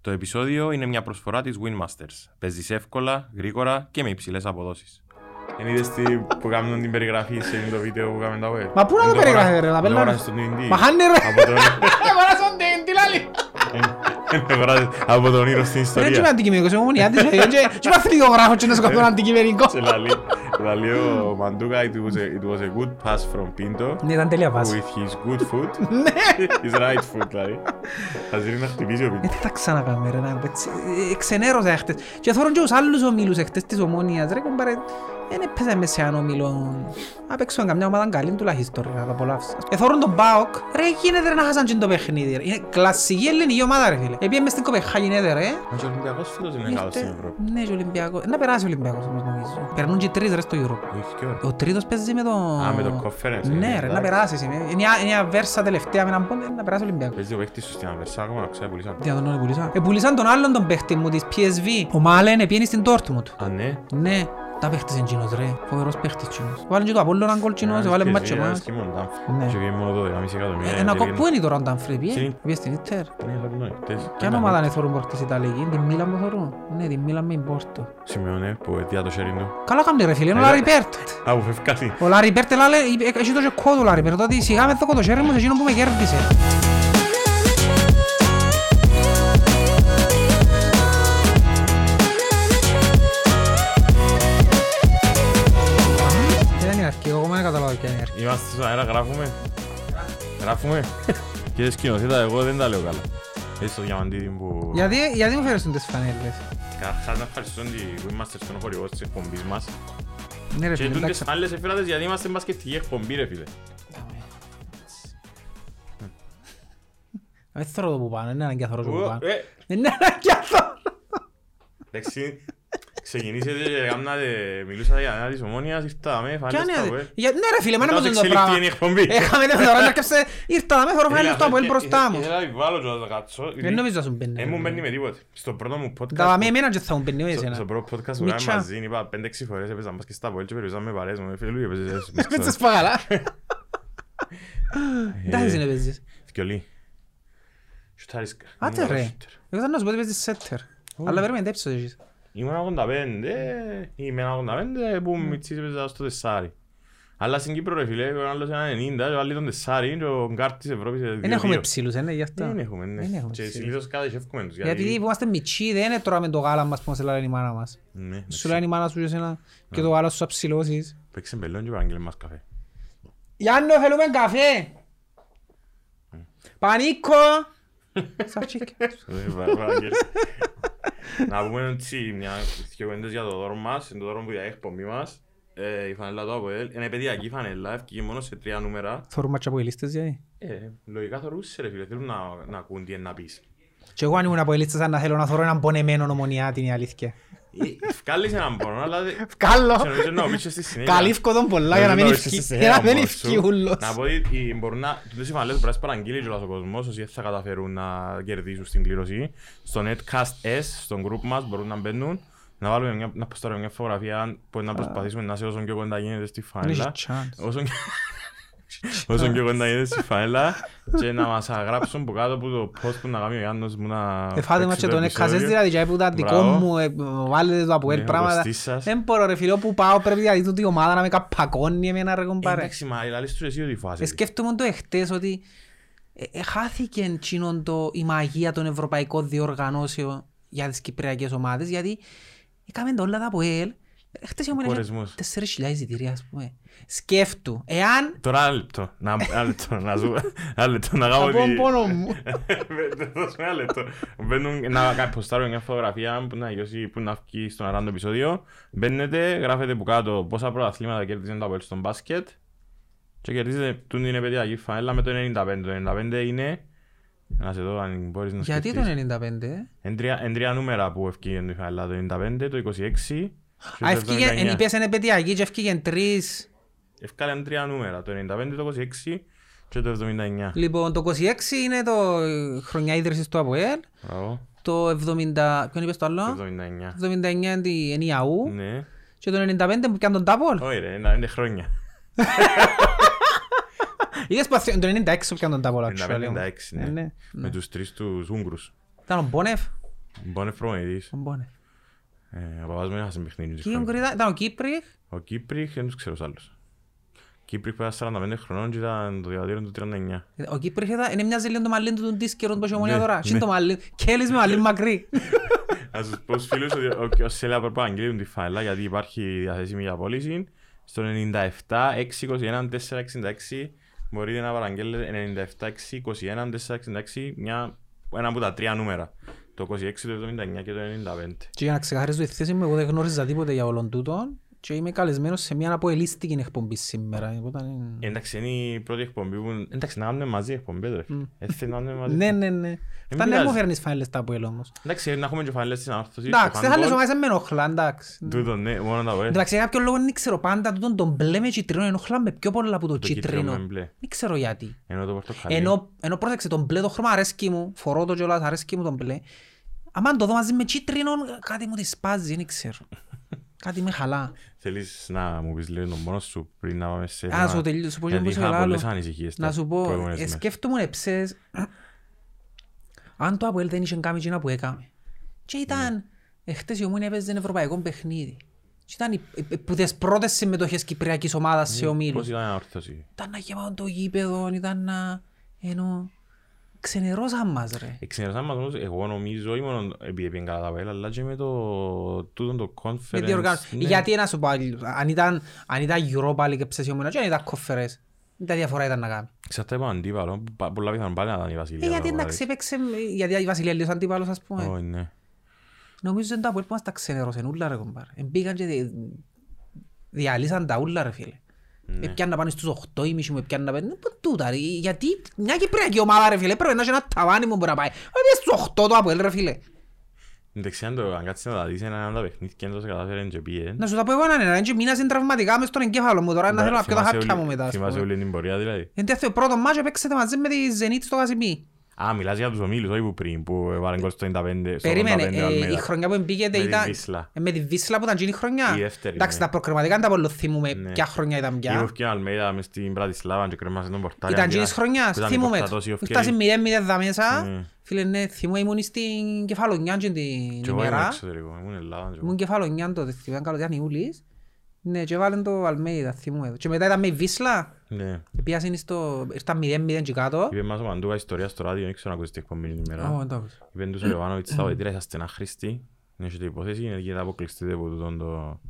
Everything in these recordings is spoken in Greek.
Το επεισόδιο είναι μια προσφορά της Winmasters. Παίζεις εύκολα, γρήγορα και με υψηλές αποδόσεις. Εν είδες τι που κάνουν την περιγραφή σε το βίντεο που κάνουν τα web. Μα πού να Εν το το περιγράφετε, γρα- ρε, τα εν το πελάνε. γράφεις στο D&D. Μα χάνε, ρε. Από τον- Εμάνα son de Dilali. εν το γράφεις Από τον ήρωα στην Δεν είμαι ιστορία. αντικειμενικός, είμαι ομονιάτης. ε, και- και είμαι αθλητογράφος και να σκοτώ έναν αντικειμενικό. Σε λαλεί- λαλεί ο Μαντούκα, it was a- it was a good pass from Pinto. Ναι, ήταν τέλεια βάση. With his good foot, his right foot, δηλαδή. Θα ζήσει να χτυπήσει ο Ε, Pinto. τι τα ξανακάμε ρε, να- έτσι, ε, ε, ξενέρωσα χτες. Και θωρώ και τους άλλους ομίλους χτες της Ομόνιας, ρε κομπάρε. Δεν έπαιζαμε σε έναν ομίλο. Απ' έξω καμιά ομάδα καλή τουλάχιστον, ρε, να τα απολαύσεις. Ε, θωρώ τον ΠΑΟΚ. Ρε, γίνεται ρε να χάσαν και το παιχνίδι, ρε. Είναι κλασική ελληνική ομάδα, ρε φίλε. Επειδή είμαι στην Κοπεχάγη, ναι, ρε, ρε. Μα και ο Ολυμπιακός φίλος είναι καλός στην Ε, Ήρθε- Ευρώπη. Ναι, και ο Ολυμπιακός. Να περάσει ο Ολυμπιακός, όμως, νομίζω. Περνούν και τρεις, ρε, στο Euro. Όχι και ωραία. Ο τρίτος παίζει με το... Α, με το conference. Ναι, ρε, εντάξει. να περάσεις. Είναι είναι μια- είναι μια βέρσα τελευταία με έναν πόντε, να περάσει ο Ολυμπιακός. Παίζει ο παίχτης σου στην Ανβερσά ακόμα, ξέρω, πολύ σαν. Τι να τον όλοι πουλήσαν. Ε, πουλήσαν τον άλλον τον παίχτη μου της PSV. Ο Μάλεν επίενει στην Dortmund. Α, ναι. Ναι, τα παίχτης είναι κοινός ρε. Φοβερός παίχτης κοινός. Βάλουν και το Απόλλωνα Ε, γκολ κοινός, βάλε Ένας μάτς και και ένας εμάς. και μόνο, τάμφ. Ναι. Και βγαίνει μόνο 12,5 εκατομμύρια, Ε, Ένα και κο- βγαίνει- πού είναι τώρα ο Ντανφρή, πήγε. Στην- ε. Πήγε στην Ιντερ. Ναι, θα το δω, χτες. Ποια Ένα ομάδα μάτς. είναι θωρούν προχτής η Ιταλική, τη ε, Μίλαν που θωρούν. Ναι, τη Μίλαν με την Πόρτο. Σημειώνε που αιτία το χέρι του. Καλά κάνει ρε φίλε, είναι ο Ε, Λάρι Πέρτ. Α, που φεύγει. Ο Λάρι Πέρτ λάλε, είπε, έχει το ζεκό του Λάρι Πέρτ, ότι σιγά με δώκω το χέρι μου σε εκείνον που με κέρδισε. Δεν είναι αρχή, εγώ ακόμα δεν καταλάβω ποια είναι η αρχή. Είμαστε στον αέρα, γράφουμε. Γράφουμε. Κύριε σκηνοθέτα, εγώ δεν τα λέω καλά. Έτσι το διαμαντίδι που... Γιατί, γιατί μου φέρεσουν τις φανέλες. Καταρχάς να ευχαριστώ την Webmaster στον χορηγό της εκπομπής μας. Ναι ρε Και φίλε, εντάξει. τούτες άλλες εφήρατε γιατί είμαστε μπασκευτική εκπομπή ρε φίλε. Δεν θωρώ το που πάνω, είναι αναγκιά θωρώ το που Εγώ, πάνω. ε, Είναι αναγκιά θωρώ. Εντάξει, ξεκινήσετε και κάνατε, μιλούσατε για νέα της ομόνιας, ήρθαμε, Ποια φάνετε είναι στα η- web. για- Ναι ρε φίλε, εμένα Μετά μου σε το το εξελίχθηκε πράγμα. η εκπομπή. Έχαμε την ώρα να έρχεσαι, ήρθα να με φορώ φανέλες ε, του Αποέλ μπροστά μου. Ήθελα να τη βάλω και να τα κάτσω, γιατί Δεν νομίζω να σου μπαίνει. Δεν μου μπαίνει με τίποτε. Στο πρώτο μου podcast, Τα με που- εμένα και θα μου μπαίνει όχι στο- εσένα. στο πρώτο podcast που κάναμε Μίτσα. μαζί, είπα 5-6 φορές έπαιζα μπάσκετ στα βόλια και περιορίζαμε με παρέες μου. Ε, Φίλε Λούι, έπαιζες μπάσκετ στα Έπαιζες βόλια. παγαλά. Ε, Εντάξει είναι παίζεις. Θκιολί. Σουτάρισκα. Άντε Ήμουν ρε. σούτερ. Εγώ θα να σου πω ότι παίζεις σέτερ. Αλλά περιμένετε έψω εσείς. Ήμουν 85, είμαι 85 που μητσής έπαιζα στο τεσσάρι. Αλλά στην Κύπρο ρε φίλε, ο άλλος έναν 90, και ο άλλος τον τεσσάρι και ο γκάρτ της Ευρώπης είναι Δεν 2-2. έχουμε ψήλους, είναι γι' αυτό. Δεν έχουμε, ναι. Δεν έχουμε Και ψήλους. συνήθως κάθε και εύχομαι τους. Γιατί που είμαστε μητσί δεν είναι τώρα με το γάλα μας που μας έλαβε η μάνα μας. Ναι, εντάξει. Σου λένε η μάνα σου και εσένα και το γάλα σου θα ψηλώσεις. Παίξε μπελόν και παραγγείλε μας καφέ. Γιάννο θέλουμε καφέ! Mm. Πανίκο! Σατσίκ. Ε, βα- παραγγείλε. Να πούμε ότι μια δυο κουβέντες για το δώρο μας, είναι το δώρο που για εκπομπή μας. Ε, Η φανέλα του Αποέλ, είναι παιδιακή φανέλα, ευκήγε μόνο σε τρία νούμερα. Θωρούμε και από οι λίστες δηλαδή. Ε, λογικά θα ρούσε ρε φίλε, θέλουν να, να ακούν τι είναι να πεις. Και εγώ αν ήμουν από οι λίστες αν θέλω να θωρώ έναν πονεμένο νομονιάτη είναι η αλήθεια. Ε, Βγάλεις έναν πόνο, αλλά δεν- Κάλο! Ξέρω, δεν νομίζω στη συνέχεια. Καλύφκω τον πολλά για να μην Νομίζω στη ευκεί- συνέχεια, για να μην μπόρ σου. ευκεί ούλος. Να πω ότι οι- μπορούν να... Τούτες οι φανελές μπορείς παραγγείλεις κιόλας ο κόσμος όσοι δεν θα καταφέρουν να κερδίσουν στην κλήρωση. Στο Netcast S, στον group μας μπορούν να μπαίνουν. Να βάλουμε μια, να προστάρουμε μια φωτογραφία που να προσπαθήσουμε να είσαι όσο πιο κοντά γίνεται στη Έχεις φανέλα. chance. Όσο Όσο πιο κοντά γίνεται στη φανέλα και να μας γράψουν που κάτω από το post που να κάνει ο Γιάννος μου να... Εφάτε μας παίξει και το τον επεισόδιο. έκχασες δηλαδή και που ήταν δικό ε. Μπράβο. μου, ε, βάλετε το από Ναι, ελ ο πράγματα. Κωστής σας. Δεν μπορώ ρε φίλε, όπου πάω πρέπει δηλαδή τούτη η ομάδα να με καπακώνει εμένα ρε κομπάρε. Εντάξει, μα λαλείς τους εσύ ότι φάση. Ε, Σκέφτομαι το εχθές ότι ε, ε, χάθηκε εκείνον το, η μαγεία των ευρωπαϊκών διοργανώσεων για τις κυπριακές ομάδες γιατί έκαμε τα όλα τα από ελ. Ε, Χτες η ομονία είχε Κορεσμός. 4.000 εισιτήρια ας πούμε. Σκέφτου, εάν... Τώρα ένα λεπτό, να, ένα λεπτό, να σου ένα λεπτό να κάνω Θα πω ότι... πόνο μου. Δώσουμε ένα λεπτό. Μπαίνουν να κα- ποστάρουν μια φωτογραφία που να γιώσει, που να βγει στον αράντο επεισόδιο. Μπαίνετε, γράφετε που κάτω πόσα πρωταθλήματα κέρδιζαν τα Αποέλ στον μπάσκετ και κερδίζετε τούτη είναι παιδιακή φανέλα με το 95. Το 95 είναι... Να σε δω αν μπορείς να Γιατί σκεφτείς. το 95 ε? Εν τρία- εν τρία νούμερα που ευκήγε η φανέλα. Το 95, το 26 και το Α, ευκήγε, εν 79. είπες είναι παιδιακή και ευκήγε τρεις. Ευκάλαν τρία νούμερα. Το 95, το 26 και το 79. Λοιπόν, το 26 είναι το ε, χρονιά ίδρυσης του ΑΠΟΕΛ. Μπράβο. Το 70, ποιον είπες το άλλο? 79. 79 είναι τη- είναι η ΑΟΥ. Ναι. Και το 95 που πιάνε τον Τάπολ. Όχι ρε, να είναι χρόνια. Είδες που αθ- το 96 που πιάνε τον Τάπολ. actually, 95-96, όμως. Ε, ναι. ναι. Με τους τρεις τους Ούγγρους. Ήταν ο Μπόνεφ. Μπόνε προμονητής. Ο Μπόνε. Ε, Ο παπάς μου είναι ένας παιχνίδι. Κύριον Κρήτα, ήταν ο Κύπριχ. Ο Κύπριχ δεν τους ξέρω τους άλλους. Κύπριχ που ήταν 45 χρονών και ήταν το διαβατήριο του 39. Ο Κύπριχ ήταν, είναι μοιάζει λίγο το μαλλίν του τον Τίσκερο που έχει ομονία Ναι, τώρα. Συν το μαλλίν. Κέλης με μαλλίν μακρύ. Να σας πω στους φίλους ότι ο- ο Σέλα πρέπει να αγγείλουν τη φάλα γιατί υπάρχει διαθέσιμη για πώληση. Στο 97-621-466 μπορείτε να παραγγέλνετε 97-621-466 μια- ένα από τα τρία νούμερα. Το 26, το 79 και το 95. Και για να ξεκαθαρίσω τη θέση μου, εγώ δεν γνώριζα τίποτε για όλον τούτον και είμαι καλεσμένος σε μια αποελίστικη εκπομπή σήμερα. οπότε είναι- Εντάξει, είναι η πρώτη εκπομπή που... Εντάξει, να κάνουμε μαζί εκπομπή, ρε. Ε, θέλω να κάνουμε μαζί. Ναι, ναι, ναι. Αυτά ναι, πειράζει. μου φέρνεις φανέλες τα Αποέλ όμως. Εντάξει, να έχουμε και φανέλες της ανόρθωσης. Εντάξει, στο δεν θα λες handball. ομάδα με ενοχλά, εντάξει. Τούτο, ναι, μόνο τα πω, ε. Εντάξει, για κάποιον λόγο δεν ξέρω πάντα τούτον τον μπλε με κυτρινό ενοχλά με πιο πολλά από το Το κίτρινο κυτρινό. με μπλε. Δεν ξέρω γιατί. Ενώ το πορτοκαλί. Ενώ, ενώ πρόσεξε, τον μπλε το χρώμα αρέσκει μου, φορώ το κιόλας, αρέσκει μου τον μπλε. Αν το δω μαζί με κίτρινο, κάτι μου τη σπάζει, δεν ξέρω. κάτι με χαλά. Θέλεις να μου πεις λίγο τον πόνο σου πριν να πάμε σε... Α, σου τελείω, σου πω και Γιατί πόσο είχα άλλο. πολλές ανησυχίες Να τα σου πω, προηγούμενες ε, μέρες. σκέφτομαι ψες, αν το Αποέλ δεν είχε κάνει εκείνα που έκαμε. Και Ναι. ήταν, εχθές η Ομόνια έπαιζε ένα ευρωπαϊκό παιχνίδι. Και ήταν οι- ε, ε, που τις πρώτες συμμετοχές Κυπριακής ομάδας σε ομίλους. Ναι, Πώς ήταν η ανόρθωση. Ήταν να γεμάτο το γήπεδο, ήταν να... Ενώ... Ξενερώσαν μας Ε, ρε. Ε, Εξενερωθάμε μας όμως, εγώ νομίζω, όχι μόνο επειδή πήγαινε καλά τα βέλα, αλλά και με το τούτο το conference. Με διοργάνωση. ναι. Γιατί να σου πω, αν ήταν, αν ήταν Europa League ψες η Ομόνια και αν ήταν κόφερες, τα διαφορά ήταν να κάνει. Εξαρτάται από τον αντίπαλο, που πα- πολλά πιθανόν πάλι να ήταν η Ε, Βασιλεία. γιατί να εντάξει ε. έπαιξε, γιατί η Βασιλεία λίγο αντίπαλος ας πούμε. πάρει. Όχι, ναι. Νομίζω ότι τα Αποέλ που μας τα ξενερώσαν ούλα ρε κομπάρ. Εμπήκαν και δι- διαλύσαν τα ούλα ρε φίλε. Ναι. Επιάνε να πάνε στους 8 ή μισή μου, επιάνε να πάνε. Πού τούτα ρε, γιατί μια Κυπριακή ομάδα ρε φίλε πρέπει να έχει ένα ταβάνι μου που να πάει. Όχι στους 8 το Αποέλ ρε φίλε. Εντάξει, αν το- αν κάτσεις να τα δεις έναν από τα παιχνίδια και αν το σε κατάφερε και πήγε. Να σου τα πω εγώ έναν έναν και μείνα είναι τραυματικά μες στον εγκέφαλο μου τώρα να θέλω να πιω τα Θυμάσαι χάπια όλη- μου μετά. ας Θυμάσαι πούμε. όλη την πορεία δηλαδή. Γιατί αυτό το πρώτο μάτσο παίξετε μαζί με τη Ζενίτ στο Κασιμπή. Α, μιλάς για τους ομίλους, όχι που πριν, που έβαλαν γκολ στο 95, στο Περίμενε, 85 ε, η Αλμέιδα. χρονιά που εμπήκετε Με τη ήταν... Βίσλα. Ε, Με τη Βίσλα που ήταν εκείνη η χρονιά. Η δεύτερη, Εντάξει, ναι. τα προκριματικά δεν τα πολύ θυμούμε Ναι. ποια χρονιά ήταν Ή ποια. που έφυγε ο Αλμέιδα μες στην Πρατισλάβα και κρέμασε τον πορτάρι. Ήταν αντί να- εκείνης χρονιάς, που ήταν θυμούμε το. υπορτατός ή ο Φτάσει Φκέρι. 0-0 δα μέσα. Ναι. Φίλε, ναι, θυμώ ήμουν στην κεφαλονιά και την Και εγώ ήμουν ημέρα. εξωτερικό, ήμουν Ελλάδα. και εγώ. Ήμουν κεφαλονιά τότε, θυμάμαι καλό, ήταν Ιούλης. Ναι, και βάλαν το Αλμέιδα, θυμούμε το. Και μετά ήταν με η Βίσλα, Ναι. πιάσαν στο... Ήρθαν 0-0 και κάτω. Είπε μας ο Μαντούκα ιστορία στο ράδιο, δεν ξέρω αν ακούσεις την εκπομπή την Ω, ημέρα. εντάξει. Είπε τους ο Ιωβάνοβιτς στα οδητήρα, είσαστε ένα χρήστη. Δεν έχετε υπόθεση, είναι γιατί αποκλειστείτε από τούτον το-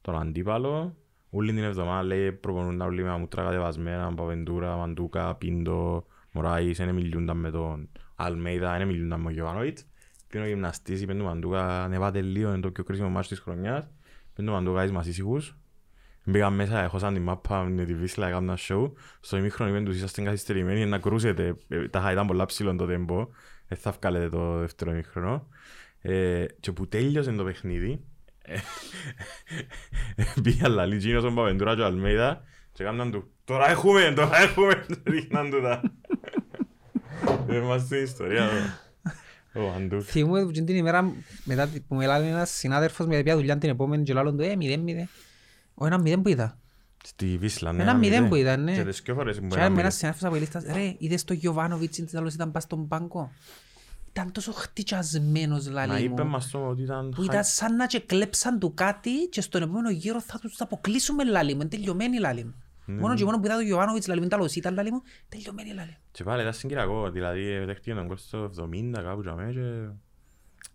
τον αντίπαλο. Όλη την εβδομάδα λέει προπονούν τα όλοι με αμούτρα κατεβασμένα, Παπεντούρα, Μαντούκα, Πίντο, Μωράης, δεν μιλούνταν με τον Αλμέιδα, δεν μιλούνταν με τον Γιωβάνοβιτς. Πήγαινε ο γυμναστής, είπε του Μαντούκα, ανεβάτε λίγο, είναι το πιο κρίσιμο μάτσο της χρονιάς. Είπε του Μαντούκα, είσαι μας ήσυχους. Μπήκαν μέσα, έχωσαν τη μάπα με τη Βίσλα, έκαναν ένα show. Στο ημίχρονο είπαν τους είσαστε καθυστερημένοι, να κρούσετε. Ε, Τα ήταν πολλά ψηλό το τέμπο. Δεν θα βγάλετε το δεύτερο ημίχρονο. Ε, και που τέλειωσε το παιχνίδι, ε, πήγαν λαλί Τζίνος, ο Παπεντούρα και ο Αλμέιδα και έκαναν του «Τώρα έχουμε, τώρα έχουμε» ρίχναν του τα. Δεν μας την ιστορία. ο- Ο Αντού. Θυμούμε που την ημέρα μετά τη- που με λάλλει ένας συνάδελφος με πια δουλειά την επόμενη και λάλλον του «Ε, 0-0». Ο ένα 0 που είδα. Στη Βίσλα, ναι. Ένα ένα μηδέν μηδέν. που ήταν, ναι. Και τις δυο φορές που Και ένα με μηδέν. ένας συνάδελφος από ελίστας «Ρε, είδες το Γιωβάνοβιτς, είναι τέλος ήταν πας στον πάγκο». Ήταν τόσο χτυτσιασμένος Μα λαλί είπε μου. μας το ότι ήταν Που ήταν σαν να και κλέψαν του κάτι και στον επόμενο γύρο θα τους αποκλείσουμε λαλί μου. Είναι τελειωμένη λαλί μου. Μόνο και μόνο που είδα το Γιωβάνοβιτς λαλί μου, ήταν λαλός, ήταν λαλί μου, τελειωμένη λαλί μου. Και πάλι ήταν συγκυριακό, δηλαδή ε, δέχτηκε τον κόλ στο 70 κάπου για μένα και...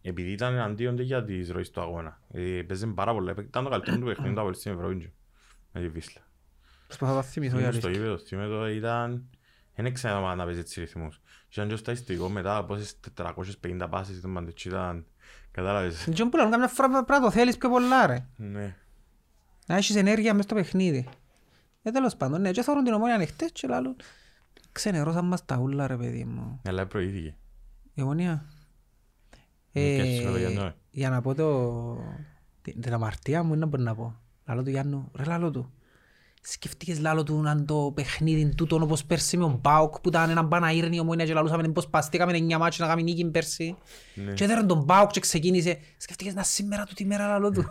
Επειδή ήταν εναντίον για της ροής του αγώνα. Ε, Παίζαν πάρα πολλά, ήταν το καλύτερο του παιχνίδι του Απολλή στην Ευρώπη και με τη Βίσλα. Προσπαθώ να θυμηθώ Ήμουν για Στο γήπεδο, στο γήπεδο ήταν... Δεν ήξερα να παίζει έτσι ρυθμούς. Και Ήταν και στατιστικό μετά από πόσες 450 πάσεις ήταν πάντα και ήταν... Κατάλαβες. Τι που λαλούν, καμιά φορά πρέπει να το θέλεις πιο πολλά ρε. Ναι. Να έχεις ενέργεια μέσα στο παιχνίδι. Ε, τέλος πάντων, ναι, και θεωρούν την ομόνια ανοιχτές και λάλλον. Ξενερώσαν μας τα ούλα ρε παιδί μου. Αλλά προηγήθηκε. Η ομόνια. Ε, και στις Μελογιαννό, ε. για να πω το... την, την αμαρτία μου είναι να μπορώ να πω. Λάλο του Γιάννου, ρε λάλο του. Σκεφτήκες λάλο του να το παιχνίδι τούτον όπως πέρσι με τον Μπάουκ που ήταν έναν Παναήρνη ομόνια και λαλούσαμε πως παστήκαμε εννιά μάτια να κάνουμε νίκη πέρσι. Ναι. Και έδεραν τον Μπάουκ και ξεκίνησε. Σκεφτήκες να σήμερα του τη μέρα λαλό του.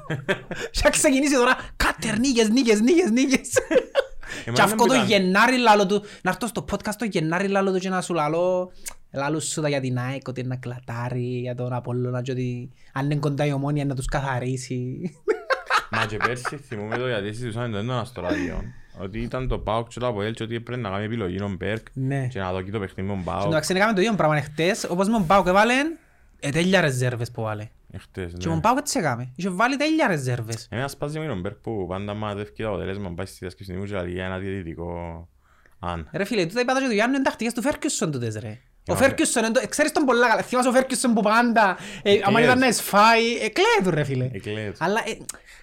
Και να ξεκινήσει τώρα κατερ νίκες, νίκες, νίκες, νίκες. Και αυτό το Γενάρη λάλο του, να έρθω στο podcast το Γενάρη λάλο του και να σου λαλώ λάλο σου τα για την ΑΕΚ, ότι να κλατάρει για τον Απόλλωνα και ότι αν είναι κοντά η ομόνια να τους καθαρίσει. Μα και πέρσι θυμούμε το γιατί συζητούσαμε το έντονα στο ράδιο. Ότι ήταν το ΠΑΟΚ και το ΑΠΟΕΛ και ότι έπρεπε να κάνει επιλογή τον Μπέρκ Ναι. και να δοκεί το παιχνίδι με τον Στην ΠΑΟΚ. ταξί έκαμε το ίδιο πράγμα χτες, όπως με τον Πάουκ έβαλεν, ε, τέλεια ρεζέρβες που βάλε. Εχθές, Και με ναι. τον Πάουκ έτσι έκαμε, είχε βάλει τέλεια ρεζέρβες. Εμένα σπάζει με τον Μπέρκ που πάντα μάθευκε το αποτέλεσμα πάει στη διασκευή μου και λέει ένα διαιτητικό αν. Ρε φίλε, τούτα είπα τα και του Γιάννου είναι τακτικές του Φέρκιουσον τούτες ρε. Ο Ωραία. Φέρκιουσον, εν το- ξέρεις τον πολλά καλά, θυμάσαι ο Φέρκιουσον που πάντα, ε, άμα ήταν να εσφάει, ε, κλαίει του ρε φίλε. Εκλέεται. Αλλά ε,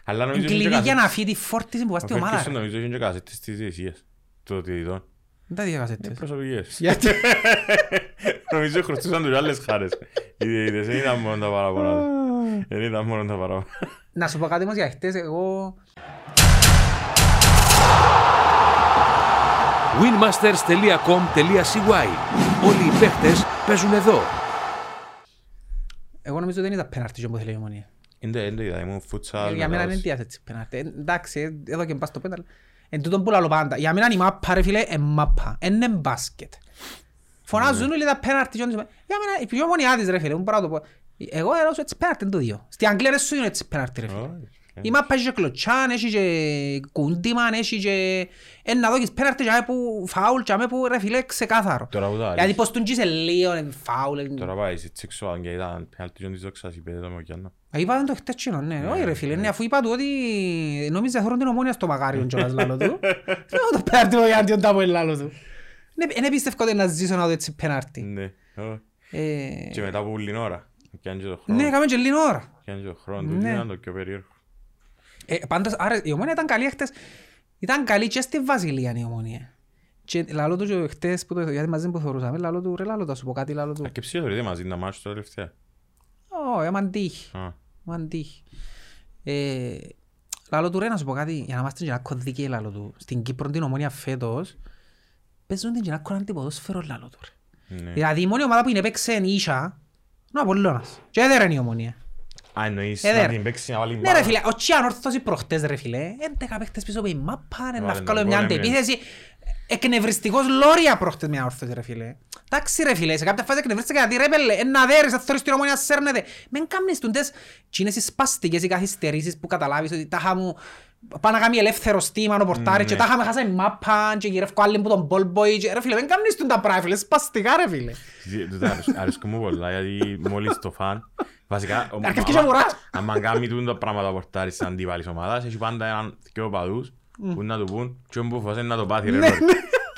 Αλλά νομίζω ότι κλείνει για να φύγει τη φόρτιση που πας στην ομάδα. ρε. νομίζω ότι είναι και κασέτες της διαιτησίας των διαιτητών. Δεν τα διαβάζετε. Είναι προσωπικές. Γιατί Νομίζω χρωστούσαν τους άλλες χάρες. Οι διαιτητές δεν ήταν μόνο τα παράπονα. τους. Δεν ήταν μόνο τα παράπονα. Να σου πω κάτι όμως για χτες, εγώ... winmasters.com.cy Όλοι οι παίχτες παίζουν εδώ. Εγώ νομίζω δεν είδα πέναρτη που θέλει η ομονία. Είναι το- είναι το είδα, ήμουν φούτσαλ. Για μένα μετά δεν τους- διάθετη πέναρτη. Εντάξει, ε, εδώ και μπας στο πέναλ. Εν τούτον που λαλώ πάντα. Για μένα η μάπα ρε φίλε, ε μάπα. Είναι μπάσκετ. Φωνάζουν όλοι τα πέναρτη. και όντως- Για μένα η πιο ομονιά της ρε φίλε, μου μπορώ να το πω. Εγώ έρω σου έτσι πέναρτη είναι το δύο. Στην Αγγλία ρε σου είναι έτσι πέναρτη ρε φίλε. Όχι. Η μάπα έχει και κλωτσάν, έχει και κούντιμαν, έχει και... Ε, να δώκεις πέναρτη και αμέ που φάουλ και αμέ που ρε φίλε ξεκάθαρο. Τώρα που το άλλες. Γιατί πως τον τζίσε λίγο, είναι φάουλ. είναι- Τώρα πάει σε σεξουάλ και ήταν πέναλτι της δόξας, είπε το Μοκιάνο. Α, Είπα το χτες τσινό, ναι. Όχι ρε φίλε, ναι, αφού είπα του ότι νόμιζε θα θωρούν την ομόνια στο μαγάριον κιόλας λάλο του. Λέω το πέναρτι μου γιατί τα πω λάλο του. Δεν πίστευκω ότι να ζήσω να δω έτσι πέναρτι. Ναι. ω. Ε, Και μετά από πολλή ώρα. Και αν και το χρόνο. Ναι, έκαμε και λίγη ώρα. Και αν και το χρόνο Ναι. του ήταν το πιο περίεργο. Ε, Πάντως, άρα η ομόνια ήταν καλή χτες. Ήταν καλή και στη Βασιλεία η ομόνια. Και λαλό του και χτες, που το- γιατί μαζί που θεωρούσαμε, λαλό του, ρε λαλό του, θα σου πω κάτι λαλό του. Α, Και ψιλοθωρείτε μαζί τα μάτια τώρα τελευταία. Ω, έμαν τύχη. Α, Μου αν τύχει. Ε, λαλό του ρε να σου πω κάτι, για να είμαστε γεννάκο δίκαιοι λαλό του. Στην Κύπρο την ομόνια φέτος, παίζουν την γεννάκο αντιποδόσφαιρο λαλό του ρε. ναι. Δηλαδή η μόνη ομάδα που είναι παίξε εν ίσα, είναι ο Απολλώνας. Και έδεραν η ομόνια. Α, εννοείς Ε, να δε, την ρε. παίξει να βάλει Ναι ρε μπάλα. φίλε, ο Τσιάν όρθος οι προχτές ρε φίλε, έντεκα παίχτες πίσω από η μάπα, ρε, ναι, να Βάλε βγάλω τον μια γκολ, έμεινε. αντεπίθεση. Εκνευριστικός λόρια προχτές μια όρθωση ρε φίλε. Εντάξει ρε φίλε, σε κάποια φάση εκνευρίστηκα γιατί ρε πέλε, ε, να δέρεις, θα θωρείς την ομόνια σέρνεται. Μεν κάμνεις τούντες τσίνες οι σπαστικές, οι καθυστερήσεις που καταλάβεις ότι τάχα μου πάνω να κάνει ελεύθερο στήμα, ο πορτάρι και Ναι. τάχα με χάσα η μάπα και γυρεύκω άλλη που τον ball boy και- ρε φίλε, μεν κάμνεις τούντα πράγματα, φίλε, σπαστικά ρε φίλε. Ζη- τούτα αρεσ- Αρέσκουν μου πολλά γιατί μόλις το φαν. Βασικά, ο- Αρκεί άμα- και μωράς. άμα κάνει τούν τα πράγματα ο πορτάρις της αντίπαλης ομάδας, έχει πάντα έναν δυο παδούς που να του πούν «Ποιον που φασέ να το πάθει Ναι, ρε Λόρι».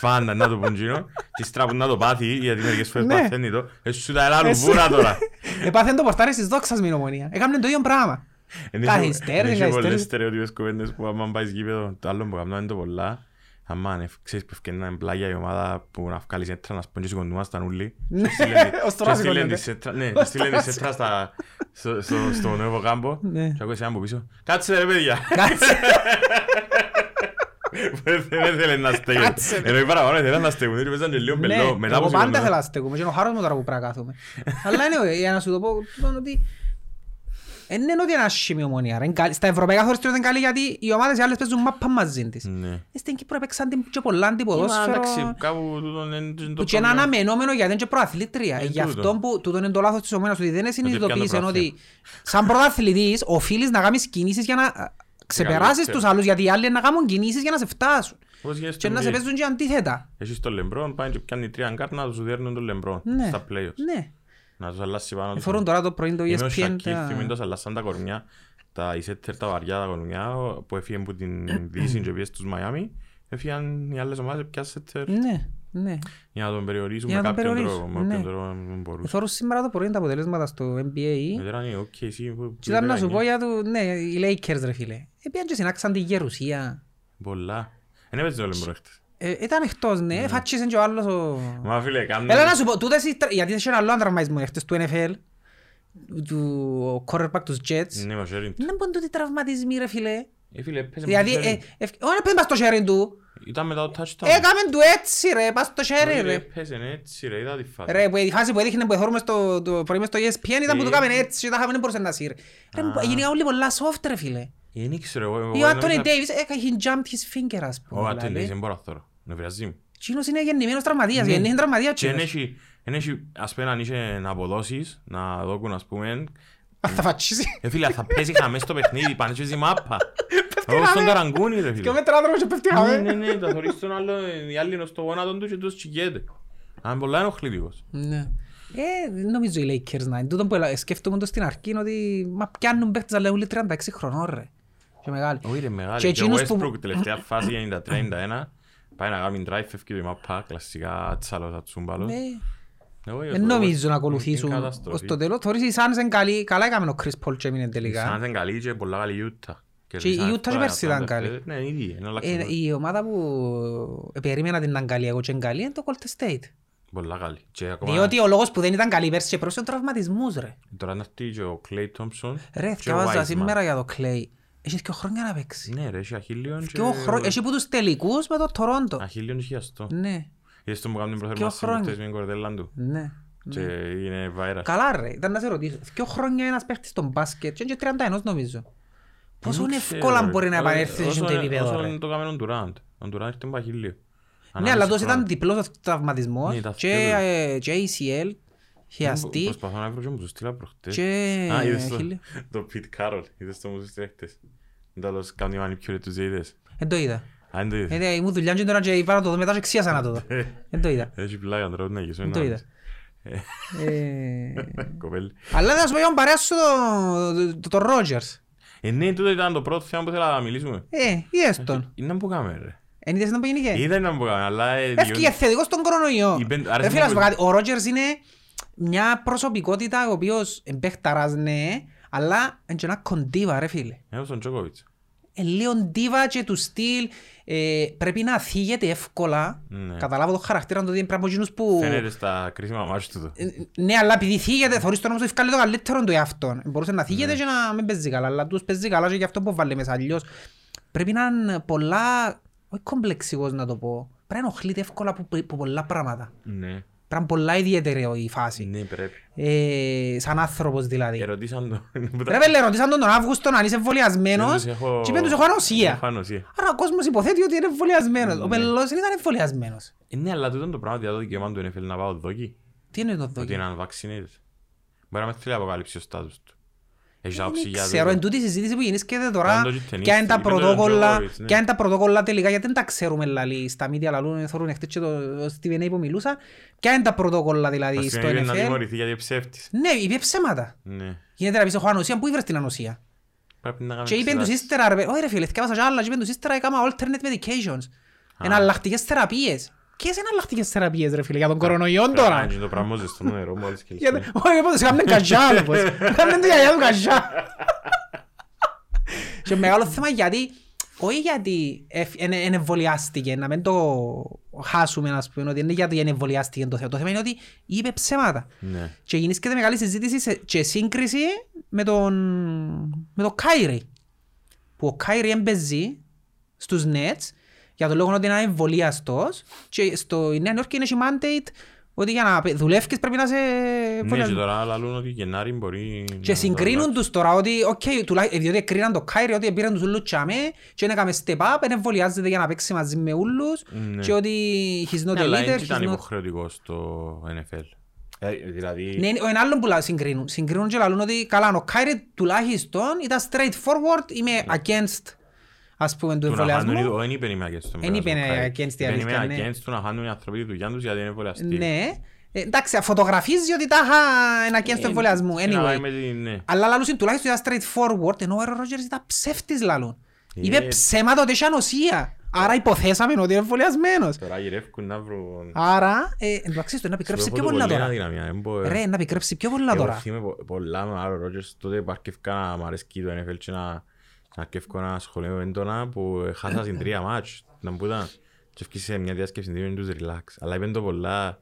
Πάντα να το πούν γίνο και στραβούν να το πάθει γιατί μερικές φορές Ναι. Ε, παθαίνει το «Εσύ σου τα ελάλου Εσύ- βούρα τώρα». Επάθεν το πορτάρι στις δόξας με η ομόνια. Έκαμνε το ίδιο πράγμα. Είναι Καθυστέρησε, και- είναι και πολλές καθυστέρησε. στερεότυπες κουβέντες που άμα πάει γήπεδο, το άλλο που κάνουν είναι το πολλά. Άμα αν ξέρεις που ευκαιρνά είναι πλάγια η ομάδα που να βγάλεις έτρα να σποντζεις κοντούμασταν όλοι. Ναι, ως τώρα Και στείλεν σηκώνεται. τις έτρα- ναι, Ως στείλεν τώρα τις έτρα στα- στο- στο- στο νέο κάμπο Ναι. και ακούεις έναν από πίσω. Κάτσε ρε παιδιά. Κάτσε. Δεν ήθελε να στέγουν. Κάτσε, ρε. Ενώ οι παραπάνω ήθελαν να στέγουν, διότι παίζανε λίγο Ναι, μπελό. Μετά εγώ από πάντα 40 θέλω να στέκομαι και είναι ο χάρος μου τώρα που πρέπει να κάθομαι. Αλλά ναι, για να σου το πω, τούτο είναι ότι... Εν είναι ότι είναι άσχημη η ομονία. ρε. Είναι καλή- Στα ευρωπαϊκά χωριστήρια είναι καλή γιατί οι ομάδες οι άλλες παίζουν μάπα μαζί της. Ναι. Ε, Στην Κύπρο παίξαν την και πολλά Μα, αντιποδόσφαιρο εντάξει, κάπου τούτον είναι το που και είναι πρόβλημα. αναμενόμενο γιατί είναι και προαθλήτρια. Ε, Γι' τούτο. αυτό που τούτο είναι το λάθος της ομονίας ότι δεν συνειδητοποίησε πιάνει το ότι σαν πρωταθλητής οφείλεις να κάνεις κινήσεις για να α, ξεπεράσεις καλύτερα. τους άλλους γιατί οι άλλοι να κάνουν κινήσεις για να σε φτάσουν Πώς γίνεται και να σε NBA. παίζουν και αντίθετα. Έχεις τον λεμπρόν, πάει και πιάνει τρία κάρνα, τους δέρνουν τον λεμπρόν Ναι. στα playoffs. Ναι. Ε, Να τους αλλάσει πάνω τους. Φορούν τώρα το πρωί το E Είμαι ο ESPN. Σακίλ, τα- θυμήν τους αλλάσαν τα κορμιά, τα εισέτερ, τα βαριά τα κορμιά, ο- που έφυγε από την Δύση και πήγε στους Μαϊάμι. Έφυγαν οι άλλες ομάδες, πια σέτερ, Ναι, ναι. για να τον περιορίσουν Για με να τον κάποιον περιορίσουν, τρόπο. Με όποιον ναι. τρόπο δεν μπορούσαν. Θόρουν σήμερα το πρωί τα αποτελέσματα στο Ε, NBA. Μετά ήταν οι OKC που Και ήταν να σου πω πήγαν για του, ναι, οι Lakers ρε φίλε. Επίαν και συνάξαν τη Γερουσία. πολλά. Δεν έπαιζε ο Λεμπρόν χτες. Ε, ήταν εκτός, ναι, φάτσισαν και ο άλλος ο... Μα ναι. φίλε, κάνουν... Έλα να σου πω, τούτες οι τρα- γιατί είχε ένα άλλο τραυματισμό εχθές του NFL, του ο quarterback τους Jets. Ναι, μα sharing. Δεν μπορούν τούτοι τραυματισμοί ρε φίλε. Ε, φίλε, έπαιζε με Δηλαδή, sharing. ε, ευ- όχι να πες πας στο χέρι του. Ήταν μετά το touchdown. Έκαμε του έτσι ρε, πας στο χέρι Φίλε, ρε. έπαιζε έτσι ρε, είδα τη φάση. Ρε, που η φάση που έδειχνε που εθώρουμε στο, το, πρωί μες στο ESPN ήταν που το Ε. κάμεν έτσι και τα είχαμε δεν μπορούσε να σύρει. Ρε, Α. μου- γίνηκαν όλοι πολλά soft ρε φίλε. Δεν ήξερα εγώ. εγώ Ή ο Άντωνι νόμιζα- Ντέιβις έκανε he jumped his finger ας Ο πούμε. Άντωνι δηλαδή. Ντέιβις δεν μπορώ να θωρώ. Νευριάζει μου. Εκείνος είναι γεννημένος τραυματίας, Ναι. γεννήθηκε τραυματίας Και εν εκείνος. έχει- εν έχει, ας πούμε, αν είσαι να αποδώσεις, να δώκουν, ας πούμε, Ας τα φατσίσει. ε, φίλε, θα παίζει χαμές στο παιχνίδι, πανέτσι μάπα. χαμέ. Όπως στον καραγκούνι, ρε Και φίλε. ο μετράδρομος και πέφτει Ναι, χαμές. ναι, ναι, τα θωρείς τον άλλο, η άλλη είναι στο γόνατο τους και τους τσιγγέται. Αν είναι πολλά ενοχλητικός. Ναι. Ε, δεν νομίζω οι Lakers να είναι. Τούτον που ελα- σκέφτομαι το στην αρχή είναι ότι μα πιάνουν παίχτες αλλά όλοι 36 χρονών ρε. Και μεγάλοι. Όχι ρε Και μεγάλη, και ο εκείνος που- Westbrook τελευταία φάση 90-31, πάει να κάνει drive, φεύγει το η μάπα, κλασικά τσάλος ατσούμπαλος. Ναι. Εγώ, Δεν εγώ, νομίζω να Ε, είναι ακολουθήσουν καταστροφή. ως το τέλος. Θωρείς οι Suns είναι καλοί. Καλά έκαμε ο Chris Paul και έμεινε Η τελικά. Suns είναι καλή και πολλά καλή η Utah. Και η Κερδίσαν Utah εύκολα και πέρσι ένα ήταν καλή. Thunder. Ναι, ήδη, είναι Ε, αλλάξει. Η ομάδα που περίμενα την ήταν καλή εγώ και είναι καλή είναι το Golden State. Πολλά καλή. Και ακόμα Διότι ο λόγος που δεν ήταν καλή πέρσι και πρόσφυγε ο τραυματισμούς ρε. τώρα είναι αυτή και ο Clay Thompson και Ρε, ο θυκευάζα Wiseman. σήμερα για το Clay. Έχεις δύο χρόνια να παίξεις. Ναι ρε, έχει αχίλιον και... Δύο χρόνια. Έχει που τους τελικούς με το Toronto. Αχίλιον και χιαστό. Ναι, Είδες τον που κάνουν την Δύο προθερμασία χρόνια. χτες με την κορδέλα του. ναι. Και είναι βάιρας. Καλά ρε, ήταν να σε ρωτήσω. Δύο χρόνια ένας παίχτης στον μπάσκετ και είναι και 31 νομίζω. Πόσο Δεν εύκολα ξέρω, μπορεί ρε. να επανέλθεις σε Όσο- αυτό το επίπεδο όσο ρε. το κάμενον του Ραντ. Ο Durant ήρθε με αχίλιο. Ναι, Ανάμιση αλλά τόσο χρόνο. ήταν διπλός ο τραυματισμός Ναι, τα και θκυο του. ε, και ACL, χιαστή Προσπαθώ να βρω και μου το στείλα προχτές. και Α, είδες το- χίλιο. το Pete Carroll. Είδες το μου το στείλα χτες. Εντάλλως κάνει manipulate τους είδες. Δεν το είδα. Α, δεν το είδες. Ε, Ήμουν δουλειά και τώρα και είπα να το δω μετά και ξίασα να το δω. Ε, Δεν το είδα. Έχει πλάκα τώρα να γυρίσουμε Δεν το να είδα. Ε, δεις. Κοπέλη. Αλλά θα σου πω για τον παρέα σου το- το- το Ρότζερς. Ε, ναι, τούτο ήταν το πρώτο θέμα που ήθελα να μιλήσουμε. Ε, είδες τον. Είναι να που κάμε, ρε. Εν είδες να που γεννήκε. Είδα να που κάμε, αλλά... ε, Ε. Έφυγε διότι- θετικός στον κορονοϊό. Οι πεν- Ρε αρέσει φίλε, να να σου πω πω- κάτι. Ο Ρότζερς είναι μια προσωπικότητα ο οποίος εμπέχταρας ναι, αλλά είναι και ένα κοντίβα ρε φίλε. Έχω στον Τζόκοβιτς. Ε, Λίγο ντίβα και του στυλ ε, πρέπει να θίγεται εύκολα. Ναι. Καταλάβω το χαρακτήρα του ότι είναι πράγμα από εκείνους που... Φαίνεται στα κρίσιμα μάτια του. το. Ε, Ναι, αλλά επειδή θίγεται, θωρείς τον όμως ευκάλλει το καλύτερο του εαυτόν. Μπορούσε να Ναι. θίγεται και να μην παίζει καλά, αλλά τους παίζει καλά και γι' αυτό που βάλει μέσα αλλιώς. Πρέπει να είναι πολλά, όχι κομπλεξικός να το πω, πρέπει να ενοχλείται εύκολα από, από πολλά πράγματα. Ναι, Πρέπει να είναι πολλά ιδιαίτερη η φάση. ναι πρέπει. Ε, σαν άνθρωπος δηλαδή. Ερωτήσαν το. Ρε πέλε, ρωτήσαν τον τον Αύγουστο αν είσαι εμβολιασμένος Δεν τους έχω- και είπαν τους έχω ανοσία. Έχω Ναι. ανοσία. Άρα ο κόσμος υποθέτει ότι είναι εμβολιασμένος. Ο Πελός δεν ήταν εμβολιασμένος. Ε, Ναι, αλλά τούτο είναι το πράγμα δηλαδή το δικαίωμα του NFL να πάω δόκι. Τι είναι το δόκι. Ότι είναι unvaccinated. Μπορεί να με θέλει αποκάλυψη ο στάτους του. Έχει άποψη Ε, Δεν για ξέρω, εν τούτο. τούτη η συζήτηση που γεννήσκεται τώρα, Πάντως, και ποια είναι ταινίστηκε, τα είπε το πρωτόκολλα, Τζόκοβιτς, ναι. ποια είναι τα πρωτόκολλα τελικά, γιατί δεν τα ξέρουμε λαλή, στα media λαλούν, θεωρούν εχθές και το Steven A που μιλούσα, ποια είναι τα πρωτόκολλα δηλαδή Βασικά, στο είναι να NFL. τιμωρηθεί γιατί ψεύτης. Ναι, είπε ψέματα. Ναι. Γίνεται να πεις έχω ανοσία, πού ήβρες την ανοσία. Πρέπει να Και κάνουμε είπε τους εξετάσεις. ύστερα, ρε, όχι ρε φίλε, θυκάβασα κι άλλα, και είπε τους ύστερα, έκανα alternate medications, εναλλακτικές θεραπείες. Ποιες εναλλακτικές θεραπείες ρε φίλε, για τον κορονοϊό Πρέπει να τώρα. γίνει το πράγμα ζεστό νερό μόλις και Γιατί- λες, Όχι, πάντως έκαμε καζιά όπως. Έκαμε τη γιαγιά του καζιά. Και μεγάλο θέμα γιατί, όχι γιατί δεν εμβολιάστηκε, να μην το χάσουμε να πούμε ότι είναι γιατί δεν εμβολιάστηκε το θέμα. Το θέμα είναι ότι είπε ψέματα. Ναι. Και γίνεται μεγάλη συζήτηση σε- και σύγκριση με τον, με τον Κάιρι. Που ο Κάιρι έμπαιζε στους Nets για τον λόγο ότι είναι εμβολιαστός και στο η Νέα Νόρκη είναι και mandate ότι για να πε- δουλεύεις πρέπει να σε... Ναι, και τώρα λαλούν ότι Γενάρη μπορεί... Ε, Και να- συγκρίνουν τους τώρα ότι, οκ, τουλάχιστον, διότι εκκρίναν το Κάιρι, ότι πήραν τους ούλους τσάμε και έκαμε step up, δεν εμβολιάζεται για να παίξει μαζί με ούλους Ναι. και ότι he's not Ναι, a αλλά leader, έτσι he's ήταν not... υποχρεωτικό στο NFL. Ε, Δηλαδή... Ναι, ο άλλον που λα- συγκρίνουν. Συγκρίνουν και λαλούν ότι καλά, ο Κάιρι τουλάχιστον ήταν straightforward, είμαι against, ας πούμε, του Ναι. του να χάνουν οι- εμβολιασμού. ο, Εν είπε είμαι against τον Εν είπε, εμβολιασμό, Κάι. ε, against η Δεν αλήθεια, είμαι ναι. against του να χάνουν οι άνθρωποι τη δουλειά τους γιατί είναι εμβολιαστοί. Ναι. Ε, εντάξει, φωτογραφίζεις ότι τα είχα ένα against Ε, του εμβολιασμού. Και να Anyway. πάει με την- ναι. Αλλά λαλούσαν τουλάχιστον ήταν straightforward, ενώ ο Aaron Rodgers ήταν ψεύτης λαλούν. Είπε Ε. ψέματα ότι είχε ανοσία. Άρα υποθέσαμε ότι είναι εμβολιασμένος. Τώρα γυρεύκουν να βρουν... Άρα, ε, εντάξει, το να επικρέψει Ξέρω, πιο έχω πολλά πολλή τώρα. αδυναμία, δεν μπορώ. Ρε, να επικρέψει πιο πολλά ε, Εγώ τώρα. θυμάμαι πο- πολλά με άλλο Ρότζερς, τότε που αρκεύκα να μ' αρέσκει το NFL και να να αρκεύκω να ασχολούμαι έντονα που χάσα στην τρία μάτς. Να που ήταν. Και έφυγε σε μια διάσκεψη δύο είναι τους relax. Αλλά είπαν το πολλά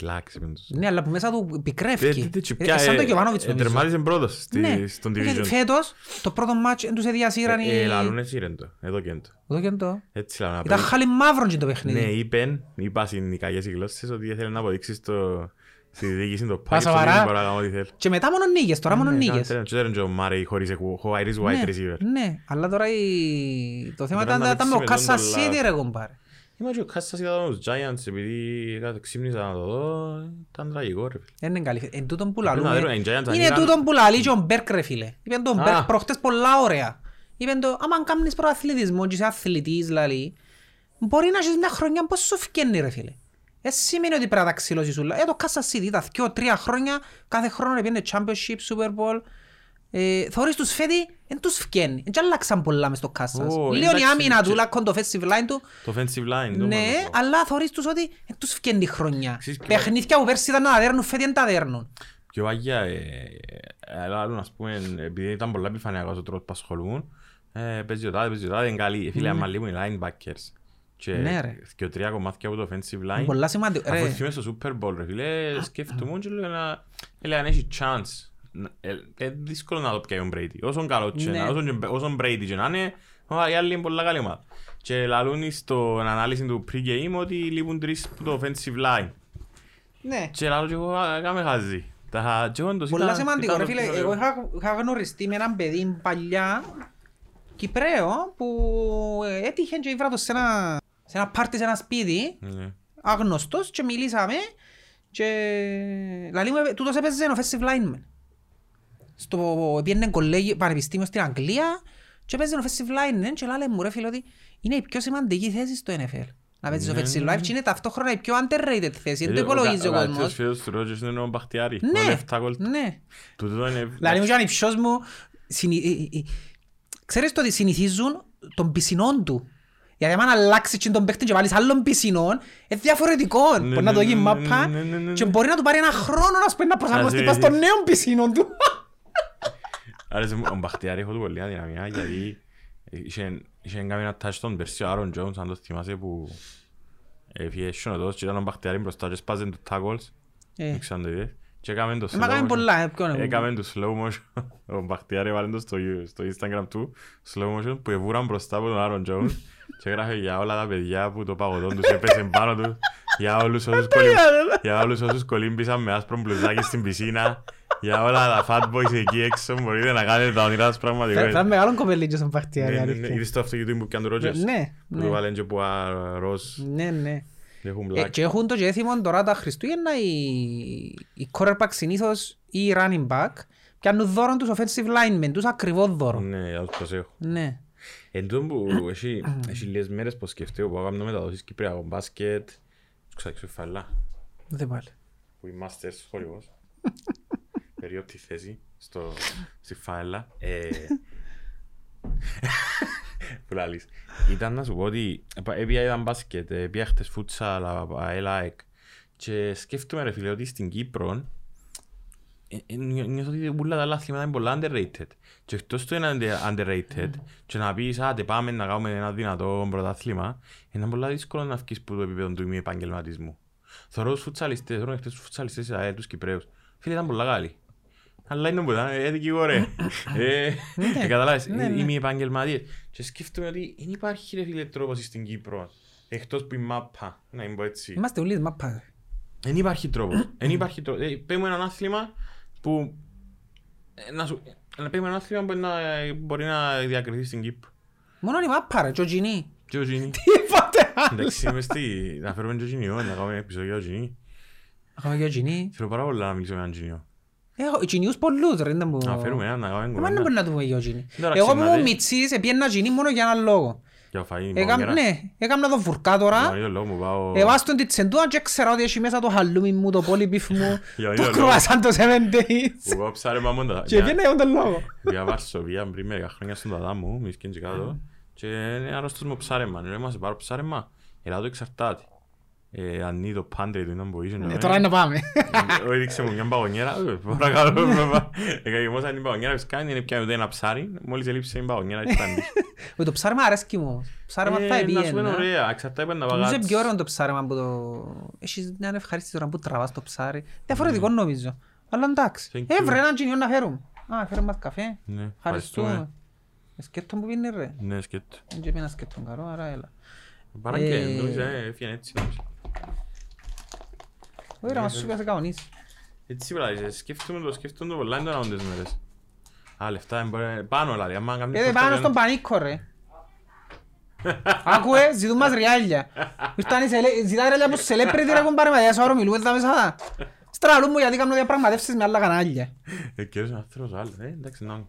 relax. είπαν τους. Ναι, αλλά που μέσα του Ε, τι- πικρεύει. τι- τι- Ε, πια, σαν το ε, Γιωβάνοβιτς ε, νομίζω. Τερμάτισε πρώτος στη- Ναι, στον γιατί division. φέτος το πρώτο μάτς εν τους έδιασύραν οι... Ε, λαλούν έτσι ρε το, εδώ και το. Εδώ και το. Έτσι λαλούν. Ήταν Απέδει- χάλι μαύρον και το Ναι, παιχνίδι. είπεν, είπα στην οι κακές οι γλώσσες ότι ήθελε να αποδείξεις στο Στη διοίκηση το πάει, σοβαρά. μπορεί να κάνω ό,τι θέλει. Και μετά μόνο νίγες, τώρα μόνο Ναι, νίγες. ήταν- ήταν και ο Μάρεϊ χωρίς εκου- χωρίς wide receiver. Ναι, ναι, αλλά τώρα η- το θέμα Πρέπει ήταν να να ήταν με ο παίξει με Κάσα τον Ντολλάρ. City ρε κομπάρε. Είμαι και ο Κάστας ήταν τους Giants επειδή κάτι ξύπνησα να το δω. Ήταν τραγικό ρε φίλε. Δεν είναι καλή. Εν τούτον που Ε, Πρέπει να λαλούμε- δούμε, οι Giants αν Είναι ήταν- τούτον που λαλεί και ο Μπέρκ ρε φίλε. Είπεν τον Α. Μπέρκ προχτές πολλά ωραία. Είπεν το, άμα κάνεις προαθλητισμό και είσαι αθλητής λαλεί, μπορεί να έχεις μια χρονιά πώς σου φκένει ρε φίλε. Δεν σημαίνει ότι πρέπει να τα ξυλώσεις όλα. Ε, το Kansas City τα δυο, τρία χρόνια, κάθε χρόνο πήγαινε Championship, Super Bowl. Ε, θωρείς τους φέτη, δεν τους φκένει. Εν και άλλαξαν πολλά μες το Kansas. Ω, Λίγο η εντάξει, άμυνα και- του, λάκκον το offensive line του. Το offensive line. το Ναι, μόνο. αλλά θωρείς τους ότι εν τους φκένει η χρονιά. Ξέρεις ποιο- Παιχνίδια που πέρσι ήταν να τα δέρνουν, φέτη δεν τα δέρνουν. Πιο άγια, ε, ε, άλλον ας πούμε, επειδή ήταν πολλά επιφανειακός ο τρόπος που ασχολούν, ε, παίζει ο τάδε, παίζει ο τάδε, είναι καλή. Ε, Φίλε, άμα λείπουν οι linebackers και Ναι, ρε. δυο τρία κομμάτια από το offensive Είναι line, Πολλά σημαντικό. αφού Ρε, έρθει μέσα στο Super Bowl, ρε φίλε, σκέφτομαι και λέω να, ε, λέει, αν έχει chance, να- ε, ε, δύσκολο να το πιάει ο Brady. Όσον καλό και Ναι. να- όσον και- όσον Brady και να είναι, α, οι άλλοι είναι πολλά καλή ομάδα. Και λαλούν στον ανάλυση του pre-game ότι λείπουν τρεις από το offensive line. ναι. Και λαλώ και εγώ, α, κάμε χαζί. Τα- και όντως Πολλά ήταν- σημαντικό. ήταν Ρε το φίλε, πιο- εγώ είχα, είχα γνωριστεί με έναν παιδί παλιά, Κυπραίο, που ε, έτυχε και ήβρα το σε ένα, σε ένα πάρτι σε ένα σπίτι, Ναι. αγνωστός και μιλήσαμε και λαλή μου, ε, τούτος έπαιζε offensive lineman. Στο πιένε κολέγιο, πανεπιστήμιο στην Αγγλία και έπαιζε offensive lineman και λάλε μου ρε φίλε ότι είναι η πιο σημαντική θέση στο NFL. Να παίζεις Ναι, offensive ναι, line και είναι ταυτόχρονα η πιο underrated θέση, δεν το Γιατί Ε, ο υπολογίζει ο κα- Ο καλύτερος κόσμος. φίλος του Ρότζερς είναι ο Μπαχτιάρη. Ναι, Ο 7 γκολ. ναι. Του τούτο είναι... Δηλαδή μου και ο ανυψιός μου, συνη... ε, ε, ε, ξέρεις το ότι συνηθίζουν των πισινών του. Γιατί άμα αλλάξεις και τον παίχτη και βάλεις άλλων πισινών, είναι διαφορετικό. Ναι, Μπορεί να το ναι, γίνει ναι, μαπά ναι, ναι, ναι, ε, ναι. και μπορεί να του πάρει ένα χρόνο να, να προσαρμοστεί συνηθίσεις. στον νέο πισινό του. Άρεσε μου, ο Μπαχτιάρη έχω του πολύ αδυναμία γιατί είχε- είχε κάνει ένα touchdown πέρσι ο Άρον Τζόνς, αν το θυμάσαι που ε, έφυγε σιωνοτός και ήταν ο Μπαχτιάρη μπροστά και σπάζε του τάκολς. Ε, Δεν ξέρω αν το είδες. Και έκαμε το Μα slow κάνει motion. πολλά, ε, ποιον είναι. Έκαμε του slow motion. Ο Μπαχτιάρη βάλε το στο, στο Instagram του slow motion Pues, που εβούραν μπροστά από τον Άρον Τζόνς και έγραφε για όλα τα παιδιά που το παγωτό τους έπεσε πάνω του. Για όλους όσους κολυμ- για όλους όσους κολύμπησαν με άσπρο μπλουζάκι στην πισίνα. Για όλα τα fat boys εκεί έξω μπορείτε να κάνετε τα όνειρά σας πραγματικά. Θα θα είναι μεγάλο κοπελίτζο στον Παχτιάρη, Ναι, ναι, ναι. αλήθεια. Είδες το αυτό YouTube που κάνει ο Rogers. Ναι, Που ναι. του βάλουν και που α, ροζ. Ναι, ναι. Έχουν Ε, μπλακ. Και έχουν το και έθιμον τώρα τα Χριστούγεννα οι, οι quarterback συνήθως ή οι running back πιάνουν δώρο τους offensive linemen, τους ακριβό δώρο. Ναι, για να τους προσέχω. Ναι. Εν τω που έχει, έχει λίγες μέρες που σκεφτείω που έκανα μεταδόσεις Κυπριακό μπάσκετ Ξάξω φαλά Δεν πάλι. που είμαστε σχολικός Περίοπτη θέση στο, στη φάλα ε, Που λαλείς Ήταν να σου πω ότι επα- έπια ήταν μπάσκετ, ε, έπια χτες φούτσαλ, α- αέλα εκ Και σκέφτομαι ρε φίλε ότι στην Κύπρο ε, ε, νιώ- νιώθω ότι όλα τα άλλα αθλήματα είναι πολλά underrated. Και εκτός του είναι under- underrated και να πεις άντε πάμε να κάνουμε ένα δυνατό πρωτάθλημα είναι πολλά δύσκολο να βγεις που το επίπεδο του μη επαγγελματισμού. Θεωρώ τους φουτσαλιστές, θεωρώ χτες τους φουτσαλιστές ε, τους Κυπρέους. Φίλε ήταν πολλά καλοί. Αλλά είναι που ήταν, ε, δικηγόρε. Ε, ε, Καταλάβες, ναι, ε, ναι. οι μη επαγγελματίες. Και σκέφτομαι ότι δεν υπάρχει ρε φίλε τρόπος στην Κύπρο. Εκτός που η μάπα, να είμαι πω έτσι. Είμαστε όλοι μαπά. Δεν υπάρχει τρόπος. Δεν υπάρχει τρόπος. Ε, Πες μου ένα άθλημα που. ε, Να σου... Να πες μου ένα άθλημα που να, ε, μπορεί να διακριθεί στην Κύπρο. Μόνο η μαπά ρε, και ο Τζινί. Και ο Τζινί. Είπατε Εντάξει, είμαι στη. Να φέρουμε και ο Τζινιό, να κάνουμε ένα επεισόδιο για ο Τζινί. Ακόμα και ο Τζινί. Θέλω πάρα πολλά να μιλήσω με έναν Τζινιό. Έχω Τζινίους πολλούς ρε. δεν μπορώ. Να φέρουμε έναν, να κάνουμε Εμάς δεν Ε, ναι, μπορεί κουβέντα. να δούμε για ο Τζινί. Τώρα Εγώ που ήμουν ξυπνάτε. μητσής έπιανα Τζινί μόνο για έναν λόγο. Για φαΐ, Έκαμ- μπαγκέρα. Ναι, Ε, έκανα το βουρκά τώρα. Για τον λόγο μου πάω. Εβάς τον τη τσεντούα και ξέρω ότι έχει μέσα το χαλούμι μου, το πόλιπιφ μου, Για το ίδιο λόγο. κρουασάν το seven days. Που πάω ψάρεμα μόντα. Και βγαίνει για τον λόγο. Πήγα Βαρσοβία πριν μερικά χρόνια στον τατά μου, μη σκέντζε Ε. κάτω και είναι άρρωστος με ψάρεμα. Λέω, μας πάρω ψάρεμα, ελά το εξαρτάται. Ε, αν είδω πάντρε του ήταν που είσαι. Ε, Τώρα να πάμε. Ε, Ο έδειξε μου μια παγωνιέρα, «Ε, παρακαλώ, Ναι. Ε, βέβαια. Εγκαγημώσαν την παγωνιέρα, φυσικά είναι πια ούτε ένα ψάρι, μόλις ελείψε την παγωνιέρα έτσι ήταν. Με το ψάρεμα αρέσκει μου όμως. Ψάρεμα θα Ε, Να σου είναι επήγαινα. ωραία, εξαρτάται πάντα ναι. Νομίζω βαγάτς. είναι πιο ωραίο το ψάρεμα που το... Έχεις μια ευχαρίστηση τώρα που τραβάς το ψάρι. Διαφορετικό νομίζω. Αλλά εντάξει. Ναι. Thank you. Έβρε έναν τσινιό να φέρουμε. Α, φέρουμε μας καφέ. Ναι, Ευχαριστούμε. ευχαριστούμε. Σκέτο που πίνει ρε. Ναι, σκέτο. Δεν και πίνα σκέτο καρό, άρα έλα. Παρά Ε, και, νομίζω, ε, έφυγε έτσι. νομίζω. Ναι, Ωραία, μας σου πήγα σε καονείς. Έτσι πράγμα, σκέφτομαι το, σκέφτομαι το πολλά έντονα όντες μέρες. Α, λεφτά, εν μπορεί- πάνω λάδι, άμα κάνεις Πέτε φορτώνει- Ε, πάνω στον πανίκο ρε. Άκουε, ζητούν μας ριάλια. Ήρθαν οι σελε- ζητάνε ριάλια από τους celebrity ρε κομπάρε μα, διάσω ώρα μιλούμε τα μέσα. Στραλούν μου γιατί κάνω διαπραγματεύσεις με άλλα κανάλια. Ε, κύριος είναι άνθρωπος άλλος, ε, εντάξει, να...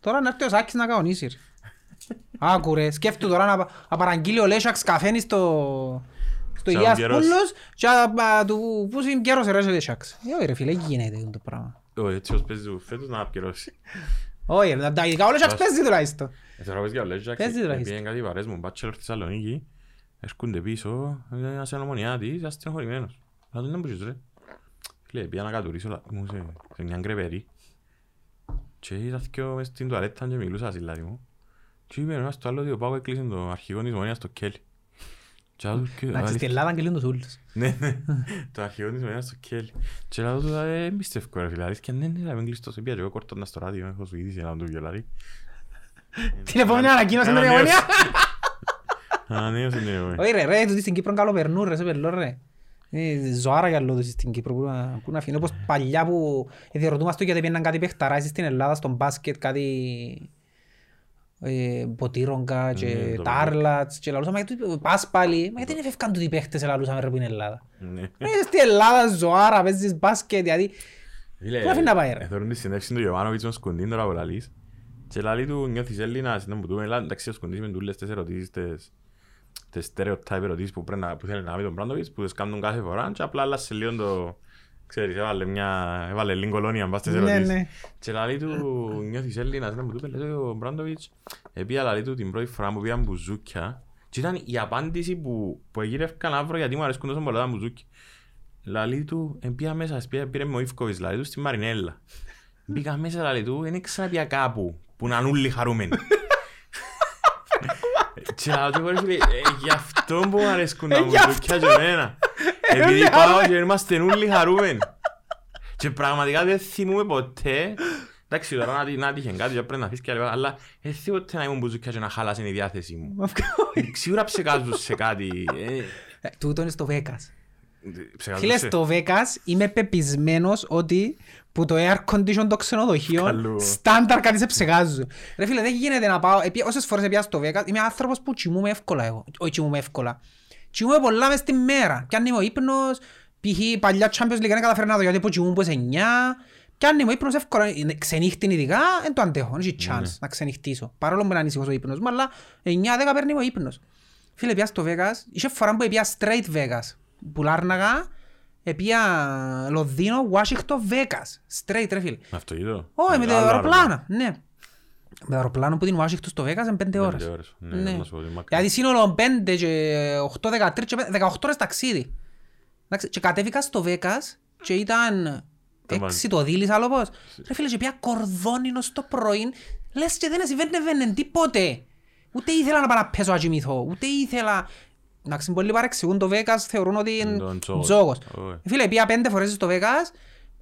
Τώρα να έρθει ο Σάκης να καονίσει ρε. Άκου ρε, σκέφτου τώρα να, πα- να παραγγείλει ο Λέσσαξ καφένι στο... Στο Σαν Ηλίας Γερός. Πούλος και να α, του πούσει γέρος ρε ο Λέσσαξ. Ε, ρε φίλε, γίνεται το πράγμα. Ω, έτσι ως παίζει του φέτος να απειρώσει. Όχι ρε, τα ειδικά ο Λέσσαξ Βάζ- παίζει τουλάχιστον. Ε, Τώρα πες για ο Λέζακ, Παίζει τουλάχιστον. πήγαινε κάτι βαρές μου, μπάτσελορ στη Θεσσαλονίκη, έρχονται πίσω, ε, ένας ανομονιάτης, αστενοχωρημένος. Να τον έμπουσες ρε. Φίλε, πήγα να κατουρίσω, αλλά ήμουν σε, σε μια γκρεπερή. Και ήταν δυο μες στην τουαλέτα και μιλούσα συλλάδι μου. Και είπε ο ένας το άλλο ότι ο Πάου έκλεισε το αρχηγό της Μονίας στο Κέλι. Και άλλος, «Και, Να ξέρεις, αλήθεια». στην Ελλάδα αγγελούν τους ούλους. Ναι, ναι. το αρχηγό της Μονίας στο Κέλι. Και λέω του, «Ε, μη στευκό ρε φίλε, αλήθεια, ναι, ναι, να μην κλειστός, Επήγα και εγώ κόρτοντας στο ράδιο, έχω σου ειδήσει έναν του βιολάρι. Την επόμενη ανακοίνωση είναι η Ένα νέος. Ομόνια. Ανανέωσε την εγώ. Όχι ρε, ρε, τούτοι στην Κύπρο καλοπερνούν ρε, σε πελώ ρε. Ε, Ζωάρα για λόγους στην Κύπρο που να- που να αφήνουν. Όπως παλιά που διερωτούμαστε γιατί πήγαιναν κάτι παιχταράσεις στην Ελλάδα, στον μπάσκετ, κάτι ε, ποτήρογκα Ναι, και το τάρλατς και λαλούσαμε γιατί πάσπαλοι. Μα γιατί δεν έφευκαν τούτοι οι παίχτες λαλούσαμε ρε που είναι Ελλάδα. Ναι. Ε, Είσαι στην Ελλάδα ζωάρα, παίζεις μπάσκετ, γιατί... Φίλε, ε, Πού αφήνει να πάει, ρε. εθωρούν τη συνέντευξη του Γιωβάνοβιτς με τον Σκουντίν τώρα που λαλείς. Και λαλείς του νιώθεις Έλληνας, δεν μου του μιλά, εντάξει ο Σκουντής με τούλες τις ερωτήσεις, τις- τις stereotype ερωτήσεις που, πρέπει να, που θέλει να πει τον Μπράντοβιτς, που τις κάνουν κάθε φορά και απλά άλλασε λίγο το... Ξέρεις, έβαλε μια... έβαλε λίγο κολόνια μπας τις Ναι, ερωτήσεις. ναι. Και λαλεί του νιώθεις Έλληνας, δεν μου του λέει ο Μπράντοβιτς. Επία λαλεί του την πρώτη φορά που πήγαν μπουζούκια και ήταν η απάντηση που, που εγύρευκαν αύριο γιατί μου αρέσκουν τόσο πολλά τα μπουζούκια. Λαλεί του, εμπία μέσα, σπία, πήρε με ο Ιφκοβιτς, λαλεί του στη Μαρινέλα. Μπήκα μέσα, λαλεί του, δεν ήξερα πια κάπου, που να είναι όλοι χαρούμενοι. Και λαλεί του, «Ρε φίλε, ε, γι' αυτό που μου αρέσκουν τα Ε, γι' αυτό. μπουζούκια και εμένα. Επειδή Ε, πάω ναι. και είμαστε όλοι χαρούμενοι. Και πραγματικά δεν θυμούμαι ποτέ, εντάξει τώρα να τύ- να τύχε κάτι, και πρέπει να αφήσεις και άλλα, αλλά δεν θυμούμαι ποτέ να ήμουν μπουζούκια και να χάλασε η διάθεση μου. Σίγουρα ψεκάζουν σε κάτι. ε, Ε, Τούτο είναι στο Βέκας. ψεκάζουν Φίλε, σε- στο Vegas είμαι πεπισμένος ότι που το air condition των ξενοδοχείων Καλό. στάνταρ κάτι σε ψεγάζουν. Ρε φίλε, δεν γίνεται να πάω. Επί, όσες φορές πήγα στο Vegas, είμαι άνθρωπος που κοιμούμαι εύκολα εγώ. Όχι κοιμούμαι εύκολα. Κοιμούμαι πολλά μες τη μέρα. Κι αν είμαι ο ύπνος, π.χ. παλιά Champions League δεν καταφέρω να δω γιατί που κοιμούμαι πως 9. Κι αν είμαι ο ύπνος εύκολα, ε, ξενύχτην ειδικά, δεν το αντέχω, δεν έχει chance να ξενυχτήσω. Παρόλο που είναι ανήσυχος ο ύπνος μου, αλλά 9-10 παίρνει ο ύπνος. Φίλε, πήγα στο Vegas, είχε φορά που πήγα straight Vegas, που Λάρναγα, πήγα Λονδίνο, Ουάσιχτο, Vegas, straight ρε φίλε. Με αυτοκίνητο. Όχι, με το Άλλο αεροπλάνο, ναι. Με το αεροπλάνο που την Ουάσιχτο στο Vegas είναι πέντε αεροπλάνο. Πέντε ώρες. ώρες. Ναι, να σου πω, είναι μακριά. Δηλαδή σύνολο 5 και 8, 13 και 5, 18 ώρες ταξίδι. Εντάξει, Και κατέβηκα στο Vegas και ήταν Τα μάλ- 6 το δίλης άλλο πώς. Ρε φίλε και πια κορδόνινος στο πρωί, λες και δεν συμβαίνει τίποτε. Ούτε ήθελα να πάω να πέσω να κοιμηθώ, ούτε ήθελα... Εντάξει, πολλοί παρεξηγούν το Vegas, θεωρούν ότι είναι Τον τζόγος. τζόγος. Όχι. Ε, Φίλε, πήγα πέντε φορές στο Vegas,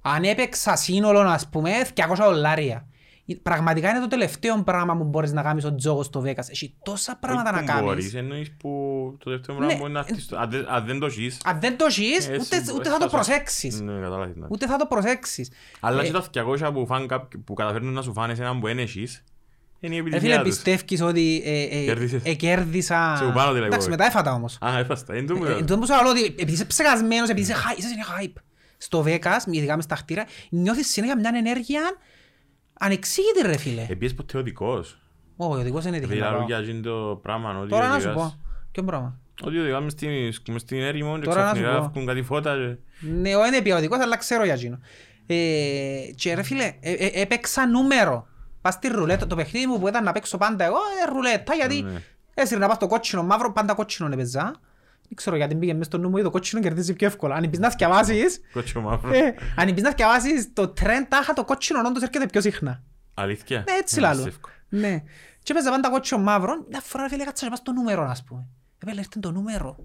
αν έπαιξα σύνολο, ας πούμε, 200 δολάρια. Ε, Πραγματικά είναι το τελευταίο πράγμα που μπορείς να κάνεις ο τζόγος στο Vegas. Έχει τόσα πράγματα να Όχι που μπορείς, ε. κάνεις. εννοείς που το δεύτερο Ναι, πράγμα μπορεί να χτίσει. Αν δεν- Αν δεν το ζεις, Αν δεν το ζεις, έτσι, ούτε, ε, ούτε θα σπάσα. το προσέξεις. Ναι, κατάλαβες, ναι. Ούτε θα το προσέξεις. Αλλά Ε, και τα 200 που, φαν κάποιοι- που καταφέρνουν να σου φάνε σε έναν που δεν έχεις, είναι η Ρε Ε, φίλε, επιτυχία τους. πιστεύεις ότι ε, ε, Κέρδισες. ε, κέρδισα... Σε κουπάνω τη λέγω, Εντάξει, ε. μετά έφατα όμως. Α, έφαστα. Είναι το μου. Ε, Εν τω μεταξύ, άλλο ότι επειδή είσαι ψεγασμένος, επειδή είσαι hype, είσαι συνέχεια hype. Στο Vegas, ειδικά μες τα χτήρα, νιώθεις συνέχεια μια ενέργεια ανεξήγητη ρε φίλε. Επίσης ποτέ οδικός. Όχι, ο οδηγός είναι Επειδή τυχαίο. λαλούν Ε, για εκείνο το πράγμα. ότι Τώρα να σου οδηγάς- πω. Ποιο πράγμα. Ότι οδηγάμε στην- μες στην έρημο και Τώρα να σου ξαφνικά πω. βγουν κάτι φώτα και- Ναι, ο είναι ποιοτικός, αλλά ξέρω για εκείνο. Ε, και ρε φίλε, ε, ε, έπαιξα νούμερο. Πας στη ρουλέτα, το παιχνίδι μου που ήταν να παίξω πάντα εγώ, ε, ρουλέτα, γιατί Ναι. έσυρνα πας στο κότσινο μαύρο, πάντα κότσινο έπαιζα. Δεν ξέρω γιατί μπήκε μέσα στο νου μου, ή το κότσινος κερδίζει πιο εύκολα. Αν πεις να θυκευάσεις, κότσιο μαύρο. ε, αν πεις να θυκευάσεις, το τρέν τάχα το κότσινο όντως έρχεται πιο συχνά. Αλήθεια. Ναι, έτσι Ε, λάλλον. πιστεύω. Ναι. Και έπαιζα πάντα κότσιο μαύρο. Μια φορά φίλε κάτσα να πάω στο νούμερο, ας πούμε. Ε, Έπαιζα έρθει το νούμερο.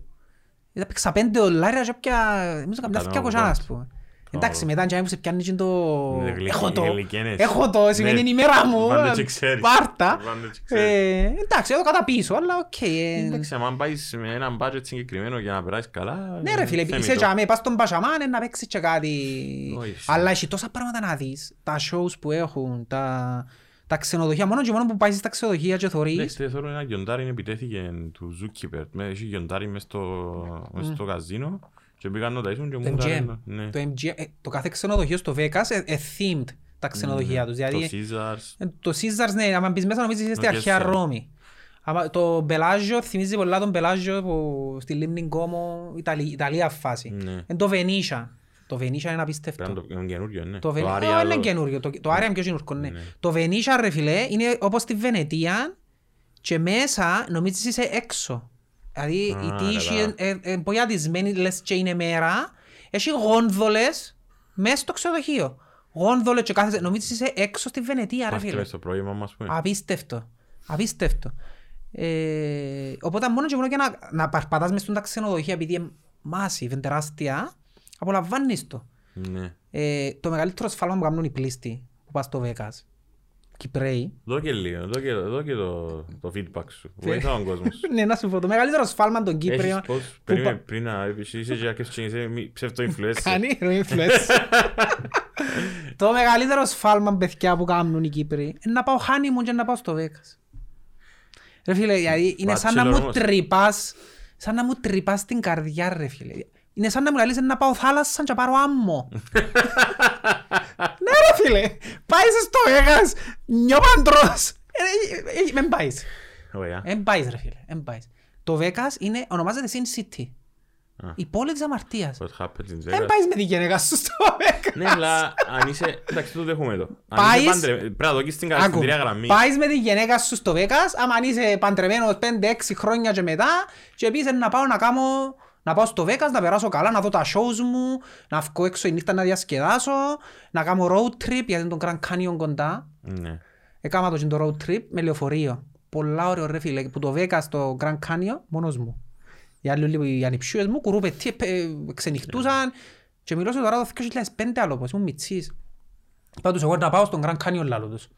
Ήταν παίξα πέντε δολάρια και έπια... Νομίζω καμιά Ήταν δυο ο κοσιά, Bond. ας πούμε. Εντάξει, μετά αν σε πιάνει και το... Ναι, γλυκ- Έχω το, γλυκένες. έχω το, σημαίνει Ναι. είναι η μέρα μου. Βάλτε και ξέρεις. Πάρτα. Βάλτε και ξέρεις. Ε, Εντάξει, εδώ κατά πίσω, αλλά οκ. ε, Εντάξει, άμα πάεις με έναν budget συγκεκριμένο για να περάσεις καλά... Ναι ρε φίλε, θέμητο. είσαι τζαμί, πας στον Πασαμάν ε, να παίξεις και κάτι. Όχι. Αλλά έχει τόσα πράγματα να δεις, τα shows που έχουν, τα, τα ξενοδοχεία, μόνο και μόνο που πάεις στα ξενοδοχεία και Ναι, θωρείς. χθες θέλω ένα γιοντάρι επιτέθηκε του Zookeeper. Με- Έχει γιοντάρι μες Mm. στο, μες στο καζίνο και πήγαν να ταΐσουν και μου Το MGM, ήταν- ναι. το MGM, ε, το κάθε ξενοδοχείο στο Vegas ε, ε, themed τα ξενοδοχεία τους. Ναι, Το Δηλαδή Caesars. Ε, Το Caesars, ναι, άμα μπεις μέσα νομίζεις είστε Οκ, αρχαία sorry. Ρώμη. Άμα- Το Μπελάζιο θυμίζει πολλά τον Μπελάζιο που στη Λίμνη Κόμο, Ιταλία, Ιταλία φάση. Ναι. Εν το Βενίσια. Το Βενίσια είναι Πρέπει να απίστευτο. το είναι καινούριο, ναι. Το Βενίσια Arial. είναι καινούριο, το, το Άρια είναι πιο καινούργιο, ναι. Ναι. Το Βενίσια ρε φιλέ είναι όπως στη Βενετία και μέσα νομίζεις είσαι έξω. Δηλαδή η Α, τύχη καλά. είναι ε, ε, πολλιατισμένη, λες και είναι μέρα, έχει γόνδολες μέσα στο ξενοδοχείο. Γόνδολες και κάθεσαι, νομίζεις είσαι έξω στη Βενετία ρε Πάρτε φίλε. μες στο πρόημα μας πούμε. Απίστευτο. Απίστευτο. Ε, οπότε μόνο και μόνο και να, να παρπατάς μες στον τα ξενοδοχεία επειδή είναι massive, είναι τεράστια, απολαμβάνεις το. Ναι. Ε, το μεγαλύτερο σφάλμα που κάνουν οι πλήστοι που πας στο Βέκας, Κυπρέοι, Δω και λίγο, δω και, δω και το, το feedback σου. Βοηθά τον κόσμο σου. ναι, να σου πω, το μεγαλύτερο σφάλμα των Κύπριων Έχεις πώς, που περίμενε πα- πριν να είσαι είσαι και αρκετός και είσαι ε, μη- ψευτο-influencer. κάνει είναι ο influencer. το μεγαλύτερο σφάλμα, παιδιά, που κάνουν οι Κύπροι είναι να πάω honeymoon και να πάω στο Βέκας. Ρε φίλε, δηλαδή είναι σαν να Bachelor μου όμως. τρυπάς, σαν να μου τρυπάς την καρδιά, ρε φίλε. Είναι σαν να μου λαλείς να πάω θάλασσα και να πάρω άμμο. ναι ρε φίλε, πάεις στο Βέκας, νιώπαντρος. Ε, Μεν πάεις. Ωραία. Εν πάεις ρε φίλε, εν πάεις. Το Βέκας είναι, ονομάζεται Sin City. Α. Η πόλη της αμαρτίας. What happens in Δεν Vegas. πάεις με τη γενεγά σου στο Ναι, Vegas. αλλά αν είσαι... Εντάξει, το δέχομαι το. Αν Πάεις- είσαι πάντρε... Πρέπει να δοκίσεις την Άκου, κατευθυντήρια γραμμή. πάεις με τη γενέκα σου στο Vegas, άμα αν είσαι παντρεμένος 5-6 χρόνια και μετά και πεις «Ε, να πάω να κάνω... Να πάω στο Vegas, να περάσω καλά, να δω τα shows μου, να βγω έξω η νύχτα να διασκεδάσω, να κάνω road trip, γιατί είναι τον Grand Canyon κοντά. Ναι. Έκανα το, και το road trip με λεωφορείο. Πολλά ωραίο ρε φίλε, που το Vegas στο Grand Canyon μόνος μου. Οι άλλοι όλοι οι ανιψιούες μου κουρούπετοι, επ- ε, ξενυχτούσαν και μιλώσω τώρα το 2005 άλλο πως, ήμουν μητσής. Είπα τους εγώ να πάω στον Grand Canyon λάλλον τους.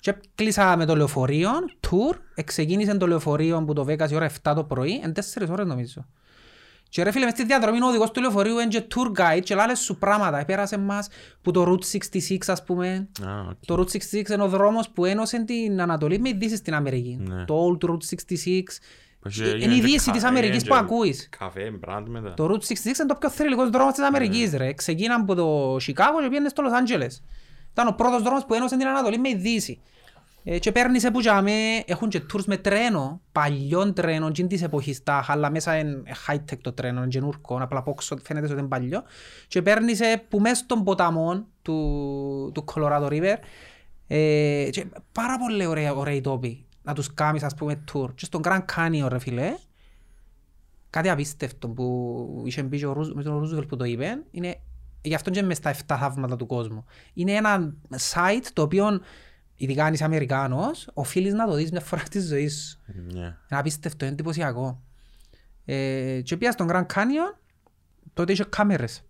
Και κλείσα με το λεωφορείο, tour, εξεκίνησε το λεωφορείο που το Vegas η ώρα 7 το πρωί, εν 4 ώρες νομίζω. Και ρε φίλε, μες στη διαδρομή ο οδηγός του λεωφορείου είναι και tour guide και λάλες σου πράγματα. Επέρασε μας που το Route 66 ας πούμε, Α, οκ. το Route 66 είναι ο δρόμος που ένωσε την Ανατολή με ειδήσεις στην Αμερική. Ναι. Το Old Route 66. Πώς Ε, Είναι γίνεται η είδηση κα- της Αμερικής έγινε που και ακούεις. Καφέ, μπραντ μετά. Το Route 66 είναι το πιο θρηλυκός δρόμος της Αμερικής ρε. Ξεκίναν από το Σικάγο και πήγαινε στο Λος Άντζελες. Ήταν ο πρώτος δρόμος που ένωσε την Ανατολή με ειδήσεις. Ε, και παίρνεις που τζάμε, έχουν και tours με τρένο, παλιών τρένων, τζιν της εποχής τα, αλλά μέσα είναι high-tech το τρένο, είναι γενούρκο, απλά από όξω φαίνεται ότι είναι παλιό. Και παίρνεις ε, που μέσα στον ποταμό του, του Colorado River, ε, και πάρα πολύ ωραία, ωραίοι τόποι να τους κάνεις ας πούμε tour. Και στον Grand Canyon ρε φίλε, κάτι απίστευτο που είχε μπει και ο Ρούζ, με τον Ρούζβελ που το είπε, είναι γι' αυτό και μες στα 7 θαύματα του κόσμου. Είναι ένα site το οποίο, ειδικά αν είσαι Αμερικάνος, οφείλεις να το δεις μια φορά στη ζωής σου. Ναι. Είναι απίστευτο, είναι εντυπωσιακό. Ε, και πήγα στον Grand Canyon, τότε είχε κάμερες.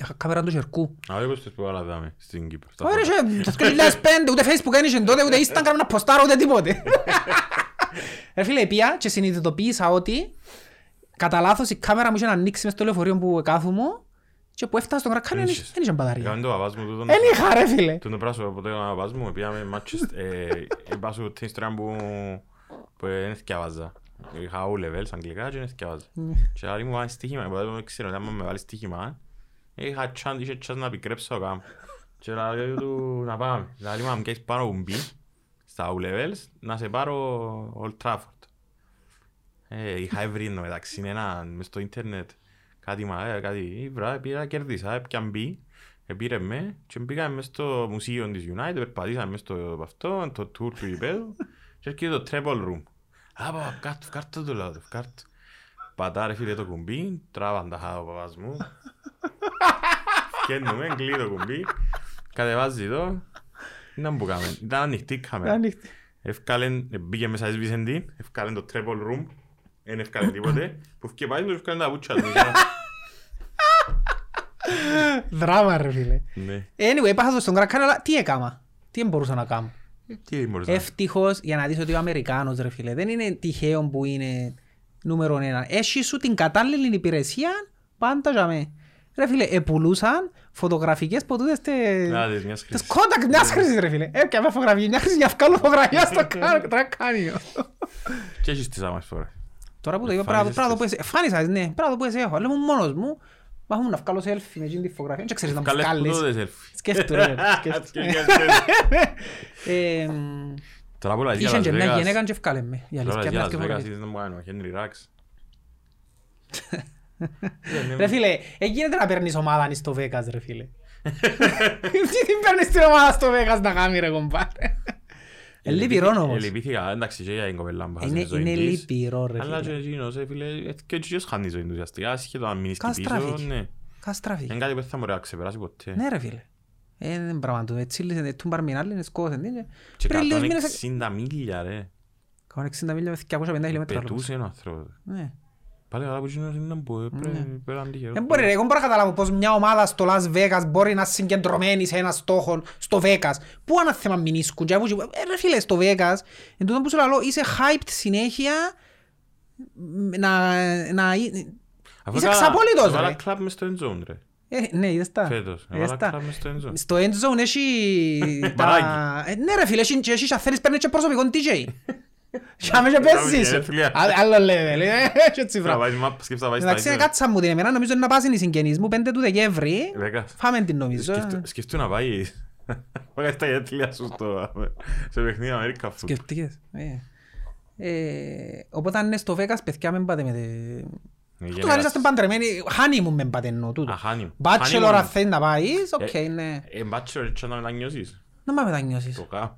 Είχα κάμερα του Σερκού. Α, όχι πως τις που άλλα δάμε στην Κύπρο. Στα Όχι, φώτα. ρε, το 2005 ούτε Facebook δεν είχε τότε, ούτε Instagram να ποστάρω, ούτε τίποτε. Ρε φίλε, πια και συνειδητοποίησα ότι κατά λάθος η κάμερα μου είχε να ανοίξει μες στο λεωφορείο που κάθομαι και που έφτασα στο κρακάνι Εν δεν είχες. είχε μπαταρία. Κάνε το παπάς μου τούτο. Δεν είχα ρε φίλε. Τον πράσο ποτέ να πας μου, πήγαμε μάτσες, ε, είπα σου την ιστορία που, που δεν θυκιάβαζα. Είχα all levels αγγλικά και δεν θυκιάβαζα. Και άλλη μου βάλει στοίχημα, ποτέ δεν ξέρω, άμα με βάλει στοίχημα, είχα τσάν, είχε τσάν να πικρέψω κάμ. Και λέω του να πάμε. Λαλή μου, αν κάνεις πάνω που μπει, στα all levels, να σε πάρω Old Trafford. Ε, είχα βρει ενώ μεταξύ ένα μες στο ίντερνετ κάτι μα, ε, κάτι βρά, πήρα, κέρδισα, έπιαν μπει, επήρε με και μπήκαμε μες στο μουσείο της United, περπατήσαμε μες στο αυτό, το tour του υπέδου και έρχεται το treble room. Α, πάω, κάρτο, κάρτο το λάδο, κάρτο. Πατά ρε φίλε το κουμπί, τράβαν τα χάδο ο παπάς μου. Φκένουμε, κλεί το κουμπί, κατεβάζει το. Ήταν που κάμε, ήταν ανοιχτή η κάμερα. Ανοίχτη. Ευκάλεν, ε, μπήκε μέσα εις Βυσεντίν, ευκάλεν το treble room, δεν ευκάλεν τίποτε, που φκε πάει του, ευκάλεν τα βούτσα του. Δράμα ρε φίλε. Ναι. Anyway, πάσα το στον κρακάν, αλλά τι έκαμα. Τι μπορούσα να κάνω. Τι μπορείς να... Ευτυχώς, για να δεις ότι ο Αμερικάνος ρε φίλε, δεν είναι τυχαίο που είναι νούμερο ένα. Έχει σου την κατάλληλη υπηρεσία, πάντα για με. Ρε φίλε, επουλούσαν φωτογραφικές ποτούτες τε... Να δεις μιας Τις χρήσης. κόντακ μιας χρήσης ρε φίλε. Ε, Έπια μια φωτογραφία, μια χρήση για βγάλω φωτογραφία στο κα- τρακάνιο. Και έχεις τις άμας τώρα. Τώρα που το είπα, Εμφανίζεσαι. πράγμα που εσύ, φάνησα, ναι, πράγμα που εσύ έχω. Λέμε μόνος μου, μα μου να βγάλω selfie με εκείνη τη φωτογραφία, δεν ξέρεις να μου Καλές βγάλεις. φωτόδες, έλφη. Σκέφτου ρε, σκέφτου. Σκέφτομαι. Ε, Τώρα που λαζιά Είχε Las και μια Vegas. γυναίκα και βγάλε με. Η Τώρα λαζιά αλήθεια, μια Las και Vegas, φορές. είδες να μου κάνει ο Henry Rux. Ρε φίλε, εγίνεται να παίρνεις ομάδα στο Vegas ρε φίλε. Τι την παίρνεις την ομάδα στο Vegas να κάνει ρε κομπάρε. Ε, λυπηρόν Ε, όμως. Ε, Λυπήθηκα, εντάξει, και για την κοπέλα μου χάσε Είναι, τη ζωή είναι της. λυπηρό ρε Αλλά και φίλε. εκείνος, ε, φίλε, ε, και ο Τζιος χάνει τη ζωή του ουσιαστικά, άσχετο αν μείνεις Κάνεις και πίσω, traffic. ναι. Καστράφηκε. Είναι κάτι που δεν θα μπορεί να ξεπεράσει ποτέ. Ναι ρε φίλε. Ε, Δεν είναι πράγμα του. Έτσι λύσανε, του μπαρμινάλι είναι σκότωσαν. τι είναι. Και Πριν λίγους μήνες... 160 μίλια, ρε. 160 μίλια με 250 χιλιόμετρα. λόγος. Πετούσε ο άνθρωπος. Ναι. Πάλι καλά που εκείνος είναι που έπρεπε πέραν τυχερός. Δεν Ναι. Ε, μπορεί, ρε, εγώ μπορώ να καταλάβω πως μια ομάδα στο Las Vegas μπορεί να συγκεντρωμένη σε ένα στόχο στο Vegas. Πού αν θέμα μηνίσκουν, και αφού- ε, ρε φίλε, στο Vegas, εν τούτο που σου λαλώ, είσαι hyped συνέχεια μ, να... να Αφού είσαι έκανα- εξαπόλυτος, έβαλα ρε. κλαμπ μες στο end zone, ρε. ε, ναι, είδες τα. Φέτος. Είδες Έβαλα τα. κλαμπ μες στο end zone. Στο end zone έχει τα... Μπαράκι. Ε, ναι ρε φίλε, έχει, έχει, αν θέλεις παίρνει και προσωπικό DJ. Για με και πέσεις. Μπράβο, ρε, Α- Άλλο level, ε, έτσι έτσι Πρέπει να βράδυ. βάζεις map, σκέφτα να βάζεις τα Εντάξει, ίδια. κάτσα μου την εμένα, νομίζω είναι να πάσουν οι συγγενείς μου, 5 του Δεκέμβρη. Ε, Δέκα. Φάμε την νομίζω. Σκεφτού- Σκεφτού να πάει. Πάει στα γενέθλια σου στο... Σε παιχνίδι Αμερικά Food. Σκεφτείες. Ε. Ε, οπότε αν είναι στο Vegas, παιδιά, μην πάτε με... τε- Ναι, Του γενικά- θα είσαστε παντρεμένοι, honeymoon με πάτε εννοώ τούτο. Α, honeymoon. Bachelor Honeymoon. αν θέλεις να πάεις, οκ, Ε, ναι. Ε, μπάτσο, έτσι να μετανιώσεις. Να μην μετανιώσεις. Το κάνω.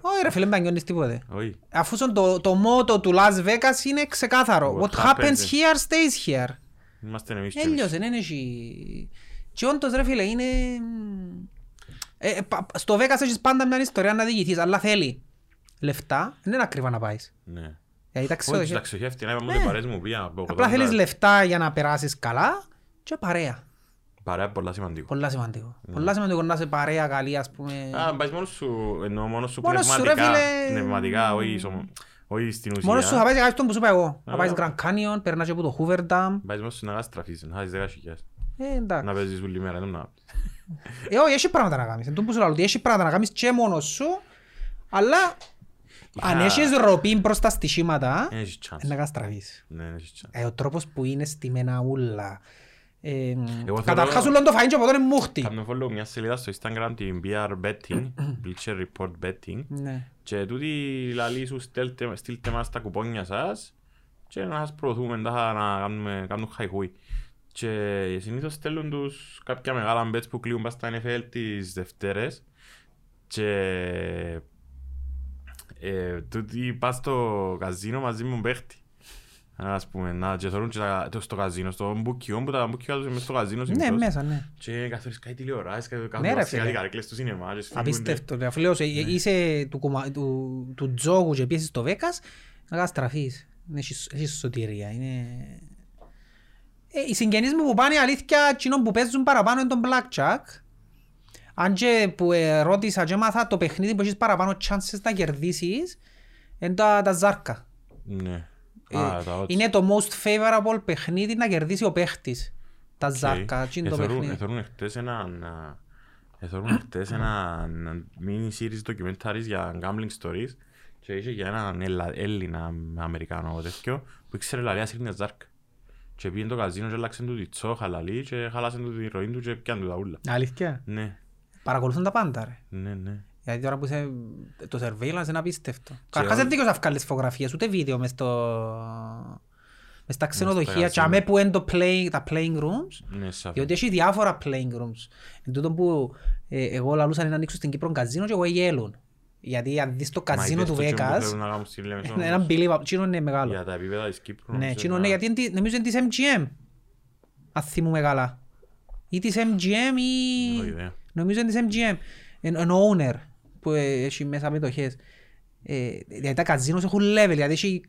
Όχι ρε φίλε, μην μετανιώνεις τίποτε. Όχι. Αφού σαν το, το μότο του Las Vegas είναι ξεκάθαρο. What, What happens happens here stays here. Είμαστε εμείς και εμείς. Έλειωσε, ναι, ναι, και... Και όντως ρε φίλε, είναι... Ε, ε, πα- στο Vegas έχεις πάντα μια ιστορία να διηγηθείς, αλλά θέλει λεφτά, δεν είναι ακριβά να πάεις. Ναι. Δηλαδή τα Όχι, ξενοδοχεία- τα ξοχεύτη, να είπαμε ότι παρέες μου πήγαν από Ναι. Απλά 80. θέλεις λεφτά για να περάσεις καλά και παρέα. Παρέα πολλά σημαντικό. Πολλά σημαντικό. Πολλά σημαντικό να είσαι παρέα καλή, ας πούμε. Ναι. Α, πάεις μόνος σου, εννοώ μόνος σου Μόνος σου, ρε, πνευματικά. φίλε. Πνευματικά, όχι σωμα- όχι στην ουσία. Μόνος σου θα πάεις σε κάποιον που σου είπα εγώ. Ε, Θα πάεις ναι. Grand Canyon, περνάς και από το Hoover Dam. Πάεις μόνος σου να γαστραφείς, να χάσεις δέκα χιλιάς. Ε, εντάξει. Να παίζεις όλη μέρα, δεν να- Ε, όχι, έχει πράγματα να κάνεις. Εν τούτο που σου λέω, ότι έχει πράγματα να κάνεις και μόνος σου, αλλά αν Είχα- έχεις ροπή προς τα στοιχήματα, Δεν έχεις chance. ε, να καστραβείς. Ναι, δεν έχεις chance. Ε, ο τρόπος που είναι στημένα ούλα. Ε, θέλω- καταρχάς ούλον το φαΐν και από τότε είναι μούχτη. Κάμνω follow μια σελίδα στο Instagram την BR Betting, Bleacher Report Betting Ναι. και τούτη λαλή σου στέλτε- στείλτε μας τα κουπόνια σας και να σας προωθούμε τα να κάνουμε, κάνουν χαϊχούι. Και συνήθως στέλνουν τους κάποια μεγάλα bets που κλείουν πας στα NFL τις Δευτέρες και ε, τούτοι πας στο καζίνο μαζί με τον παίχτη. Ας πούμε, να και θεωρούν και τα- το- στο καζίνο, στο μπουκιό που τα μπουκιό τους μες στο καζίνο Ναι, συνήθως. μέσα, ναι. Και καθώς κάτι τηλεοράσεις, κάτι Ναι, ρε, κάτι φίλε. κάτι καρέκλες του σινεμά και σφίγγονται. Απίστευτο. ρε. Αφού λέω, σε- είσαι του, κομμα- του, του τζόγου και πιέσεις το Βέκας, να καταστραφείς. Είναι- Έχεις έχεις σωτηρία. Είναι... Ε, οι συγγενείς μου που πάνε αλήθεια, κοινών που παίζουν παραπάνω είναι τον Blackjack. Αν και που ε, ρώτησα και μάθα το παιχνίδι που έχεις παραπάνω chances να κερδίσεις, είναι τα, τα ζάρκα. Ναι. Ε, Α, τα odds. είναι το most favorable παιχνίδι να κερδίσει ο παίχτης. Τα Οκ. Ε, ζάρκα, okay. το Εθωρούν- παιχνίδι. εθωρούν χτες έναν, α, εθωρούν χτες έναν mini series documentaries για gambling stories και είχε για έναν Ελλα- Έλληνα Αμερικάνο τέτοιο που ήξερε λαλία σύρνια ζάρκα. Και πήγε στο καζίνο και άλλαξε του τη τσόχα λαλή και χάλασε του τη ροή του και πιάνε του τα ούλα. Αλήθεια. Ναι, Παρακολουθούν τα πάντα ρε. ναι, ναι. Γιατί τώρα που είσαι το surveillance είναι απίστευτο. Καρχάς αν- δεν δίκαιος να βγάλεις φωτογραφίες, ούτε βίντεο μες στο... μες στα ξενοδοχεία και καζίνο. αμέ που είναι το play, τα playing rooms, Ναι, σαφή. διότι έχει διάφορα playing rooms. Εν τούτο που ε, εγώ λαλούσα είναι να ανοίξω στην Κύπρο καζίνο και εγώ γέλουν. Γιατί αν δεις το Μα καζίνο είδες το του τσιμπο που Vegas, θέλουν να κάνουν στη Λεμεσό, είναι όμως, ένα believe up, τσίνο είναι μεγάλο. Για τα επίπεδα της Κύπρου. Ναι, νομίζω, τσίνο να- είναι γιατί είναι τη- νομίζω είναι της MGM, αν θυμούμε καλά. Ή της MGM ή... Έχω ιδέα. Νομίζω είναι της MGM. Εν- Εν owner που ε, έχει μέσα μετοχές. Ε, δηλαδή τα καζίνος έχουν level, δηλαδή έχει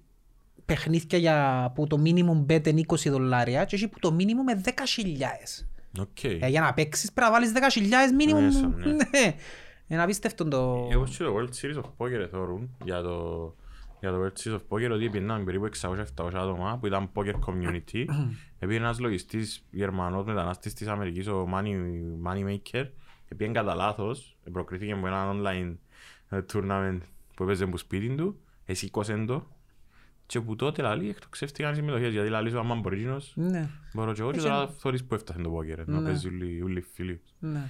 παιχνίδια για, που το minimum bet είναι 20 δολάρια και έχει που το minimum με 10 χιλιάες. Οκ. Ε, για να παίξεις πρέπει να βάλεις 10.000 Μέσα, μήνυμου. ναι. Ναι. Είναι απίστευτο το... Εγώ Ε, και το World Series of Poker θεωρούν για το, για το World Series of Poker ότι πήγαιναν περίπου 600-700 άτομα που ήταν poker community. Επειδή ένας λογιστής Γερμανός μετανάστης της Αμερικής, ο Money, Moneymaker, επειδή κατά λάθος, προκρίθηκε από ένα online ε, tournament που έπαιζε από σπίτι του, εσύ το και που τότε λαλεί εκτοξεύτηκαν οι συμμετοχές γιατί λαλείς ο άμα Originals Ναι, μπορώ και εγώ και Έχει- τώρα θωρείς που έφτασε το poker να Ναι. παίζει όλοι- όλοι οι φίλοι ναι.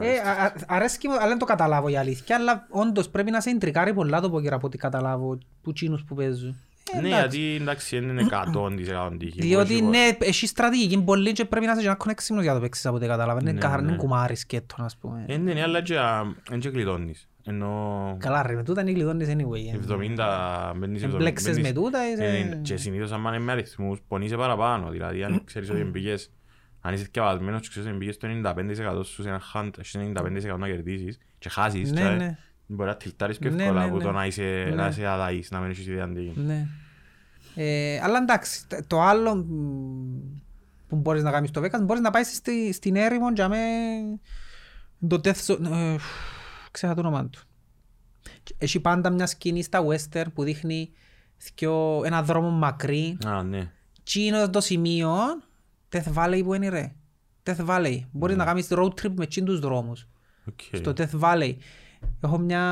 Ε, α- α- αρέσκει μου, αλλά δεν το καταλάβω η αλήθεια, αλλά όντως πρέπει να σε εντρικάρει πολλά το πόκερα από ό,τι καταλάβω που τσίνους που παίζουν. Ε, Ναι, εντάξει. γιατί εντάξει δεν είναι 100% τύχη Μπορεί Διότι και- ναι, έχει στρατηγική πολύ και πρέπει να είσαι και ένα κονεξίμος για να το παίξεις από ό,τι κατάλαβα. Είναι Ναι, καθαρό ναι. κουμάρι σκέτο, ας πούμε. Ε, ναι, ναι, αλλά και, α, εν και κλειδώνεις. Ενώ Καλά ρε, με τούτα είναι γλιτώνεις anyway. ε. 70, μπαίνεις 70. Εμπλέξες μπαίνεις- Ε, με τούτα, είσαι- Ε, ναι, Και συνήθως άμα είναι με αριθμούς, πονείσαι παραπάνω. Δηλαδή, αν ξέρεις ότι μπήκες, αν είσαι θκευασμένος και ξέρεις ότι μπήκες στο 95% σου σε ένα hunt, έχεις 95% να κερδίσεις και χάσεις. Ναι, τσάε, ναι. Μπορεί να τυλτάρεις πιο Ναι, εύκολα ναι, από το ναι. να είσαι, να Ναι. είσαι αδαής, να μην έχεις ιδέα αν τι γίνει. Ναι. Ε, αλλά εντάξει, τ- το άλλο μ, που μπορείς να κάνεις στο Vegas, μπορείς να πάεις στη, στην έρημο για με το Death Zone, ε, ξέχα το όνομα του. Έχει πάντα μια σκηνή στα western που δείχνει δυο- ένα δρόμο μακρύ Α, ναι. Τι είναι το σημείο, Death Valley που είναι ρε. Death Valley. Μπορείς να κάνεις road trip με τσιν τους δρόμους. Οκ. Στο Death Valley. Έχω μια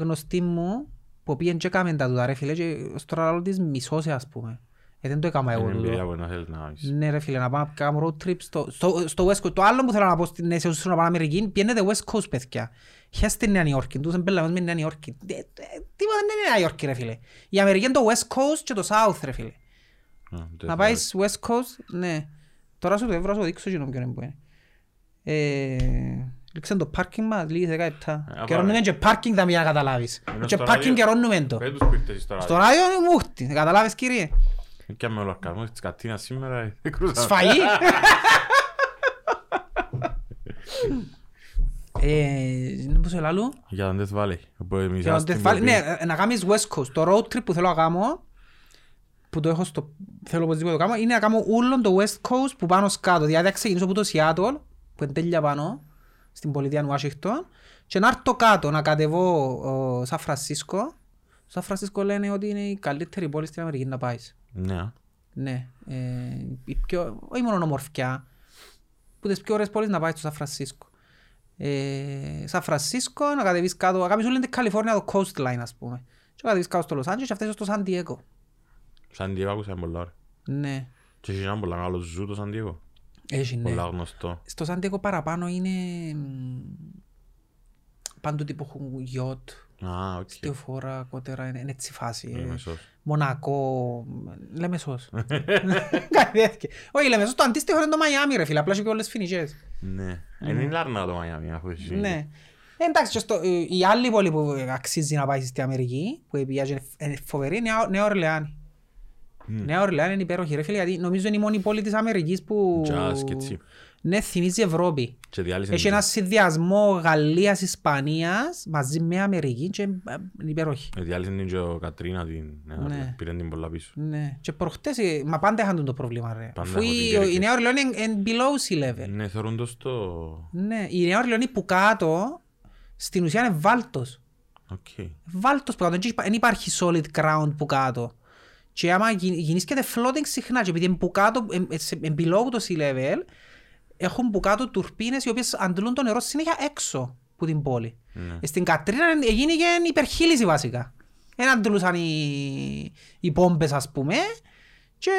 γνωστή μου που πήγαινε και έκαμε τα τούτα ρε φίλε και στο ραλό της μισώσε ας πούμε. Ε, δεν το έκαμα εγώ Είναι εμπειρία τούτο. που να θέλεις να κάνεις. Ναι ρε φίλε, να πάμε να κάνουμε road trip στο, στο, στο West Coast. Το άλλο που θέλω να πω στην σε όσους θέλουν να πάνε Αμερική, πιένετε West Coast παιδιά. Χιά στην Νέα Νιόρκη, τους εμπέλαμε με Νέα Νιόρκη. Ε, ε, Τίποτα δεν είναι Νέα Νιόρκη ρε φίλε. Η Αμερική είναι το West Coast και το South ρε φίλε. Α, το Ναι. Να ήθελα. πάει West Coast, ναι. Τώρα σου πρέπει να σου δείξω κοινό ποιον είναι που είναι. Ε, Λήξαν το πάρκινγκ μας, λίγες Ε, 17. α, Κερώνουμε πάμε. και πάρκινγκ θα μην καταλάβεις. Ενώ Και στο Ε, πάρκινγκ ράδιο- κερώνουμε το. Πες τους που ήρθες στο Στο ράδιο. ράδιο είναι μούχτη, καταλάβεις κύριε. Ε. Και με ολοαρκασμό της κατίνας σήμερα ε, δεν κρούσαμε. Σφαγή. Ε, να πω σε λαλού. Για τον Death Valley. Οπότε εμείς Για να είμαστε το βάλει- ντροπή. Ναι, να κάνεις West Coast. Το road trip που θέλω να κάνω, που το έχω στο... θέλω οπωσδήποτε να κάνω, είναι να κάνω όλο το West Coast που πάνω σκάτω. Δηλαδή να ξεκινήσω από το Seattle, που είναι τέλεια πάνω, στην πολιτεία Ουάσιγκτον, και να έρθω κάτω, να κατεβώ ο, Σαν Φρανσίσκο. Σαν Φρανσίσκο λένε ότι είναι η καλύτερη πόλη στην Αμερική να πάεις. Ναι. α. Ναι. Ε, η πιο, όχι μόνο ομορφιά. Που τις πιο ωραίες πόλεις να πάεις στο Σαν Φρανσίσκο. Ε, Σαν Φρανσίσκο, να κατεβείς κάτω, να κάνεις όλη την Καλιφόρνια το coastline ας πούμε. Και να κατεβείς κάτω στο Λος Άντζελες και φτάσεις στο Σαν Διέγκο. Σαν Diego άκουσα πολλά ωραία. Ναι. Και έχει ένα πολλά μεγάλο ζού το Σαν Diego. Έχει ναι. Πολλά γνωστό. Στο Σαν Διέγκο παραπάνω είναι μ, πάντοτε τύπου έχουν γιότ, Α, οκ. φορά, κότερα, είναι, είναι έτσι η φάση. ε. Είμαι σως. Μονακό, Λεμεσός. Κάτι τέτοιο. Όχι, Λεμεσός, το αντίστοιχο είναι το Μαϊάμι ρε φίλε, απλά έχει και όλες φινικές. Ναι. Είναι λάρνα το Μαϊάμι αφού έχει. Ναι. Ε, Εντάξει, και στο, ε, η άλλη πόλη που αξίζει να πάει στην Αμερική, που επιάζει είναι φοβερή, είναι η Νέα- Νέα Ορλεάνη. Νέα Ορλεάνη είναι υπέροχη, ρε φίλε, γιατί νομίζω είναι η μόνη πόλη της Αμερικής που... Jazz και έτσι. Ναι, θυμίζει Ευρώπη. Και διάλυσε. Έχει την- ένα συνδυασμό Γαλλίας-Ισπανίας μαζί με Αμερική και ε, είναι υπέροχη. ε, Διάλυσε την και ο Κατρίνα την. ναι, Ναι. Πήρε την πολλά πίσω. Ναι. Και προχτές, ε, μα πάντα είχαν το πρόβλημα ρε. Πάντα Αφού έχω την η, κερκίδα. η Νέα Ορλεάνη είναι είναι below sea level. Ναι, θεωρούν το στο... Ναι, η Νέα Ορλεάνη που κάτω, στην ουσία είναι βάλτος. Οκ. βάλτος που κάτω. Δεν υπά- Δεν υπάρχει solid ground που κάτω. Και άμα γι- γινήσκεται floating συχνά και επειδή είναι που κάτω, εμ- ε, σε- εμ- below το sea level, έχουν που κάτω τουρπίνες οι οποίες αντλούν το νερό συνέχεια έξω από την πόλη. Ναι. Ε, Στην Κατρίνα έγινε υπερχείληση βασικά. Δεν αντλούσαν οι, οι πόμπες ας πούμε και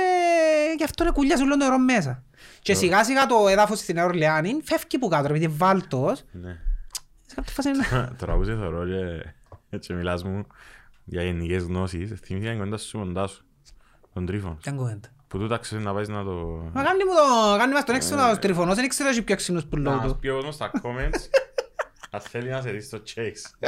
γι' αυτό είναι κουλιάζει όλο το νερό μέσα. Και σιγά σιγά το έδαφος στην Νέα Ορλεάνη φεύγει που κάτω, επειδή είναι βάλτος. Ναι. Σε κάποια φάση είναι- Τώρα που σε θεωρώ και- και μιλάς μου για γενικές γνώσεις, θυμήθηκα την κουβέντα σου μοντά σου. Τον Τρίφων. Ήταν κουβέντα. Που τούτα ξέρεις να πάεις να το... Μα κάνει μου το, κάνει μας τον έξυπνο τριφωνός, δεν ήξερα και πιο έξυπνος που λέω Ε. Να μας του. πει ο κόσμος στα comments αν θέλει να σε δεις στο checks.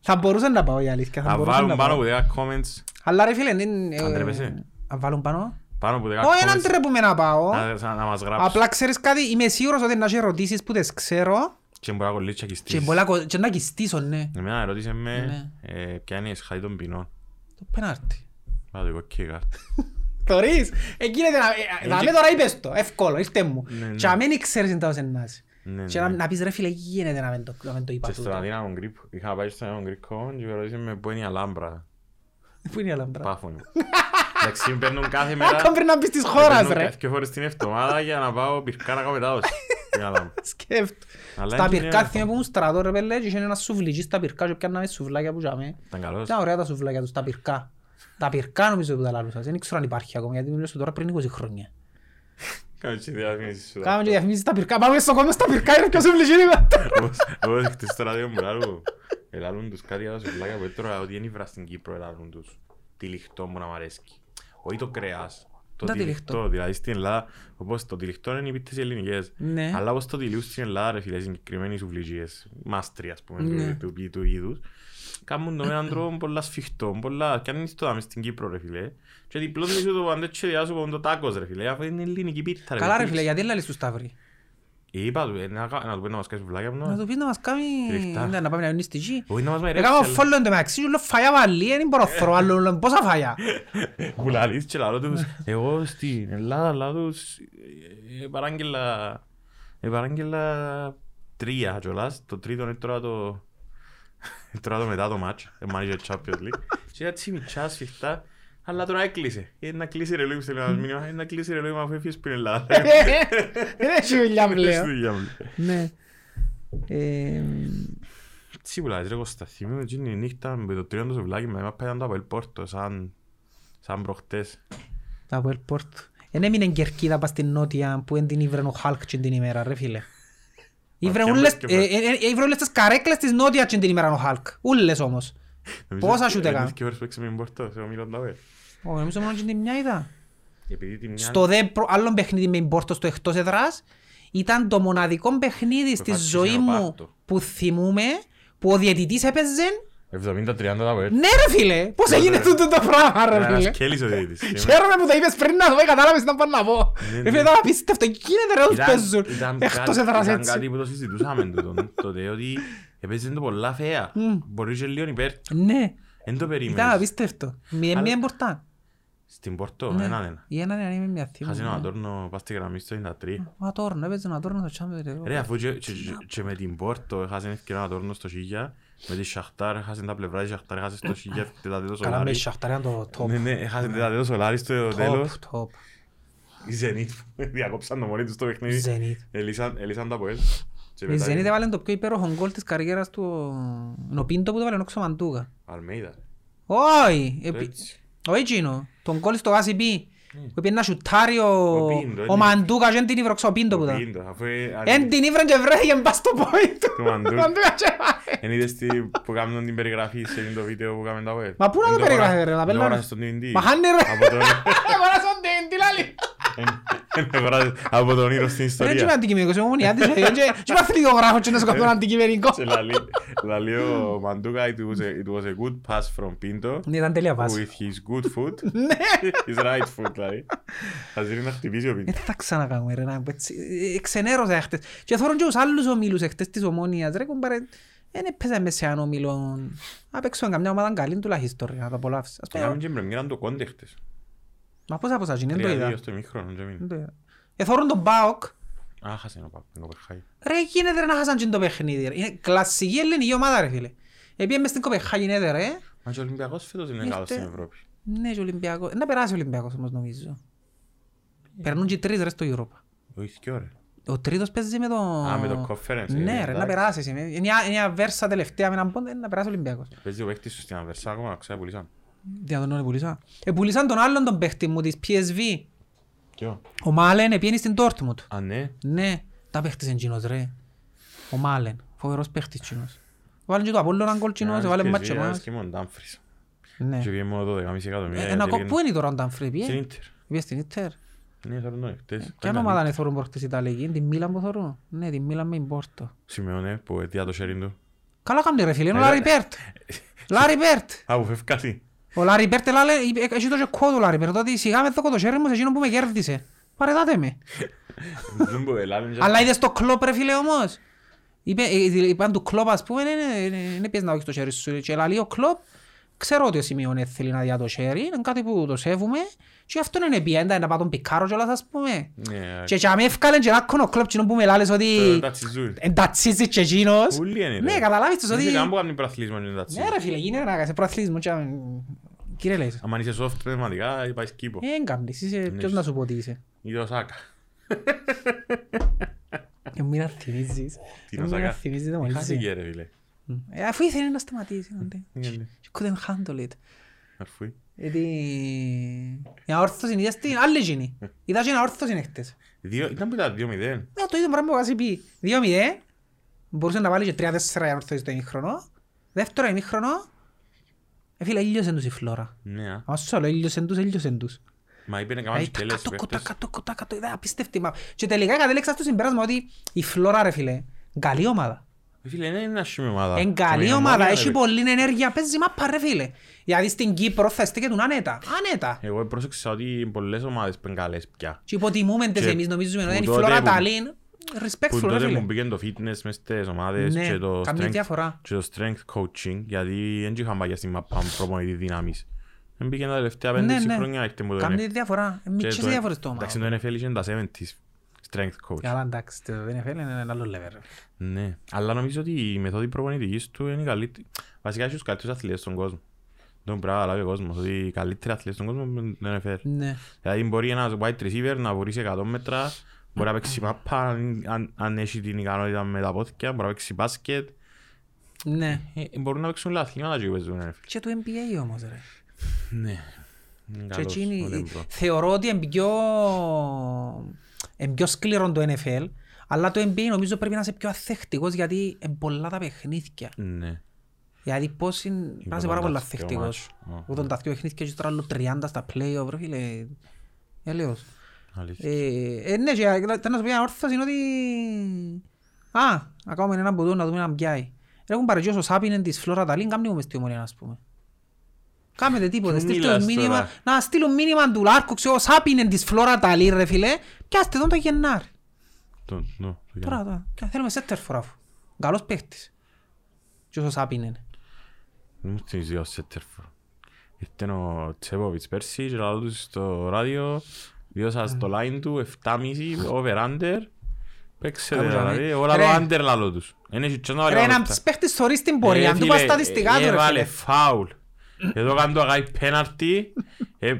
Θα μπορούσε να πάω η αλήθεια, θα Αν μπορούσε βάλουν να πάνω πάω. από 10 comments, Αλλά ρε φίλε, είναι... ε, Αντρέπεσαι. Αν βάλουν πάνω. πάνω από 10 Όχι, δεν comments, ντρέπουμε να πάω. να- σαν να μας γράψεις Απλά ξέρεις κάτι, είμαι σίγουρος ότι να έχει ερωτήσεις που τις ξέρω και μπορεί να κολλήσεις και και ακιστήσεις. μπορεί να κο- και να κιστήσω, ναι. Εμένα ερώτησε με Ναι. eh, ε, ποια είναι η σχάτη των ποινών. Το πέναρτι. Ah, Πάω το εγώ και κάρτα. Θωρείς. Εκείνη την- ε, Δαμέ τώρα είπες το. Εύκολο. Ήρθε μου. Ναι, ναι. Και αν μην ξέρεις τι θα σε νάσει. Ναι, Και ναι. να, να πεις ρε φίλε, γίνεται να μην το, να μην το είπα Και στον τούτο. Αδύναμο Γκρίπ, είχα πάει στον Αδύναμο Γκρίπ και με ρωτήσε με πού είναι η Αλάμπρα. Πού είναι η Αλαμπρά. Πάφωνο. Εντάξει, παίρνουν κάθε μέρα... Ακόμα πριν να μπεις της χώρας παίρνουν ρε. κάθε φορές την εβδομάδα για να πάω πυρκά να κάνω μετάδοση. στην Αλάμπρα. Σκέφτο. Αλλά Στα είναι πυρκά ωραίο. θυμάμαι που ήμουν στρατό ρε πέλε και είχε ένα σουβλί και στα πυρκά και πιάνναμε σουβλάκια που είχαμε. Ήταν καλός. Ήταν ωραία τα σουβλάκια τους, τα πυρκά. Τα πυρκά νομίζω που τα λαλούσαν. Δεν ξέρω αν υπάρχει ακόμα γιατί μιλούσαν τώρα πριν 20 χρόνια. Κάνω και διαφήμιση σου. Κάμε και διαφημίσεις στα πυρκά. Πάμε στο κόμμα στα πυρκά είναι πιο σουβλί και είναι- Όπως- Όπως χτες στο ράδιο μου λάλλουν. Ελάλλουν τους κάτι άλλο σουβλάκια που έτρωγα ότι είναι ήβρα στην Κύπρο ελάλλουν τους. Τι λιχτό μου να μ' αρέσκει. Όχι το κρέας. Το Να, τι τυλιχτό. λιχτό. Δηλαδή στην Ελλάδα, όπως το τυλιχτό είναι οι πίτες οι ελληνικές. Ναι. Αλλά όπως το τυλιού στην Ελλάδα, ρε φίλε, συγκεκριμένοι σουβλικίες, μάστροι ας πούμε, Ναι. του- του, του, του είδους. Κάμουν το με έναν τρόπο πολλά σφιχτό, πολλά... Κι αν είναι στο δάμε στην Κύπρο, ρε φίλε. Και διπλώνεις το αν δεν τσεδιάσου από το τάκος, ρε φίλε. Αφού είναι ελληνική πίτα, ρε Καλά ρε φίλε. φίλε, γιατί λαλείς τους Σταύρη. Είπα του, ε, να κα- να του πεις να μας κάνει σουβλάκια μου, Να του πεις να μας κάνει... Ρηχτά. Ναι, Να πάμε να είναι στη γη. Όχι να μας μαϊρέψει, Έκαμε αλλά- follow εν τω μεταξύ και λέω φαγιά βαλή, δεν μπορώ να θωρώ άλλο, λέω, πόσα φαγιά. Που λαλείς και λαλώ τους, εγώ στην Ελλάδα λαλώ τους, ε, ε, παράγγελα, ε, παράγγελα τρία κιόλας, το τρίτο είναι τώρα το, τώρα το μετά το μάτς, ε, μάλιστα Champions League, και έτσι μητσά σφιχτά, αλλά τώρα έκλεισε, είναι να κλείσει ρε λίγο, στέλνει ένα μήνυμα, είναι να κλείσει ρε λίγο, αφού έφυγες πριν Ελλάδα. Δεν έχει δουλειά Στη πλέον. δουλειά μου. Ναι. Ε, Τι που λαλείς ρε Κώστα, θυμίζω εκείνη η νύχτα με το τρίτο σουβλάκι, με εμάς πέταν το από Πόρτο, σαν, σαν προχτές. Από El Porto. Εν έμεινε κερκίδα πας στην νότια που εν την ήβρε ο Χάλκ την ημέρα ρε φίλε. Ήβρε Μα ποια ούλες- μπες και ε, πας. ε, ε, ήβρε ούλες τις καρέκλες της νότια την ημέρα ο Χάλκ. Ούλες όμως. Νομίζω Πόσα ότι- σούτ έκαμε. Είναι δύο ώρες που έξαμε με Πόρτο, σε ομίλον τα βέβαια. Ω, Νομίζω μόνο την μια είδα. Επειδή τη μια... Στο δε προ- άλλο παιχνίδι με Πόρτο στο εκτός εδράς ήταν το μοναδικό παιχνίδι στη φάσκησε ζωή ένα μου πάρτο. που θυμούμαι που ο διαιτητής έπαιζε 70-30 τα πέρα. Ναι ρε φίλε, πώς Ναι, έγινε ναι. τούτο το πράγμα ρε Ένας φίλε σκέλης ο διαιτητής. Χαίρομαι που το είπες πριν να το πω, κατάλαβες τι να πάω να πω Ναι, Ρε ναι. φίλε ήταν απίστευτο, γίνεται ρε όσους Ήταν- παίζουν ήταν Εκτός κάτι- έδρας ήταν έτσι κάτι που το συζητούσαμε τούτον, τότε, ότι έπαιζε το πολλά φαία. Μπορείς και λίγο υπέρ. Ναι, Εν το περίμενες. ήταν απίστευτο Μηδέν Αλλά- μηδέν πορτά Στην Πορτό, Ναι. έναν ένα. Ή έναν έναν είμαι μια θύμα Χάσε ναι. ένα τόρνο, πας στη γραμμή στο 93. Ο Ατόρνο, έπαιζε ο Ατόρνο στο Champions League. Ρε, αφού και- και- και- και με την Πόρτο χάσε ευκαιρία ένα τόρνο στο Σίγια, με τη Σαχτάρ χάσε τα πλευρά της Σαχτάρ, χάσε στο Σίγια τετατέτο Καλά με Σολάρι. η Shakhtar ήταν το Ναι, top ναι, χάσε τετατέτο Σολάρι στο Top, τέλος. top Η Zenit που διακόψαν το μόνοι τους το παιχνίδι. Zenit. Ελύσαν- Ελύσαν τα από ελ. Και Η μετά Zenit η έβαλε το πιο υπέροχο γκολ της καριέρας του ο- ο Πίντο που το έβαλε ο Ξομαντούγα. Αλμέιδα. Όχι, επί- Έτσι. όχι εκείνο, τον γκολ στο ACB που πήγε να σουτάρει ο, Ο Πίντο, ο ναι. Μαντούκα και εν την ήβρε ο Ξοπίντο που Το ήταν. Πίντο, αφού ε, αν- Εν την ήβρε και βρέθηκε μπας στο πόη του. Του Μαντούκα. Μαντούκα και έβαλε. Εν είδες τι που κάνουν την περιγραφή σε εκείνο το βίντεο που κάνουν τα web. Μα πού να Εν το περιγράφει, αγορά- ρε, να εν πελάνε. αγοράσες στον DVD. Μα χάνει, ρε. Από τον- Έβαλα στον τέν, τι λάλλει. εν- εν αγοράσες από τον ήρωα στην Δεν είμαι ιστορία. αντικειμενικός, είμαι ομονιά της. Είμαι αθλητογράφος και να σκοτώ έναν αντικειμενικό. Και λαλεί- λαλεί ο Μαντούκα, it was a- it was a good pass from Pinto. Ναι, ήταν τέλεια βάση. With his good foot, his right foot, δηλαδή. Θα ζητήσει να χτυπήσει ο Ε, Δεν Pinto. θα ξανακάνουμε ρε, να πω έτσι. Ε, Εξενέρωσα χτες. Και θωρώ και τους άλλους ομίλους χτες της ομόνιας ρε κουμπάρε. Δεν έπαιζαμε σε έναν ομίλο. Απ' έξω καμιά ομάδα καλή τουλάχιστον ρε, να το απολαύσεις. Ας Και πούμε, κάνουν και πρεμιέρα του Κόντε χτες. Μα πόσα πόσα γίνει, δεν το Τρία-δύο είδα. στο ημίχρονο, και Δεν μείνει. το είδα. Εθώρουν τον ΠΑΟΚ. Α, χάσε ένα πάπ, ένα κοπεχάι. Ρε γίνεται ρε να χάσαν και το παιχνίδι ρε. Είναι κλασική ελληνική ομάδα ρε φίλε. Επειδή μες στην Κοπεχάγη είναι ρε. Μα και ο Ολυμπιακός φέτος είναι καλός Ήρθε- στην Ευρώπη. Ναι και ο Ολυμπιακός. Να περάσει ο Ολυμπιακός όμως νομίζω. Περνούν και οι τρεις ρε στο Europa. Όχι και ωραία. Ο τρίτος παίζει με το... Α, με το conference. Ναι ρε, εντάξει. να περάσεις. Είναι είναι μια- είναι μια βέρσα τελευταία με έναν πόντο, είναι να περάσει ο Ολυμπιακός. Παίζει ο παίχτης σου στην Ανβερσά ακόμα, ξέρω, πουλήσαν. Τι να τον επουλήσα. Επουλήσαν τον άλλον τον παίχτη μου της PSV. Ποιο? Ο Μάλεν επήγαινε στην Dortmund. Α, ναι. Ναι, τα παίχτης είναι κοινός ρε. Ο Μάλεν, φοβερός παίχτης κοινός. Βάλε και το Απόλλωνα γκολ κοινός, βάλε μάτσο Ένας μας. και μόνο Ντάμφρις. Ναι. Και πήγε μόνο 12,5 εκατομμύρια. Ε, γιατί Ένα κο- πήγαινε Πού είναι ε. τώρα ο Ντάμφρι, Στην πήγε. Ίντερ. Πήγε στην Ιντερ. Ναι, θέλω να είναι χτες. Ποια Ήταν ομάδα είναι θωρούν προχτές η Ιταλική, την Μίλαν που θωρούν. Ναι, την Μίλαν με την Πόρτο. Σημειώνε που αιτία το sharing του. Καλά κάνει ρε φίλε, είναι ο Λάρι Πέρτ. Λάρι Πέρτ. Α, που φεύκασαι. Ο Λάρι Πέρτ έλαλε, είπε, έχει το και κόδο Λάρι Πέρτ, ότι σιγά με δω το χέρι μου σε εκείνον που με κέρδισε. Παρετάτε με. Δεν μπορεί, λάλλον και- Αλλά είδες το κλόπ ρε φίλε όμως. Είπε, ε, είπαν του κλόπ ας πούμε, είναι- είναι- είναι πιες να όχι το χέρι σου. Και λαλεί ο κλόπ, Ξέρω ότι ο Σιμεών δεν θέλει να δει το χέρι, είναι κάτι που το σέβουμε και αυτό είναι πιέντα, να πάω τον πικάρο κιόλας ας πούμε. Ναι, Ε, Και για μένα έφκαλε και ένα κονοκλόπ κοινό που με λάλες το ότι τατσιζούν. εντατσίζει και εκείνος. Ούλοι είναι, ρε. Ναι, καταλάβεις τους ότι... Δεν ξέρω που κάνει προαθλήσμα είναι τατσιζούν. Ναι ρε φίλε, γίνει ένα σε προαθλισμό και... Κύριε λέει, Αν είσαι soft πνευματικά, πάει κήπο. δεν κάνεις, είσαι ποιος να σου πω ότι είσαι. Ή το Σάκα. Ε, Μην αθυμίζεις. Τι Ε, να Μην Σάκα. αθυμίζεις τα μόλις. είσαι. Χάθηκε ρε φίλε. Ε, Αφού ήθελε να σταματήσει. άντε. Ναι. She couldn't handle it. Αρφούι. Γιατί... Η αόρθωση είναι στην άλλη γίνει. Είδα και ένα αόρθωση είναι χτες. Δύο- Ήταν που ήταν 2-0. Ναι, το ίδιο πράγμα που έχασε πει. 2-0. Μπορούσε να βάλει και 3-4 για να ορθώσει το ημίχρονο. Δεύτερο ημίχρονο. Ε, φίλε, ήλιωσε τους η φλόρα. Ναι. α. Ας σου λέω, ήλιωσε τους, ήλιωσε τους. Μα είπε να Ε, κάνεις Ήταν και λες κάτω, κοντά, κάτω, κοντά, κάτω. Ήταν απίστευτη. μα. Και τελικά κατέληξα στο συμπέρασμα ότι η φλόρα, ρε φίλε, καλή ομάδα. Φίλε, είναι ένα σχήμα ομάδα. Εν καλή Μια ομάδα, ρε, έχει φίλε. πολλή ενέργεια, παίζει μάπα ρε φίλε. Δηλαδή στην Κύπρο θα στέκεται άνετα, άνετα. Εγώ πρόσεξα ότι πολλές ομάδες που είναι καλές πια. Και υποτιμούμε τις Και εμείς, νομίζουμε ότι που είναι η τότε Φλόρα που- Ταλίν. Που Respectful ρε τότε φίλε. μου πήγαινε το fitness μες στις ομάδες Ναι, και το καμιά strength- διαφορά. και το strength coaching, γιατί δεν είχαν πάει στην μαπά μου προπονητή δύναμης. Δεν πήγαινε τα τελευταία Ναι, πέντε ναι. χρόνια ήρθε μου το Κάνει NFL. διαφορά. Και Μικρές το- ε- διαφορές το Εντάξει, ναι. ομάδα. το NFL είχε τα 70s strength coach. Καλά εντάξει, το NFL είναι ένα άλλο level. ρε. Ναι, αλλά νομίζω ότι η μεθόδη προπονητικής του είναι η καλύτερη. Βασικά έχει τους καλύτερους αθλητές στον κόσμο. Τον πράγμα να λάβει ο κόσμος, ότι οι καλύτεροι αθλητές στον κόσμο είναι το NFL. Ναι. Δηλαδή μπορεί ένας wide receiver να βουρήσει 100 μέτρα, μπορεί να παίξει μάπα, αν- αν- αν έχει την ικανότητα με τα πόθηκια, μπορεί να παίξει μπάσκετ. Ναι. Ε, Μπορούν να παίξουν όλα αθλήματα και παίζουν NFL. Και του NBA όμως ρε. Ναι. Είναι Και καλός εκείνη, ο Λεμπρό. θεωρώ ότι είναι πιο, είναι πιο σκληρό το NFL, αλλά το NBA νομίζω πρέπει να είσαι πιο αθεκτικός γιατί είναι πολλά τα παιχνίδια. Ναι. Δηλαδή πώς είναι, πρέπει να είσαι πάρα 82 πολύ αθεκτικός. μάτς. 82 παιχνίδια και τώρα άλλο 30 στα play-off, ρε φίλε. Έλεος. Αλήθεια. Ε, ε, ναι, και ήταν να σου πει ένα όρθος είναι ότι... Α, να κάνουμε έναν μπουτό να δούμε να πιάει. Έχουν παρεγγιώσει ο Σάπινεν της Φλόρα Ταλίν, κάνουν λίγο μες τη ομονία, ας πούμε. Κάμετε τίποτε, Ποιου στείλτε μιλάς το μήνυμα, τώρα? να στείλουν μήνυμα του Λάρκου, ξέρω, ο Σάπινεν της Φλόρα Ταλίν, ρε φίλε, πιάστε τον το Γενάρη. Το- νο, το Τώρα, κάνω. τώρα, Και θέλουμε σέτερ φορά, αφού. καλός παίχτης. Και ο Σάπινεν. Δεν μου θυμίζει ο Σέτερφορ. Ήρθε ο Τσέποβιτς πέρσι και λαλό του στο ράδιο, διώσα Ε. στο line του, 7,5, over-under. Παίξε Κάπου δηλαδή, τζαμί. όλα το Ρε. under λαλό τους. Εν έχει τσιόν να βάλει Ρε, όλα έναν αυτά. παίχτης θωρείς την Ε, πορεία, αν του πας στατιστικά του, ρε Έβαλε φίλε. ε, φάουλ. Εδώ κάνει το αγάπη πέναρτη. ε,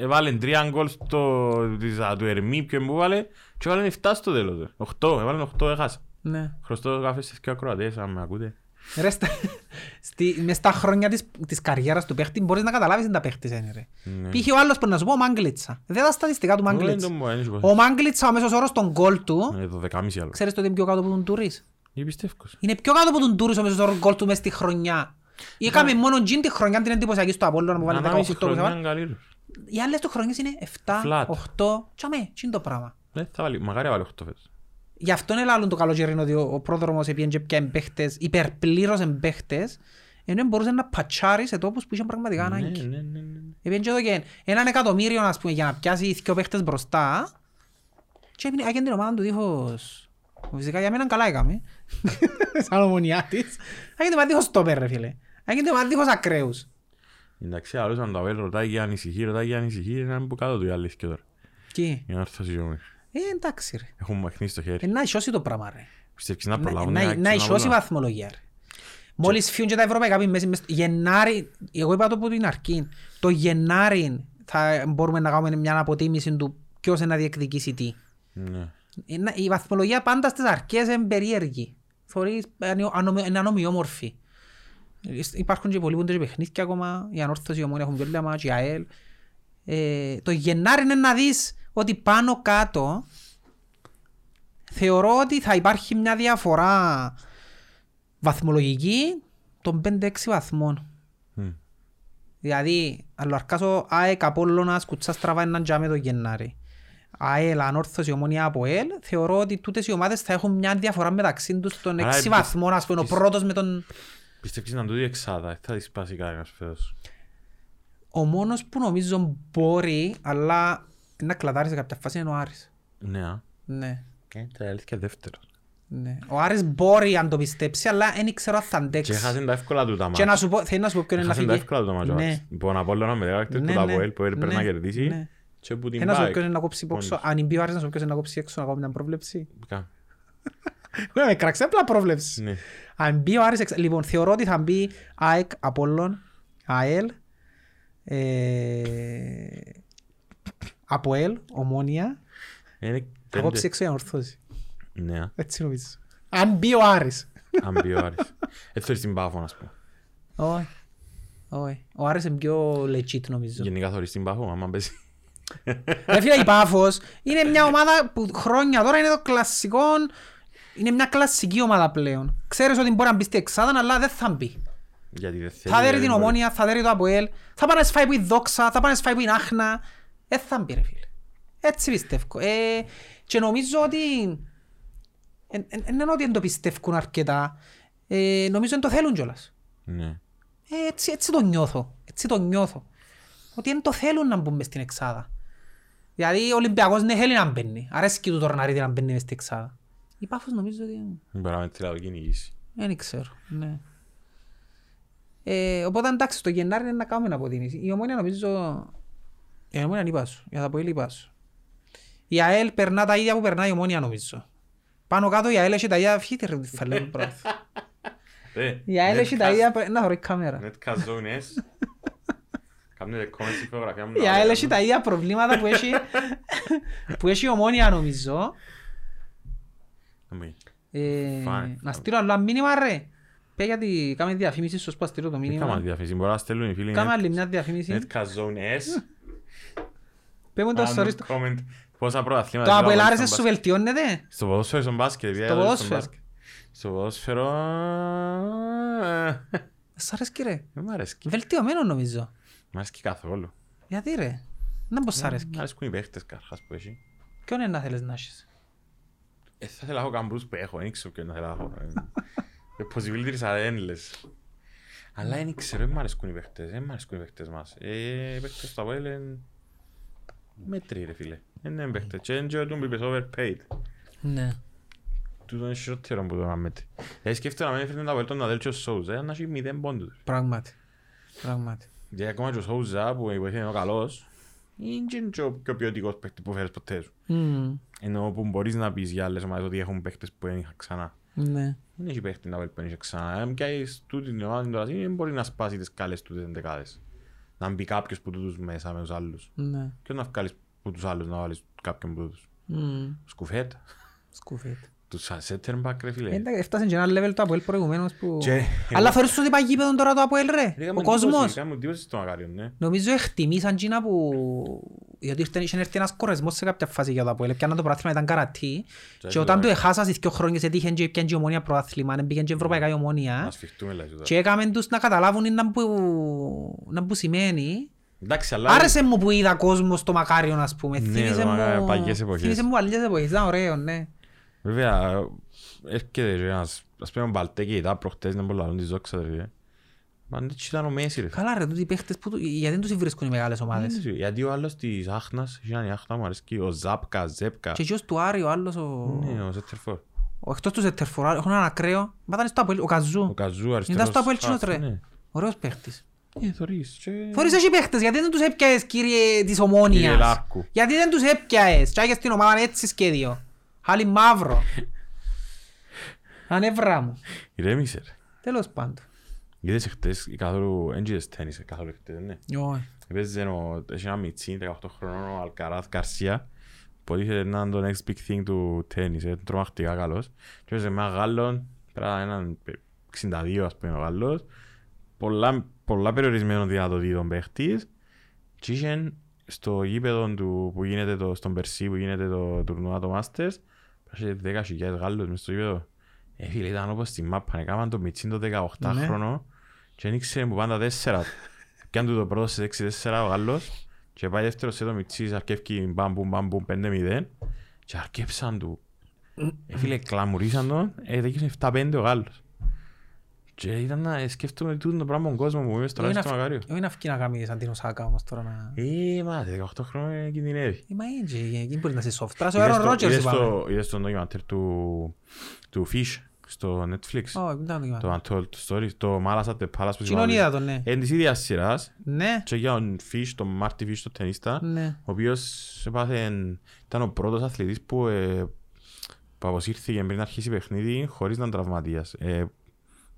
Έβαλε τρία γκολ στο- της- α, του Ερμή ποιον που έβαλε και έβαλε 7 στο τέλος. ρε. Οχτώ, έβαλε οχτώ, έχασε. Ναι. Χρωστώ καφέ σε δύο ακροατές, αν με ακούτε. Ρε, στα, στη, μες στα χρόνια της, της καριέρας του παίχτη μπορείς να καταλάβεις αν τα παίχτης είναι ρε. Ναι. Π.χ. ο άλλος που να σου πω ο Μάγκλητσα. Δεν τα στατιστικά του Δεν το Μάγκλητσα. μου, δεν έχει κοστίσει. Ο Μάγκλητσα ο μέσος όρος των γκολ του, Ε, δωδεκάμιση άλλο. ξέρεις το ότι είναι πιο κάτω από τον Τουρίς. Ε, πιστεύω. Είναι πιο κάτω από τον Τουρίς ο μέσος όρος γκολ του μες στη χρονιά. Είχαμε μόνο τζιν τη χρονιά την εντυπωσιακή στο Απόλλωνα που βάλει 18 Ανάμιση που χρονιά βάλει. είναι καλύτερος. Οι άλλες του χρονιές είναι 7, Flat. 8, τσάμε, τσιν το πράγμα. Δεν Ε, θα βάλει, μακάρι βάλει οχτώ φέτος. Γι' αυτό είναι λάλλον το καλοκαιρινό ότι ο ο πρόδρομος επίεν και πια εμπαίχτες, υπερπλήρως εμπαίχτες, ενώ μπορούσε να πατσάρει σε τόπους που είχε πραγματικά Ναι, ανάγκη. ναι, ναι, ναι. Επίεν και εδώ και έναν εκατομμύριο ας πούμε, για να πιάσει δύο παίχτες μπροστά και έπινε άγιαν την ομάδα του δίχως... Φυσικά για μένα καλά έκαμε. Σαν ομονιά της. Άγιαν την ομάδα δίχως τόπερ ρε φίλε. Άγιαν την ομάδα δίχως ακραίους. Εντάξει, άλλος αν το αβέλ ρωτάει για ανησυχεί, ρωτάει για ανησυχεί, να μην που κάτω του οι άλλοι και τώρα. Τι. Για να έρθω σιγόμενοι. Ε, εντάξει ρε. Έχουν μαχνίσει το χέρι. Ε, να ισώσει το πράγμα ρε. Πιστεύεις να Να- προλάβουν Ε, να- να Να ισώσει η ξαναβάλουν. βαθμολογία. ρε. Μόλις φύγουν και τα ευρωπαϊκά πει μέσα Γενάρη, εγώ είπα το που την αρκεί, το Γενάρη θα μπορούμε να κάνουμε μια αποτίμηση του ποιος είναι να διεκδικήσει τι. Ναι. Ε, να- Η βαθμολογία πάντα στις αρχές είναι περίεργη. Θεωρείς ανο- ανομο- είναι ανομοιόμορφη. Ε, Υπάρχουν και πολλοί που είναι και παιχνίδια ακόμα, η ανόρθωση, η ομόνια έχουν πιο λάμα, η ΑΕΛ. Ε, το Γενάρη είναι να δεις ότι πάνω κάτω θεωρώ ότι θα υπάρχει μια διαφορά βαθμολογική των 5-6 βαθμών. Μμ. Δηλαδή, αλλοαρκάσω ΑΕΚ Απόλλωνας κουτσά στραβά έναν τζάμε το Γενάρη. ΑΕΛ, Ανόρθωση, Ομόνια από ΕΛ, θεωρώ ότι τούτες οι ομάδες θα έχουν μια διαφορά μεταξύ τους των Άρα, 6 επι- βαθμών, ας πούμε, ο τις- πρώτος με τον... Πιστεύεις να του δει εξάδα, δεν θα τη σπάσει κανένας φέτος. Ο μόνος που νομίζω μπορεί, αλλά να κλατάρει σε κάποια φάση είναι ο Άρης. Ναι, α. Ναι. Ε, Τα αλήθεια δεύτερο. Ναι. Ο Άρης μπορεί αν το πιστέψει, αλλά δεν ξέρω αν θα Και αντέξει. έχασαν τα εύκολα του τα Και να μάτς. σου πω, θέλει να σου πω ποιον είναι να Έχασαν τα φύγει. εύκολα του τα μάτς. ο Ναι. Άρης. Που τον Απόλλωνα με δεκάκτες Ναι, του τα ναι. Αποέλ που έπρεπε να Ναι. κερδίσει. Ναι. Και που την Ένα σου πάει. πω ποιον είναι να κόψει Πόνος. πόξο. Αν μπει ο Άρης να σου πω ποιον είναι να κόψει έξω, να κάνω μια πρόβλεψη. Κα- Ναι, με κραξέ απλά πρόβλεψη. ναι. Αν μπει ο Άρης, εξ- λοιπόν, θεωρώ ότι θα μπει ΑΕΚ, Απόλλων, ΑΕΛ, ε, Αποέλ, Ομόνια, Είναι θα κόψει πέντε. έξω για να ορθώσει. Ναι, α. Έτσι νομίζω. Αν μπει ο Άρης. αν μπει ο Άρης. Έτσι θέλεις την Πάφο, να σου πω. Όχι. Όχι. Ο Άρης είναι πιο legit νομίζω. Γενικά θεωρείς την Πάφο, άμα παίζει. Ρε φίλε, η Πάφος είναι μια ομάδα που χρόνια τώρα είναι το κλασικό... Είναι μια κλασική ομάδα πλέον. Ξέρεις ότι μπορεί να μπει στη εξάδα, αλλά δεν θα μπει. Γιατί δεν θέλει. Θα δέρει γιατί την δεν μπορεί. ομόνια, θα δέρει το Αποέλ, θα πάνε να σφάει που η δόξα, θα πάνε να σφάει που η άχνα. Ε, θα μπει ρε φίλε. Έτσι πιστεύω. Ε, και νομίζω ότι... εν- εν- εν- Είναι ότι δεν το πιστεύουν αρκετά. Ε, νομίζω δεν το θέλουν κιόλας. Ναι. Ε, έτσι, έτσι το νιώθω. Έτσι το νιώθω. Ότι δεν το θέλουν να μπουν μες στην εξάδα. Δηλαδή ο Ολυμπιακός ναι θέλει να μπαίνει. Αρέσκει του τώρα να ρίχνει να μπαίνει μες στην εξάδα. Η Πάφος νομίζω ότι... Δεν Μπορεί να με τρελαό κυνηγήσει. Δεν ξέρω. Ναι. Ε, οπότε εντάξει, το Γενάρη είναι να κάνουμε αποδίνηση. Η Ομόνια νομίζω... Η Ομόνια είναι η Πάσο. Η Αδαποήλ η Πάσο. Η ΑΕΛ περνά τα ίδια που περνά η Ομόνια νομίζω. Πάνω κάτω η ΑΕΛ έχει τα ίδια... Φύγε ρε φαλέ μου πράγμα. Η ΑΕΛ έχει τα ίδια... Να θωρώ η κάμερα. Ε, Netcast ζώνες. Κάμνετε comments στην φωτογραφία μου. Η ΑΕΛ έχει τα ίδια προβλήματα που έχει, που έχει η ομόνια νομίζω. Ε, Fine. να στείλω άλλο ένα μήνυμα ρε. Πέ γιατί κάμε διαφήμιση σου που στείλω το Δεν θα μας μήνυμα. διαφημίσει, μπορεί να στέλνουν οι φίλοι. Κάμε net- άλλη μια διαφήμιση. Netcast ζώνες. Πέ μου το Άνω story στο... comment. Πόσα πρωταθλήματα Το δεν Αποέλ βάλαμε άρεσε στον σου μπάσκετ. βελτιώνεται. Στο ποδόσφαιρο ή στον μπάσκετ. επειδή Στο άλλαζε στον ποδόσφαιρο. μπάσκετ. Στο ποδόσφαιρο... ε, Σ' αρέσκει ρε. Δεν Ε, μ' αρέσει. Βελτιωμένο νομίζω. Μ' αρέσει καθόλου. Γιατί ρε. Να πως σ' αρέσκει. Μ' αρέσκουν οι παίχτες καρχάς που έχει. Ποιον είναι να θέλεις να έχεις. Ε, θα ήθελα να έχω καμπρούς που έχω, δεν ξέρω ποιον θα ήθελα να έχω. Ε, possibilities are endless. Αλλά δεν ξέρω, δεν μ' αρέσκουν οι παίχτες, δεν μ' αρέσκουν οι παίχτες μας. Ε, οι παίχτες του Αποέλ είναι μέτροι ρε φίλε. Δεν είναι παίχτες. Και δεν ξέρω, του μου είπες overpaid. Ναι. Τούτο είναι χειρότερο που το να μέτρει. Δηλαδή σκέφτομαι να μην έφερνε τα Αποέλ τον αδέλφιο Σόουζα, ε, να έχει μηδέν πόντους. Πράγματι. Πράγματι. Γιατί ακόμα και ο Σόουζα που είναι ο καλός, είναι και ο πιο ποιοτικός παίχτης που φέρεις ποτέ σου. Μμμ, Ενώ που μπορείς να πεις για άλλες ομάδες ότι έχουν παίχτες που δεν είχα ξανά. Ναι. Δεν έχει παίχτη να πελπένει ξανά. Αν πιάσεις τούτη την ομάδα την τώρα, δεν μπορεί να σπάσει τις καλές του ενδεκάδες. Να μπει κάποιος που τούτους μέσα με τους άλλους. Ναι. Και να βγάλεις που τους άλλους να βάλεις κάποιον που τούτους. Μμμ, Σκουφέτα. Σκουφέτη. Τους σαν center back, ρε φίλε. Εντάξει, Έφτασε και ένα level το Αποέλ προηγουμένως που... Ε. Και- Αλλά θεωρείς ότι πάει γήπεδο τώρα το Αποέλ Ρε, ρε, κάμουν ο εντύπωση, κόσμος. κάμουν εντύπωση στο Μακάριον, ναι. Νομίζω εκτιμήσαν Κίνα που... Γιατί ήρθε- είχε έρθει ένας κορεσμός σε κάποια φάση για το Αποέλ. Πιάναν το προάθλημα ήταν καρατή. Και έτσι, όταν το εντάξει. έχασαν στις δύο χρόνια σε τύχεν και πιάνε και η ομόνια προάθλημα, δεν πήγαινε και ευρωπαϊκά η Να ομόνια. σφιχτούμε, λέει, τούτα. Και έκαμε τους να καταλάβουν να που- να που σημαίνει. Εντάξει, αλλά... Άρεσε μου που είδα κόσμο στο Μακάριον ας πούμε. Ναι, Θύμισε το Μακάριο, μου... παλιές εποχές. θύμισε μου παλιές εποχές. Ήταν ωραίο, ναι. Βέβαια, έρχεται και ένας, ας πούμε, ο Μπαλτέκη, ήταν προχτές, δεν μπορούν να λαλούν τη δόξα, ρε φίλε. Μα δεν ήταν ο Μέση, ρε φίλε. Καλά ρε, τούτοι οι παίχτες που... του- Γιατί δεν τους βρίσκουν οι μεγάλες ομάδες. Ναι, Γιατί ο άλλος της Άχνας, είχε έναν η Άχνα μου αρέσκει, ο Ζάπκα, Ζέπκα. Και γιος του Άρη, ο άλλος, ο... Ναι, ο Σέτερφορ. ο εκτός του Ζετερφορά, έχουν έναν ακραίο. Μα ήταν στο Αποέλ, ο Καζού. Ο Καζού αριστερός. Ήταν στο Αποέλ χαφ, Τσινότρε. ναι. Ωραίος παίχτης. Ε, θωρείς. και- Θεωρείς έχει παίχτες, γιατί δεν τους έπιαες κύριε της Κύριε Ομόνιας. Λάρκου. Γιατί δεν τους έπιαες. Και άγιες την ομάδα έτσι σχέδιο. Χάλι μαύρο. Ανέβρα μου. Ηρέμησε, ρε. Τέλος πάντων. Είδες χτες καθόλου, δεν είδες τέννις καθόλου χτες, ναι. Όχι. Έπαιζε ο- έχει ένα μιτσί, 18 χρονών, ο Αλκαράθ Γκαρσία, που είχε έναν το next big thing του τέννις, ε, τρομακτικά καλός. Και έπαιζε με έναν Γάλλον, πέρα έναν 62 ας πούμε ο Γάλλος, πολλά, πολλά περιορισμένο δυνατοτήτων παίχτης και είχε στο γήπεδο του που γίνεται το, στον Περσί που γίνεται το τουρνουά το Masters είχε 10.000 Γάλλους μες στο γήπεδο. Ε, φίλε, ήταν όπως στη μάπα, έκαναν το μιτσίν το 18 Ναι. χρόνο και δεν ήξερε που πάντα τέσσερα. Πιάνε του το πρώτο στις 6-4 ο Γάλλος και πάει δεύτερο σε το μιτσί, αρκεύκει μπαμ μπουμ μπαμ μπουμ 5-0 και αρκέψαν του. Ε, φίλε, κλαμουρίσαν τον, ε, έγινε 7-5 ο Γάλλος. Και ήταν να σκέφτομαι ότι τούτο το πράγμα τον κόσμο μου, είμαι στο Όχι να στο φ- μακάριο. όχι να φκεί να κάνεις σαν την Οσάκα όμως τώρα να... Ε, μα, 18 χρόνια κινδυνεύει. Ε, Μα έτσι, εκεί μπορεί να είσαι soft. Άσε ο Είδες Άρον το- Ρότζερς είδες είπαμε. το- Είδες τον ντοκιμαντέρ του του Fish στο Netflix. Όχι, δεν ε, το Το κοιμάμαι. Untold Story, το Malas at the Palace που Κοινόν θυμάμαι. είδα τον, ναι. Εν της ίδιας σειράς, Ναι, και για τον Fish, τον Μάρτι Fish, τον ταινίστα, ναι. ο οποίος έπαθε, ήταν ο πρώτος αθλητής που, ε, που αποσύρθηκε πριν αρχίσει παιχνίδι χωρίς να είναι τραυματίας. Ε,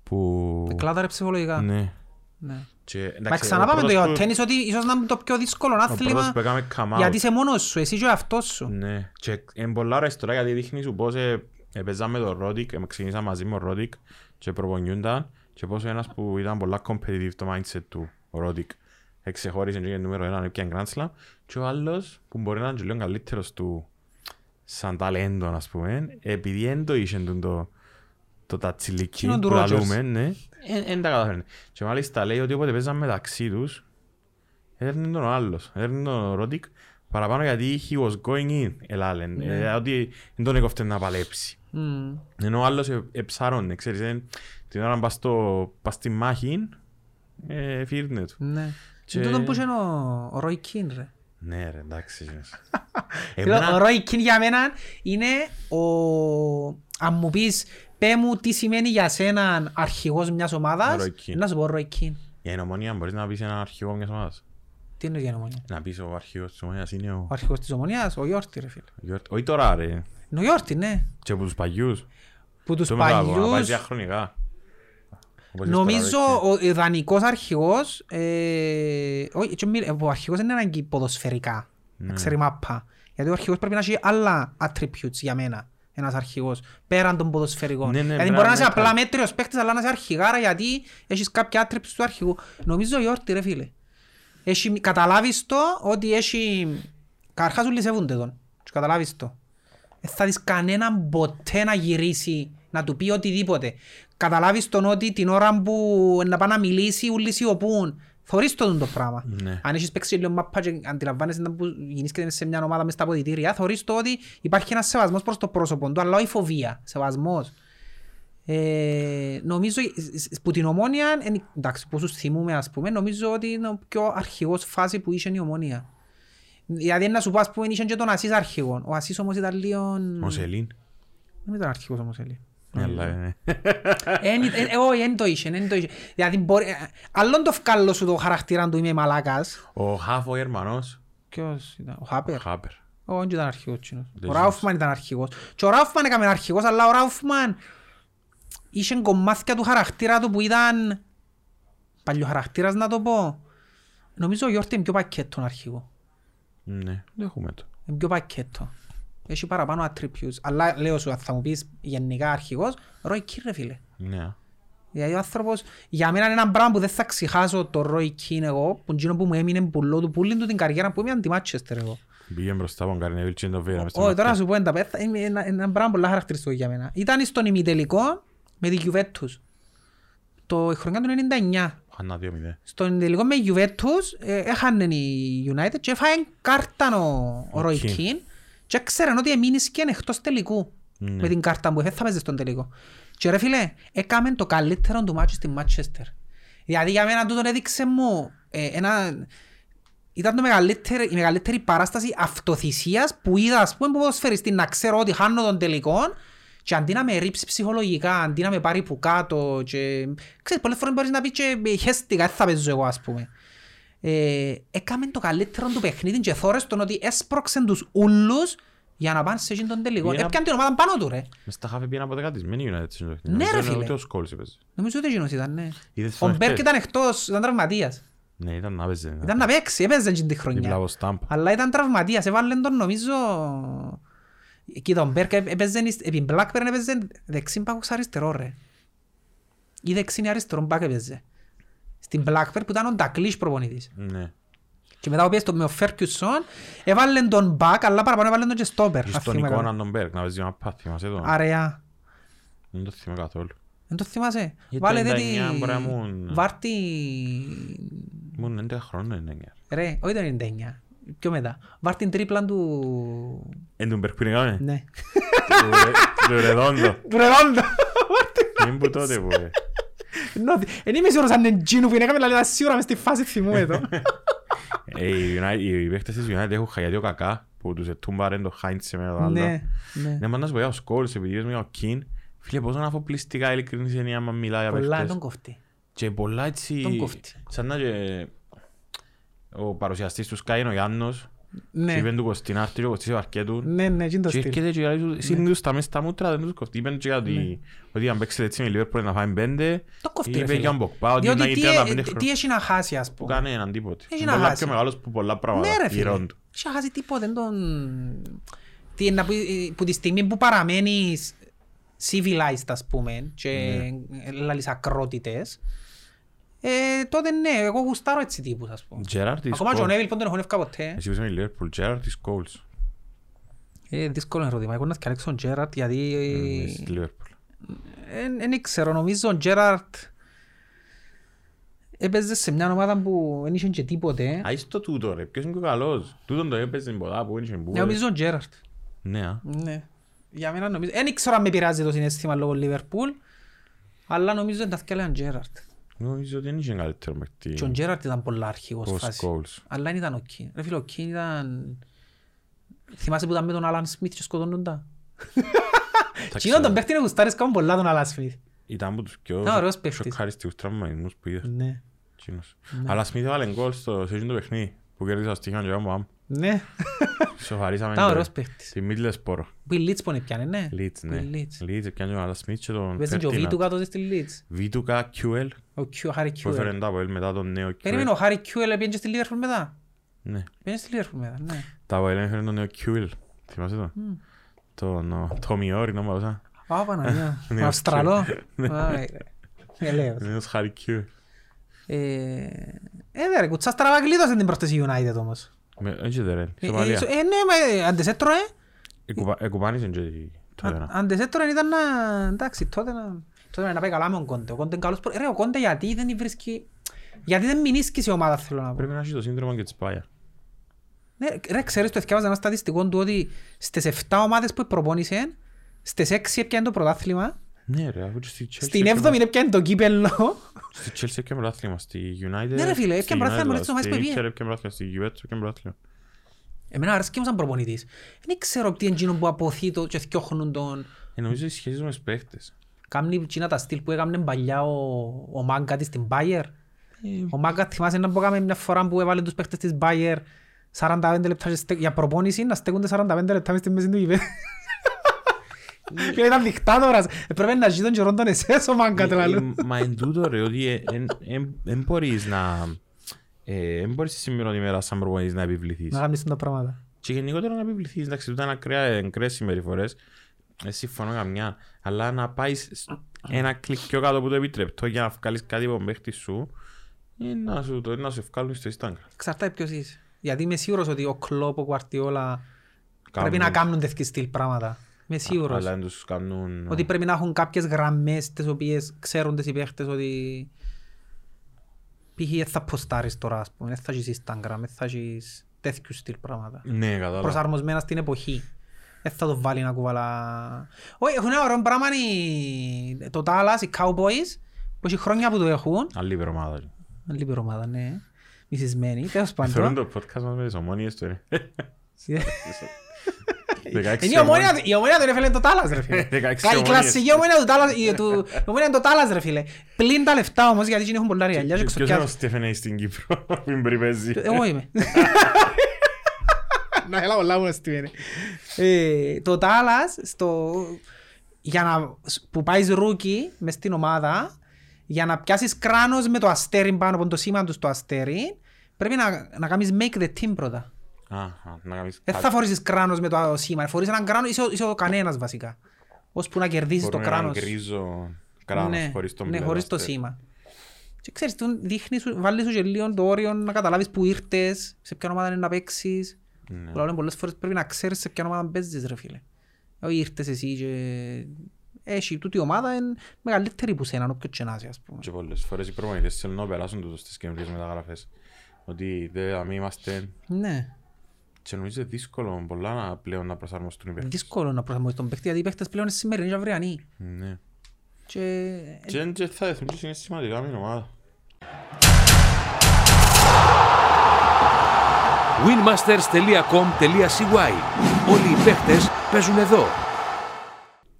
που... Κλάδαρε ψυχολογικά. Ναι. Ναι. Και, εντάξει, Μα ο ξαναπάμε το πρώτος για που- τέννις ότι ίσως να είναι το πιο δύσκολο Ο πρώτος άθλημα που έκαμε come out. γιατί είσαι μόνος σου, εσύ και ο αυτός σου. Ναι. Και είναι πολλά ωραία ιστορία γιατί δείχνει σου πώς ε, ε, παίζαμε τον Ρόντικ, ε, ξεκινήσα μαζί με τον Ρόντικ και προπονιούνταν και πόσο ένας που ήταν πολλά competitive το mindset του, ο Ρόντικ. Εξεχώρισε και νούμερο έναν έπιαν Grand Slam και ο άλλος που μπορεί να είναι και λίγο καλύτερος του σαν ταλέντο, ας πούμε, επειδή δεν το είχε τον το, το τατσιλίκι Εκείνον του που Rogers. λαλούμε, ναι, δεν τα καταφέρνει. Και μάλιστα λέει ότι όποτε παίζαν μεταξύ τους, Έρνει τον ο άλλος, έρνει τον ο Ρόντικ παραπάνω γιατί he was going in, ελάλεν, Ναι. ε, ότι δεν τον έκοφτε να παλέψει. Μμ. Ενώ ο άλλος ε- εψάρωνε, ξέρεις, ε, την ώρα πας, στο, πας στη μάχη, ε, φύρνε του. Ναι. Και- Και... Τούτον που είχε ο- ο Ρόι Κίν, ρε. Ναι ρε, εντάξει. ξέρεις. Εμένα... Ο Εμένα, Ρόι Κίν για μένα είναι ο... Αν μου πεις, πέ μου τι σημαίνει για σένα αρχηγός μιας Ο ομάδας, Roy Keane. να σου πω Ρόι Κίν. για ενομονία μπορείς να πεις έναν αρχηγό μιας ομάδας. Τι είναι για νομονία. Να πεις ο αρχηγός της ομάδας είναι ο... Ο αρχηγός της ομονίας, ο Γιόρτη, ρε φίλε. Γιόρτη. Όχι τώρα ρε, Είναι ο Γιόρτη, ναι. και από τους παλιούς. Που τους Το μετά, να πάει παλιούς... διαχρονικά. Όπως εις Νομίζω τώρα, ρε, ο ιδανικός αρχηγός, ε, όχι, και μη- ο αρχηγός είναι ανάγκη ποδοσφαιρικά, Ναι. να ξέρει μάπα. Γιατί ο αρχηγός πρέπει να έχει άλλα attributes για μένα, ένας αρχηγός, πέραν των ποδοσφαιρικών. Ναι, ναι, δηλαδή πρέπει μπορεί να να είσαι είναι απλά καλ- μέτριος παίκτης, αλλά να είσαι αρχηγάρα γιατί έχεις κάποια attributes του αρχηγού. Νομίζω ο Ιόρτη ρε φίλε. Έχει, καταλάβεις το ότι έχει... Καρχάς όλοι σεβούνται τον. Και καταλάβεις το. Δεν θα δεις κανέναν ποτέ να γυρίσει, να του πει οτιδήποτε. Καταλάβεις τον ότι την ώρα που να πάει να μιλήσει, όλοι σιωπούν. Θωρείς το τον το πράγμα. Ναι. Αν έχεις παίξει λίγο μάπα και αντιλαμβάνεσαι να που γεννήσκεται σε μια ομάδα μες στα ποδητήρια, θωρείς το ότι υπάρχει ένας σεβασμός προς το πρόσωπο του, αλλά όχι φοβία, σεβασμός. Ε, νομίζω σ- σ- που την ομόνια, εν- εντάξει, πόσους θυμούμε ας πούμε, νομίζω ότι είναι ο πιο αρχηγός φάση που είχε η ομόνια. Δηλαδή να σου πω ας πούμε είχε και τον Ασίς αρχηγόν. Ο Ασίς όμως ήταν λίγο... Ο Σελήν. Δεν ήταν αρχηγός όμως Ελί. Αλλά, Ναι. ε, Εν- εν- ε, Όχι, δεν το είχε, εν το είχε. Δηλαδή μπορεί... Άλλον το φκάλλω σου το χαρακτήρα του είμαι μαλάκας. Ο Χάφ ο Γερμανός. Ποιος ήταν, ο Χάπερ. Χάπερ. Όχι, δεν ήταν αρχηγός. τσινός. Δεν Ο ξέρω. Ράουφμαν ήταν αρχηγός. Και ο Ράουφμαν έκαμε αρχηγός, αλλά ο Ράουφμαν είχε κομμάτια του χαρακτήρα του που ήταν παλιοχαρακτήρας να το πω. Νομίζω ο Γιώργη είναι πιο πακέτον αρχηγό. Ναι, δεν έχουμε το. Είναι πιο πακέτο. Έχει παραπάνω attributes. Αλλά λέω σου, αν θα μου πεις γενικά αρχηγός, Roy Keane ρε φίλε. Ναι. Δηλαδή ο άνθρωπος, για μένα είναι ένα πράγμα που δεν θα ξεχάσω το Roy Keane εγώ, που εκείνο που μου έμεινε πουλό του πουλήν του την καριέρα που έμεινε αντι-Manchester εγώ. Πήγε μπροστά από τον Καρνεβίλ και τον πήρα μες στο Όχι, μάτι. τώρα να σου πω εν τα πέθα, είναι ένα, ένα πράγμα πολλά χαρακτηριστικό για μένα. Ήταν στον ημιτελικό με τη Juventus. Το η χρονιά του 99. Χανά 2-0. Στον ημιτελικό με τη Juventus ε, έχανε η United και έφαγε κάρταν ο, ο Ο Roy Keane. Keane και ξέραν ότι εμείνησκε εκτός τελικού. Ναι. Με την κάρτα που έφερε θα παίζεις στον τελικό. Και ρε φίλε, έκαμε το καλύτερο του μάτσο στη Μάτσεστερ. Δηλαδή για μένα τούτον έδειξε μου ε, ένα... Ήταν το μεγαλύτερο, η μεγαλύτερη παράσταση αυτοθυσίας που είδα ας πούμε που ποδοσφαιριστή να ξέρω ότι χάνω τον τελικό και αντί να με ρίψει ψυχολογικά, αντί να με πάρει που κάτω και... Ξέρεις, πολλές φορές μπορείς να πεις και «Ε, χέστηκα, δεν θα παίζω εγώ ας πούμε. Ε, έκαμε το καλύτερο του παιχνίδι και θόρες τον ότι έσπρωξε τους ούλους για να πάνε σε εκείνον τον τελικό. Μια- Έπιαν την ομάδα πάνω του ρε. Μες στα Χάφ πήγαινε από δεκατισμένη η United στην United. Ναι, ρε, Ούτε- φίλε. Ούτε ο Σκόλς έπαιζε. Νομίζω ότι εκείνος ήταν, ναι. Είδες τους Ο εχθές. Μπέρκ ήταν εκτός, ήταν τραυματίας. Ναι, ήταν να παίζει. Ήταν να παίξει, έπαιζε εκείνη τη Δίπλα χρονιά. από Στάμπ. Αλλά ήταν τραυματίας, έβαλε τον νομίζω... Κοίτα, ο Μπέρκ ε, έπαιζε, εις- επί Blackburn έπαιζε δεξιν πάγος αριστερό ρε. Ή δεξιν ή αριστερό μπακ έπαιζε. Στην Blackburn που ήταν ο Ντακλής προπονητής. Ναι. Και μετά ο οποίος το- με ο Ferguson έβαλε τον μπακ, αλλά παραπάνω έβαλε τον και στόπερ. Και αν Στον θυμάμαι καλά. εικόνα τον Μπέρκ να παίζει ένα πάθ, θυμάσαι τον. Αραιά. Δεν το θυμάμαι καθόλου. Δεν το θυμάσαι. Ή Βάλε 99 τη- μπορεί να ήμουν- Βάρτη... Ήμουν ναι, 11 χρόνων είναι νέα. Ρε, όχι το 99. Πιο μετά. Βάρτη την τρίπλα του... Εν τον Μπέρκ που είναι κάμε. Ναι. Του Ρεδόντο. Του Ρεδόντο. Βάρτη. Είναι που τότε που ε. Ενώ- Εν είμαι σίγουρος αν είναι Τζίνου που είναι έκαμε, αλλά σίγουρα μες στη φάση θυμούμε το. Ε, οι United- Οι παίχτες της United έχουν χαγιατεί ο κακά που τους ετούμπαρεν το Χάιντς σε μένα τα άλλα. Ναι, ναι. Ναι, μα να σου πω για ο Σκόλς, επειδή είπες μια ο Κιν, φίλε, πόσο αφοπλιστικά ειλικρινής είναι η άμα μιλάει για Πολλά παίχτες. τον κοφτεί. Και πολλά έτσι... Τον κόφτει. Σαν να και... Ο παρουσιαστής του Sky είναι ο Γιάννος, και Ναι, είπε του Κωστίνα, έρθει και ο Κωστής βαρκέτουν. ναι, ναι, εκείνο το Και στυλ. έρχεται και λέει του, «Εσύ τους τα μέσα στα μούτρα, δεν τους κοφτεί. Είπεν και ότι- ότι αν παίξετε έτσι με Liverpool να φάμε πέντε. Ναι. Το κοφτεί, ρε Είπε για φίλε. τον Ποκπά, ότι να Διότι γίνει τι, 35 ε, χρόνια. τι έχει να χάσει, ας Που πούμε. κάνει έναν τίποτε. Έχει Είναι να πολλά χάσει. πιο μεγάλος που πολλά πράγματα Ναι ρε φίλε, γύρω του. είχε χάσει τίποτε, δεν τον... Τι, να, πει- που τη στιγμή που παραμένεις civilized ας πούμε και Ναι. λαλείς ακρότητες, ε, τότε ναι, εγώ γουστάρω έτσι τύπους ας πούμε. Gerrard is Ακόμα και ο Scholes. Νέβιλ που δεν τον χωνεύκα ποτέ. Εσύ πες με Liverpool, Gerrard is Scholes. Ε, δύσκολο ερώτημα, εγώ να θυκαλέξω τον Τζέραρτ γιατί ε, Στη Liverpool. δεν ξέρω, νομίζω ο Τζέραρτ έπαιζε σε μια ομάδα που δεν είχε και τίποτε. Α, είσαι το τούτο ρε, ποιος είναι πιο καλός. Τούτον το έπαιζε πολλά που είναι Ε, Νομίζω ο Τζέραρτ. Ναι, α. Ναι. Για μένα νομίζω. Δεν ξέρω αν με πειράζει το συνέστημα λόγω Λίβερπουλ, αλλά νομίζω ότι θα έναν Τζέραρτ. Νομίζω ότι δεν είχε καλύτερο παίκτη Και ο Τζέραρτ ήταν πολλά αρχηγός ο φάση. Scholes. Αλλά δεν ήταν ο Κιν. Ρε φίλε, ο Κιν ήταν... Θυμάσαι που ήταν με τον Άλαν Σμιθ και σκοτώνουν τα. Τα Και ήταν ξέρω. τον παίχτη να γουστάρεις κάμουν πολλά τον Άλαν Σμιθ. Ήταν από τους πιο Ήταν ωραίος παίκτης. σοκαριστικούς τραυματισμούς που είδα. Ναι. Εκείνος. Αλλά Smith έβαλε γκολ στο σε εκείνο το παιχνίδι που κέρδισε ο Στίχαν και ο Άμπαμ. Ναι. Σοφαρίσαμε Ήταν το- ωραίος παίχτης. Τη Middlesbrough. Που η Λίτς πόνε πιάνε, ναι. Leeds, ναι. Η Leeds. Leeds, έπιανε ο Άλαν Smith και τον Παίζει και ο Ferdinand. Βίτου κάτω στη Λίτς. Βίτουκα, QL, Ο Κιου, ο Χάρη που Κιουέλ. έφερε τα Αποέλ μετά τον νέο QL. Περίμενε, ο Χάρη Κιουέλ έπιανε και στη Λίβερπουλ μετά. Ναι. Έπιανε στη Λίβερπουλ μετά, ναι. Τα Αποέλ έφερε τον νέο QL. Θυμάσαι το. Τον ο, Tommy Orr, να παούσα. Α, Παναγία. Ναι, Ο Αυστραλό. ναι. Άι, ρε. Ελέος. Ο νέος Harry QL. Ε, ε, δε ρε, κουτσάς στραβά κλείδωσε την πρόθεση United όμως. Με- έτσι δεν ρε, Ε, σε παλιά. ε, ε, ναι, μα ε, αν τες έτρωε, Εκουπα- εκουπάνησαν και οι- το αν- έδρα. αν τες έτρωε ήταν να... Εντάξει, τότε να... Τότε να πάει καλά με τον Κόντε. Ο Κόντε είναι καλός... προ- Ρε, ο Κόντε γιατί δεν τη βρίσκει... Γιατί δεν μην ίσκησε η ομάδα, θέλω να πω. Πρέπει να έχει το σύνδρομο και της Πάια. Ναι, ρε, ξέρεις, το εθιάβαζα ένα στατιστικό του ότι στις 7 ομάδες που προπόνησε, στις 6 έπιανε το πρωτάθλημα, Ναι ρε, αφού και στη Chelsea στην έπιανε- 7η έπιανε το κύπελλο. Στη Chelsea έπιανε πρωτάθλημα, στη United... Ναι, ρε, φίλε, στη έπιανε πρωτάθλημα United, με όλες τις ομάδες που στη έπιανε. Inter έπιανε πρωτάθλημα, στη Juventus έπιανε πρωτάθλημα. Εμένα αρέσκει μου σαν προπονητής. Δεν ξέρω τι είναι εκείνο που αποθεί το και θκιώχνουν τον... Ε, νομίζω οι σχέσεις με τους παίχτες. Κάμνει εκείνα τα στυλ που έκαμε παλιά ο, ο Μάγκα της στην Bayer. Ε, Ο Μάγκα θυμάσαι να που έκαμε μια φορά που έβαλε τους παίχτες της Bayer 45 λεπτά και στέ- για προπόνηση να στέκονται 45 λεπτά μες στη μέση του γηπέδου. Φίλε, Ήταν δικτάτορας. Έπρεπε να ζει τον καιρό τον εσές ο Μάγκα Ε. Ε, τραλού. ε, Μα εν τούτο ρε, ότι ε, εν- εν- εν μπορείς να... ε, εν μπορείς στη σήμερα τη μέρα σαν προπονητής να επιβληθείς. Να κάνεις τα πράγματα. Και γενικότερα να επιβληθείς, εντάξει, τούτα είναι ακραία, εγκρές συμπεριφορές. Δεν συμφωνώ καμιά. Αλλά να πάεις ένα κλικ πιο κάτω που το επιτρεπτό για να βγάλεις κάτι από τον παίχτη σου, είναι να σου, το, να σου βγάλουν στο Instagram. Εξαρτάται ποιος είσαι. Γιατί είμαι σίγουρος ότι ο Κλόπ, ο Κουαρτιόλα πρέπει Κάνουν. να κάνουν τέτοιες στυλ πράγματα. Είμαι σίγουρος. Αλλά ναι. δεν τους κάνουν... Ότι πρέπει να έχουν κάποιες γραμμές τις οποίες ξέρουν τις οι παίχτες ότι π.χ. δεν θα ποστάρεις τώρα ας πούμε, δεν θα έχεις Instagram, δεν θα έχεις τέτοιου στυλ πράγματα. Ναι, κατάλαβα. Προσαρμοσμένα στην εποχή. Δεν θα το βάλει να κουβαλά... Όχι, έχουν ένα ωραίο πράγμα οι- το Dallas, οι Cowboys, που έχει χρόνια που το έχουν. Άλλη υπερομάδα. ρε. Λίπη ομάδα, ναι. Μισισμένη, τέλος Θεωρούν πάντων. το podcast μας με τις ομόνιες του, ρε. Ε, Είναι Ε, η ομόνια, η ομόνια δεν έφερε το τάλας ρε φίλε. Δεκαέξι Κα- Η ομόνιες. κλασική ομόνια του τάλας, η- του- η ομόνια είναι το τάλας ρε φίλε. Πλην τα λεφτά όμως γιατί εκείνοι έχουν πολλά ριαλιά και Ποιος είναι ο ξοπιάζουν. Στέφεν Αϊ στην Κύπρο, μην περιπέζει. Ε, Εγώ είμαι. Να έλα πολλά μου στη μέρα. Ε, Το τάλας στο... Για να, που πάεις ρούκι μες στην ομάδα, για να πιάσεις κράνος με το αστέρι πάνω από το σήμα τους στο αστέρι, πρέπει να, να κάνεις make the team πρώτα. Αχα, να κάνεις Δεν Ε, θα κάτι. φορήσεις κράνος με το σήμα. Φορείς έναν κράνο, είσαι, ο- είσαι ο κανένας βασικά. Ώσπου να κερδίσεις το Φορούν έναν κράνος. γκρίζο κράνος, ναι, χωρίς το ναι, μπλε χωρίς το αστέρι. σήμα. Και ξέρεις, τον δείχνεις, σου- βάλεις σου και λίγο το όριο να καταλάβεις που ήρθες, σε ποια ομάδα είναι να παίξεις. Ναι. Που λαλούν πολλές φορές πρέπει να ξέρεις σε ποια ομάδα παίζεις ρε φίλε. Όχι ήρθες εσύ και... Έχει, τούτη η ομάδα είναι μεγαλύτερη που σένα, όποιος και να είσαι, ας πούμε. Και πολλές φορές οι προπονητές θέλουν να περάσουν τούτο στις καινούργιες μεταγραφές. Ότι δεν μη είμαστε... Ναι, Και νομίζω είναι δύσκολο πολλά να, πλέον να προσαρμοστούν οι παίχτες. δύσκολο να προσαρμόζεις τον παίχτη, γιατί οι παίχτες πλέον είναι σημερινοί και αυριανοί. Ναι. Και... Και δεν και θα δεθούν και συναισθηματικά με την ομάδα. winmasters.com.cy Όλοι οι παίχτες παίζουν εδώ.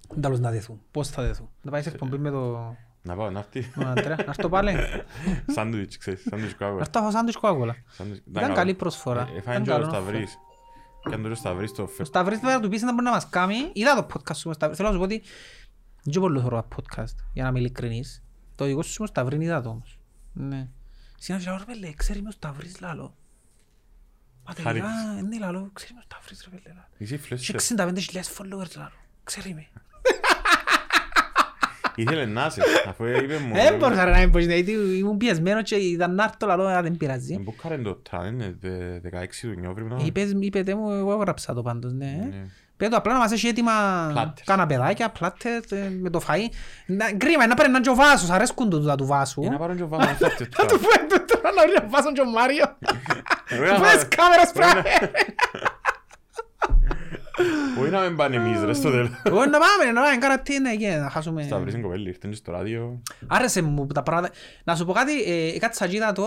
Δεν τα λέω να δεθούν. Πώς θα δεθούν. Να Ε, πάει σε εκπομπή με το... Να πάω να έρθει. με τον Αντρέα. Να έρθω πάλι. Να Σάντουιτς, ξέρεις, σάντουιτς κάβερ. έρθω έχω σάντουιτς κόκολα. Σάντουιτς- ήταν Ήταν καλό. καλή προσφορά. Ε, Ήταν Έφαγε και ο καλό να Σταυρής. Έκανε το Σταυρής το Ο φε- Σταυρής πρέπει να του πεις να μπορεί να μας κάνει. Είδα το podcast σου με Σταυρής. Θέλω να σου πω ότι δεν και πολύ θωρώ τα podcast, για να είμαι ειλικρινής. Το δικό σου με Σταυρήν είδα το όμως. Ναι. Συνάδελφοι, ρε πέλε, ξέρει μες ο Σταυρής λάλο. Μα τελικά, Χάρηκες. ναι λάλο, ξέρει μες ο Σταυρής ρε πέλε. λάλο. Είσαι ε, Έχει φλέσσερ. 65.000 followers λάλο. Ξέρει με. Ήθελε να είσαι, αφού είπε μου. Δεν μπορούσα ρε, Ε, να είμαι πως είναι, γιατί ήμουν πιεσμένος και είδα να έρθω λάλο, αλλά δεν πειράζει. Ε, Μπούκαρε το τραν, είναι δε- 16 του νιώ πρέπει να είναι. Είπες- Είπετε μου, εγώ έγραψα το πάντως, ναι. Ναι. Πρέπει απλά να μας έχει έτοιμα Πλάτερς. καναπεδάκια, πλάτες, ε, με το φαΐ. Να, κρίμα, να παίρνει να είναι και ο Βάσος, αρέσκουν του τα του Βάσου. Ε, να πάρουν και ο Βάσος, να έρθει τώρα. Του φέρνουν τώρα να ρίχνει ο Βάσος και ο Μάριο. Ωραία, Του να- φέρνεις ε, κάμερες ναι. πράγμα. Μπορεί να μην πάνε εμείς ρε Ε. στο τέλος. Όχι να πάμε, να πάμε, κάνα τι είναι, για να χάσουμε. Σταυρής είναι κοπέλη, ήρθαν και στο ράδιο. Άρεσε μου που τα πράγματα. Να σου πω κάτι, ε, κάτσα και είδα το.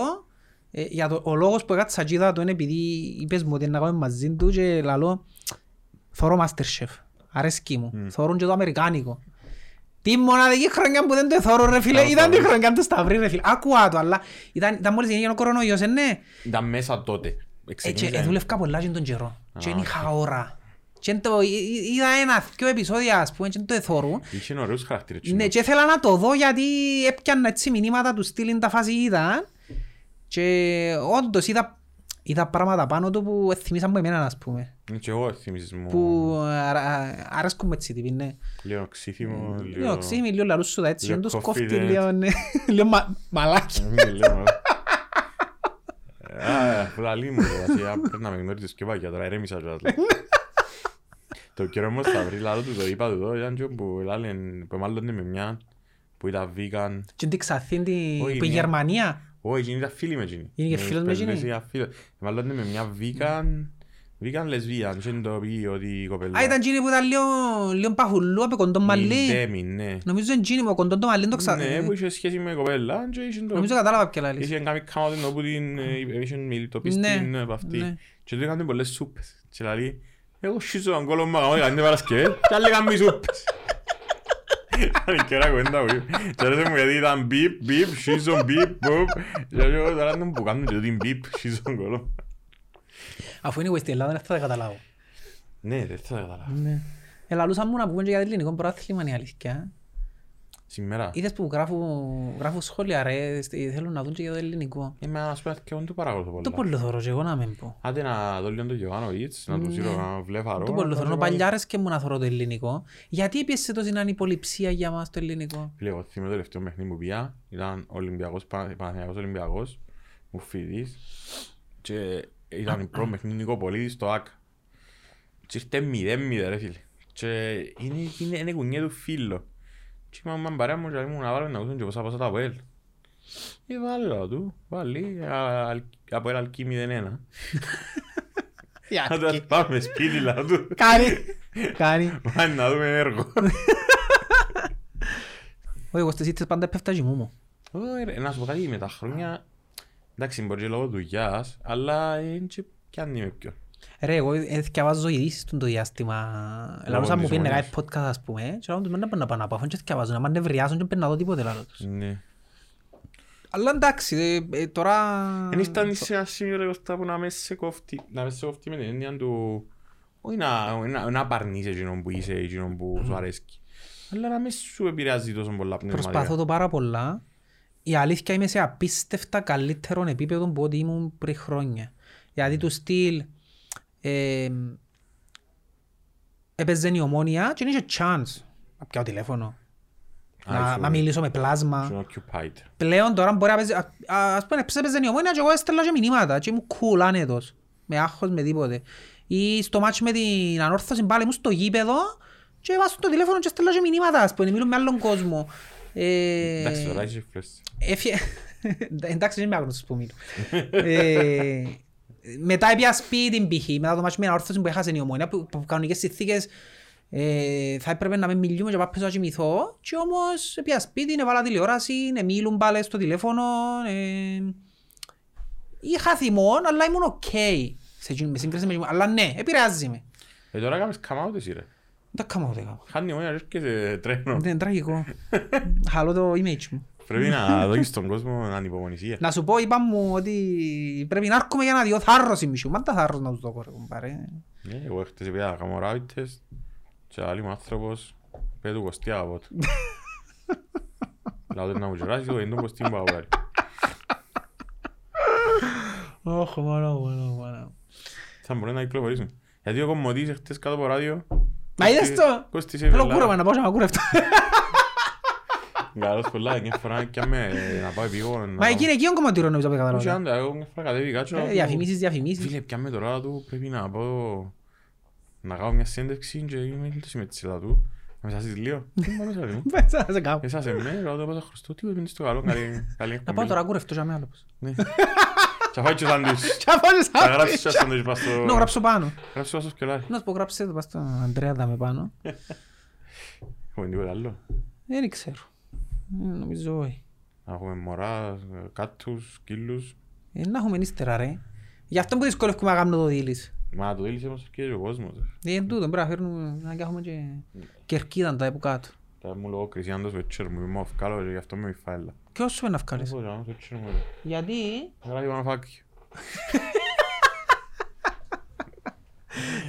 ε, για το- ο λόγος που κάτσα και είδα το είναι επειδή είπες μου ότι να κάνουμε μαζί του και λαλώ θωρώ Masterchef. Αρέσκει μου. Θωρούν και το αμερικάνικο. Τη μοναδική χρονιά που δεν το θωρώ ρε φίλε, Καλό ήταν τη Σταυρί. χρονιά του Σταυρί ρε φίλε. Άκουα το, αλλά ήταν, ήταν μόλις γεννήγε ο κορονοϊός, ε, ναι. Ήταν μέσα τότε. Ε, και, Ξεκίνησε. ε, δούλευκα πολλά και τον καιρό. Και δεν Α, είχα ώρα. Και το, ε, ε, είδα ένα, δυο επεισόδια ας πούμε και δεν το εθώρουν. Είχε ωραίους χαρακτήρες. Ναι, και ήθελα να το δω γιατί έπιανα έτσι μηνύματα τους στείλουν τα φάση είδα και όντως είδα, είδα πράγματα πάνω του που θυμήσαν μου εμένα, ας πούμε. Ναι, και εγώ θυμίζεις μου. Που αρα- α- αρέσκουν με έτσι τύποι, ναι. Λίγο ξύθιμο, λίγο... Ε, Λίγο ξύμι, λίγο λαρούσου τα έτσι, λίγο και τους κόφτει confident. λίγο, ναι. Λίγο μα- μαλάκι. Ε, λίγο. Ε, α, Λαλή μου, ρε, βασικά, πρέπει να με γνωρίζεις και πάγια, τώρα ηρέμησα κιόλας. Το κύριο μου Σταυρή, λάλο του το είπα του εδώ, ήταν και που λάλεν, που μάλλον με μια που ήταν vegan. Και την ξαθήν την- Όχι, που η ναι. Γερμανία. Όχι, εκείνη ήταν φίλη με εκείνη. Είναι και φίλος με πελούση, εκείνη. ήταν φίλος. Μάλλον με μια vegan, vegan lesbian, και το πει ότι η κοπέλα. Α, ήταν εκείνη που ήταν λίγο- λίγο παχουλού, από κοντό Η μαλλί. Demi, ναι. Νομίζω είναι εκείνη που κοντό το μαλλί, το ξα- Ναι, που είχε σχέση με κοπέλα, και είχε το- Νομίζω κατάλαβα ποια λαλείς. Είχε κάνει κάματεν όπου την ε, είχε μιλτοποιήσει Ναι, την, ε, από αυτή. ναι. Και του έκαναν πολλές σούπες. Και λέει, εγώ σύζω τον κόλο μου αγαμώ την Παρασκευή και άλλοι έκαναν μη σούπες. Ήταν καιρά κουβέντα που είπε. Και άρεσε μου γιατί ήταν μπιπ, μπιπ, σύζω μπιπ, μπουπ. Και λέω, «Εγώ τώρα δεν που κάνουν και την μπιπ, σύζω τον κόλο μου». Αφού είναι στην Ελλάδα, δεν θα τα καταλάβω. Ναι, δεν θα τα καταλάβω. Ελαλούσα μου να πούμε και για το ελληνικό πρόθυμα είναι η αλήθεια. Σήμερα. Είδες που γράφουν, γράφουν σχόλια ρε, στε- θέλουν να δουν και για το ελληνικό. Είμαι ένας πέρας και εγώ δεν του παρακολουθώ πολλά. Το πολύ θωρώ και εγώ να μην πω. Άντε να δω λίγο τον Γιωβάνοβιτς, να του σύρω ένα βλέφαρο, Το να πολύ τον θωρώ. βάλω. Παλιά και μου να θωρώ το ελληνικό. Γιατί πίεσε τόσο να είναι υποληψία για μας το ελληνικό. Φίλε, εγώ θυμάμαι το τελευταίο παιχνίδι που πήγα, ήταν Ολυμπιακός, Πανα- Παναθηναϊκός Ολυμπιακός, μου φίδης και ήταν η πρώτη παιχνίδι Νικοπολίδης στο ΑΚ. Και ήρθε 0-0 ρε φίλε. Και είναι, είναι, είναι κουνιέ του φίλο. Και είπα μαν παρέα μου και λέει μου να βάλω να ακούσουν και πόσα πόσα τα ΑΠΟΕΛ. Και Ε, βάλω του, βάλει, α, αλ- ΑΠΟΕΛ Αλκή 0-1. Άντε, ας πάμε σπίτι λα του, Κάνει. Κάνει. πάμε να δούμε έργο. Όχι, εγώ στις ήττες πάντα πέφτα γυμού μου. Ω, ρε, Να σου πω κάτι με τα χρόνια. Εντάξει, μπορεί και λόγω δουλειάς, αλλά έτσι πιάνει με πιο. Ρε, εγώ ε, θκιαβάζω ειδήσεις του το διάστημα. Ελαλούσα μου της πήρνε Ομόνιας. κάτι podcast ας πούμε. Και λέω τους «Μα να πάνε να πάνε να πάθουν και θκιαβάζω, να μ' ανεβριάζουν και πέρνα δω τίποτε λαλός τους. Ναι. Αλλά εντάξει, ε, ε, τώρα... Εν ήταν σε ένα σημείο ρε Κωστά, που να με σε κόφτει. Να με σε κόφτει με την έννοια του... Όχι να, να, να απαρνείς εκείνον που είσαι, εκείνον που σου αρέσκει. Αλλά να μες σου επηρεάζει τόσο πολλά πνευματικά. Προσπαθώ το πάρα πολλά. Η αλήθεια είμαι σε απίστευτα καλύτερο επίπεδο που ό,τι ήμουν πριν χρόνια. Γιατί του στυλ ε, έπαιζε η ομόνια και δεν είχε chance να πιάω τηλέφωνο. Α, να, ήσουν- να μιλήσω με πλάσμα. ήσουν occupied. Πλέον τώρα μπορεί να παίζει, α- α- ας πούμε έπαιζε η ομόνια και εγώ έστελα και μηνύματα και ήμουν cool άνετος, με άγχος, με τίποτε. Ή στο μάτς με την ανόρθωση πάλι μου στο γήπεδο και βάζω το τηλέφωνο και έστελα και μηνύματα, ας πούμε, μιλούν με άλλον κόσμο. Ε, Εντάξει, τώρα είσαι φλέστη. έφυγε- Εντάξει, δεν είμαι άγνωστος που μιλούν. Ε, μετά έπια σπίτι π.χ. μετά το μάτς με την ανόρθωση που έχασε η ομόνια, που, που κανονικές συνθήκες Ε, θα έπρεπε να με μιλούμε και πάω πίσω να κοιμηθώ και όμως πια σπίτι, έβαλα τηλεόραση, ε, μίλουν πάλι στο τηλέφωνο. Ε, είχα θυμόν, αλλά ήμουν οκ. Σε εκείνη- με σύγκριση με εκείνη- αλλά ναι, επηρεάζει με. Ε, τώρα κάνεις come out εσύ ρε. Δεν τα κάνω ούτε κάνω. Χάνει μόνο και σε τρένο. Δεν είναι τραγικό. Χαλώ το image μου. Πρέπει να δώσεις στον κόσμο ανυπομονησία. Να σου πω, είπα μου ότι πρέπει να έρχομαι για να δω θάρρος η μισού. Μα τα θάρρος να τους δω, ρε κουμπάρε. Ναι, εγώ χτες επειδή θα κάνω ride test και άλλη μου άνθρωπος πέτω του κοστιά από του. Λάω τον να μου γεράσεις, εγώ δεν τον κοστί μου πάω πάλι. Όχι, μόνο, μόνο, μόνο. Θα μπορούν να κυκλοφορήσουν. Γιατί ο κομμωτής χτες κάτω από ράδιο... Μα είδες το? Κοστίσε Θέλω κούρεμα να πάω και να κούρευτω. Καλώς πολλά, μια φορά και με να πάω επίγον. να Μα πάω- εκείνη εκείνον κομματήρο νομίζω που Όχι, καταλάβω. άντα, εγώ μια φορά κατέβηκα και... Ε, να του- Διαφημίσεις, διαφημίσεις. Φίλε, πιάμε τώρα του, πρέπει να πάω... Να κάνω μια σύνδεξη και είμαι το συμμετήσιλα του. Να με σάσεις λίγο. Τι μου είπες, ρε μου. Πέτσα, να σε κάνω. Εσάς εμέ, ρωτάω το πόσα χρωστώ, τι είναι στο καλό, καλή καλή Ναι. Να εκπομπή. πάω τώρα να κούρευτω για μένα. άλλος. Ναι. Θα φάει και σάντουιτς. Και να πάω και Θα σαν- γράψεις και σάντουιτς πας στο... Να γράψω πάνω. Γράψεις πας στο σκελάρι. Να σου πω γράψε το, πας στον Ανδρέα δάμε πάνω. Έχουμε τίποτα άλλο. Δεν ξέρω. Ε, Νομίζω όχι. Να Έχουμε μωρά, κάτους, σκύλους. Ε, Να έχουμε ύστερα ρε. Γι' αυτό που δυσκολεύκουμε να κάνουμε το δίλης. Μα το δίλησε μας και ο κόσμος. ε. Ε, Εν τούτο, πρέπει να φέρνουμε να έχουμε και κερκίδα τα από κάτω. Τα μου λόγω κρισιάντος στο έτσερ μου, είμαι αυκάλο και γι' αυτό με βιφάλα. Ποιος σου είναι να βγάλεις. Έχω γράμμα στο έτσερ μου. ρε. Γιατί Γράφει πάνω φάκι.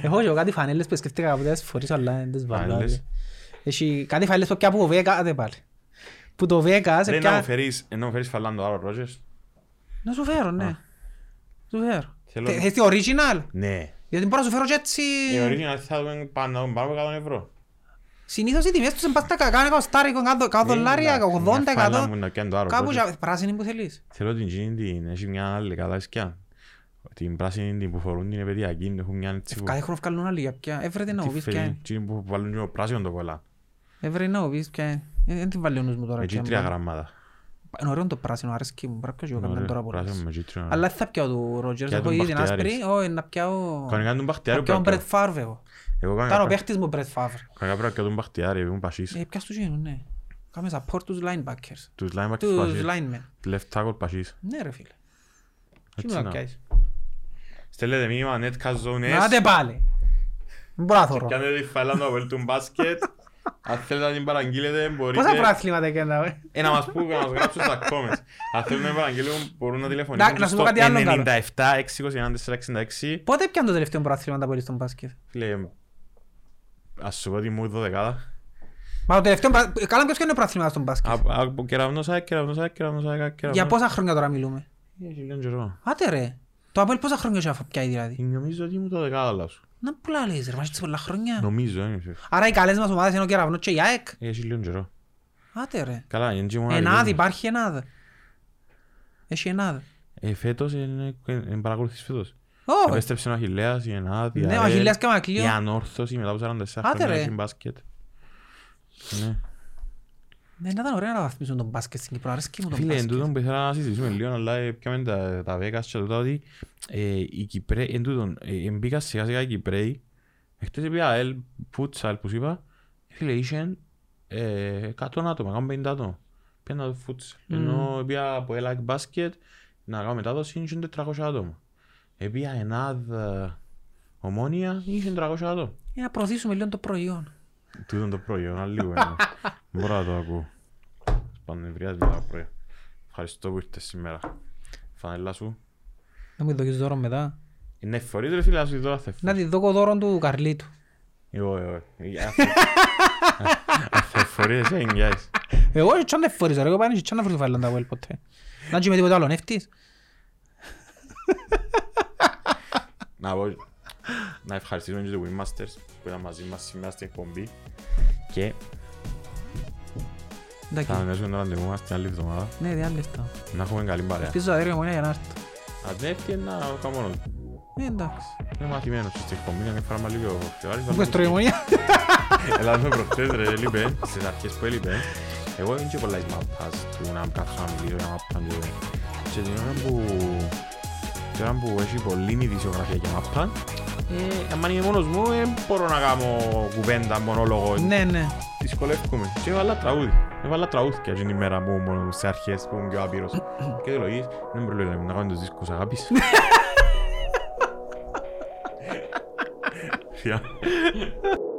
Έχω και εγώ κάτι φανέλες που σκέφτηκα από τις φορείς αλλά δεν τις βάλω. Φανέλες. Έχει κάτι φανέλες που πια από το Βέκα, δεν πάλι. Που το Βέκα σε Ρε να μου πια... φέρεις, ε, να μου φέρεις φαλάντο άλλο Ρότζερς. Να σου φέρω, ναι. Σου φέρω. Θέλω- Θε- Θες τη original. Ναι. Γιατί μπορώ να σου φέρω και έτσι... Η Ε, original θα δούμε πάνω πάνω από 100 ευρώ. Συνήθως οι τιμές τους είναι πας τα κακά, είναι κοστάρικο, κάτω- κάτω δολάρια, Ε, εντάξει, μια 80, φάλα μου να κάνει το 100. Άρο Κάπου Rodgers. και πράσινη που θέλεις. Θέλω την γίνει την, έχει μια άλλη καλά σκιά. Την πράσινη την που φορούν την επαιδιακή, την έχουν μια έτσι που... Κάθε χρόνο βγάλουν άλλη για πια. Έβρετε να τη μου πεις φέρει, ποια είναι. Την που βάλουν και ο πράσινο το κολλά. Έβρετε να μου πεις ποια είναι. Ε, Δεν την βάλει ο νους μου τώρα. Έτσι ποια τρία είναι. γραμμάτα. Είναι ωραίο το πράσινο, αρέσκει μου. Πρέπει και εγώ Ωραίο, έκανα τώρα πολλά. πράσινο με κίτρινο. Αλλά δεν θα πιάω του Ρότζερς, Ναι. Για έχω τον ήδη την Μπαχτιάρης. άσπρη, όχι να πιάω... Κανονικά τον Μπαχτιάρη Να που Ναι, πιάω έπρεπε. Μπρετ Φάρβ εγώ. Εγώ Ήταν ο κανονικά παίχτης μου Μπρετ Φάρβ. κανονικά πρέπει και τον Μπαχτιάρη, ήμουν πασίς. Ε, Πιάσ' τους γίνουν, ναι. Κάμε support τους linebackers, Τους linebackers τους πασίς. linemen. Left tackle πασίς. Ναι ρε φίλε. Τι Έτσι να να. πιάσεις. Στέλνετε μήνυμα, netcast zones. Να, Άντε πάλι. Δεν μπορώ να θωρώ. Κάνετε τη φάλα να βέλτουν μπάσκετ. Αν θέλετε να την παραγγείλετε, μπορείτε. Πόσα προάθληματα έκανα. ε. Ε, να μας πούν, να μας γράψουν στα comments. Αν θέλουν να παραγγείλουν, μπορούν να Να- να τηλεφωνήσουν σου στο πω κάτι άλλο καλό. 97-621-466. Πότε πιάνε το τελευταίο προάθλημα που στον μπάσκετ. Φίλε, ας σου πω ότι μου δωδεκάδα. Μα το τελευταίο πρα- ε, Καλά ποιος κάνει το προάθλημα στον μπάσκετ. Α- ναι. Από κεραυνός, α, κεραυνός, α, κεραυνός, α, κεραυνός. Για πόσα χρόνια τώρα μιλούμε. Έχει λίγο καιρό. Άτε ρε. Το Απόελ πόσα χρόνια έχει αφού πιάει Ε, δηλαδή. Νομίζω ότι μου το δεκάδα λάσου. Να που λαλείς ρε, μας έτσι πολλά χρόνια. Νομίζω, ε, νομίζω. Άρα οι καλές μας ομάδες είναι ο Κεραυνός και η ΑΕΚ. Έχει λίγο καιρό. Άτε ρε. Καλά, είναι και μόνο Ενάδ, αριθμός. υπάρχει ενάδ. Έχει ενάδ. Ε, φέτος είναι- είναι παρακολουθείς φέτος. Όχι. Επέστρεψε ο Αχιλλέας, η Ενάδ, η Ναι, ο ΑΕΛ, Αχιλλέας και ο Μακλίος. Η Ανόρθωση μετά από 44 Άντε, χρόνια ρε. έχει μπάσκετ. Ναι. Δεν ήταν ωραία να βαθμίσουν τον μπάσκετ στην Κύπρο. Αρέσκει μου τον Φίλε, εν μπάσκετ. τούτον που ήθελα να συζητήσουμε λίγο, αλλά ε, πιάμε τα, τα Vegas και τούτα ότι ε, οι Κυπρέοι, εν τούτον, ε, μπήκα σιγά σιγά οι Κυπρέοι, εχθές πήγα ΑΕΛ, φούτσαλ που σου είπα, φίλε, είχαν ε, 100 άτομα, κάνουν 50 άτομα, πήγαν να δω φούτσαλ. Ενώ πήγα από ΕΛΑΚ μπάσκετ, να κάνω μετάδοση, είχαν 400 άτομα. Ε, πήγα ΕΝΑΔ, ε, ομόνια, είχαν 300 άτομα. Για να προωθήσουμε λίγο το προϊόν. Τούτον το προϊόν, αλλά λίγο είναι. Μπορώ να το ακούω. Πανευριάζει με τα πρωί. Ευχαριστώ που ήρθες σήμερα. Φανελά σου. Να μου δώσεις δώρο μετά. Είναι φορείς ρε φίλε, ας σου δω Να τη δω δώρο του Καρλίτου. Εγώ, εγώ. Αθεφορείς, δεν νοιάζεις. Εγώ έτσι δεν φορίζω ρε, εγώ πάνε έτσι να φορίζω φάλλον τα Αποέλ ποτέ. Να και με τίποτα άλλο, νεύτης. Να πω, να ευχαριστήσουμε και τους Wingmasters που ήταν μαζί μας σήμερα στην εκπομπή και Εντάξει, θα ανανεώσουμε το ραντεβού μας την άλλη εβδομάδα ναι, διάλευτα. να έχουμε καλή παρέα. Ελπίζω τα δέρια μου είναι για να έρθω. Αντέφτει να κάνω μόνο. του. Ε, εντάξει. Είμαι μαθημένος στην εκπομπή, αν έφερα λίγο ο Θεάρης, θα Μου έστρωγε η μονία. Ελάβαμε προχτές ρε, έλειπε, στις αρχές που έλειπε. Εγώ δεν είχε πολλά εις μαπάς του να κάτσω να μιλήσω για μαπά και Και την ώρα που... Την ώρα που έχει πολλή ειδησιογραφία για μαπά, ε, αν είμαι μόνος μου, δεν μπορώ να κάνω κουβέντα, μονόλογο. Ναι, ναι. Δυσκολεύομαι. Και έβαλα τραγούδι. Έβαλα τραγούδια την ημέρα που ήμουν σε αρχές που ήμουν πιο άπειρος. και το λογής, δεν πρέπει να κάνω τους δίσκους αγάπης. Φιά.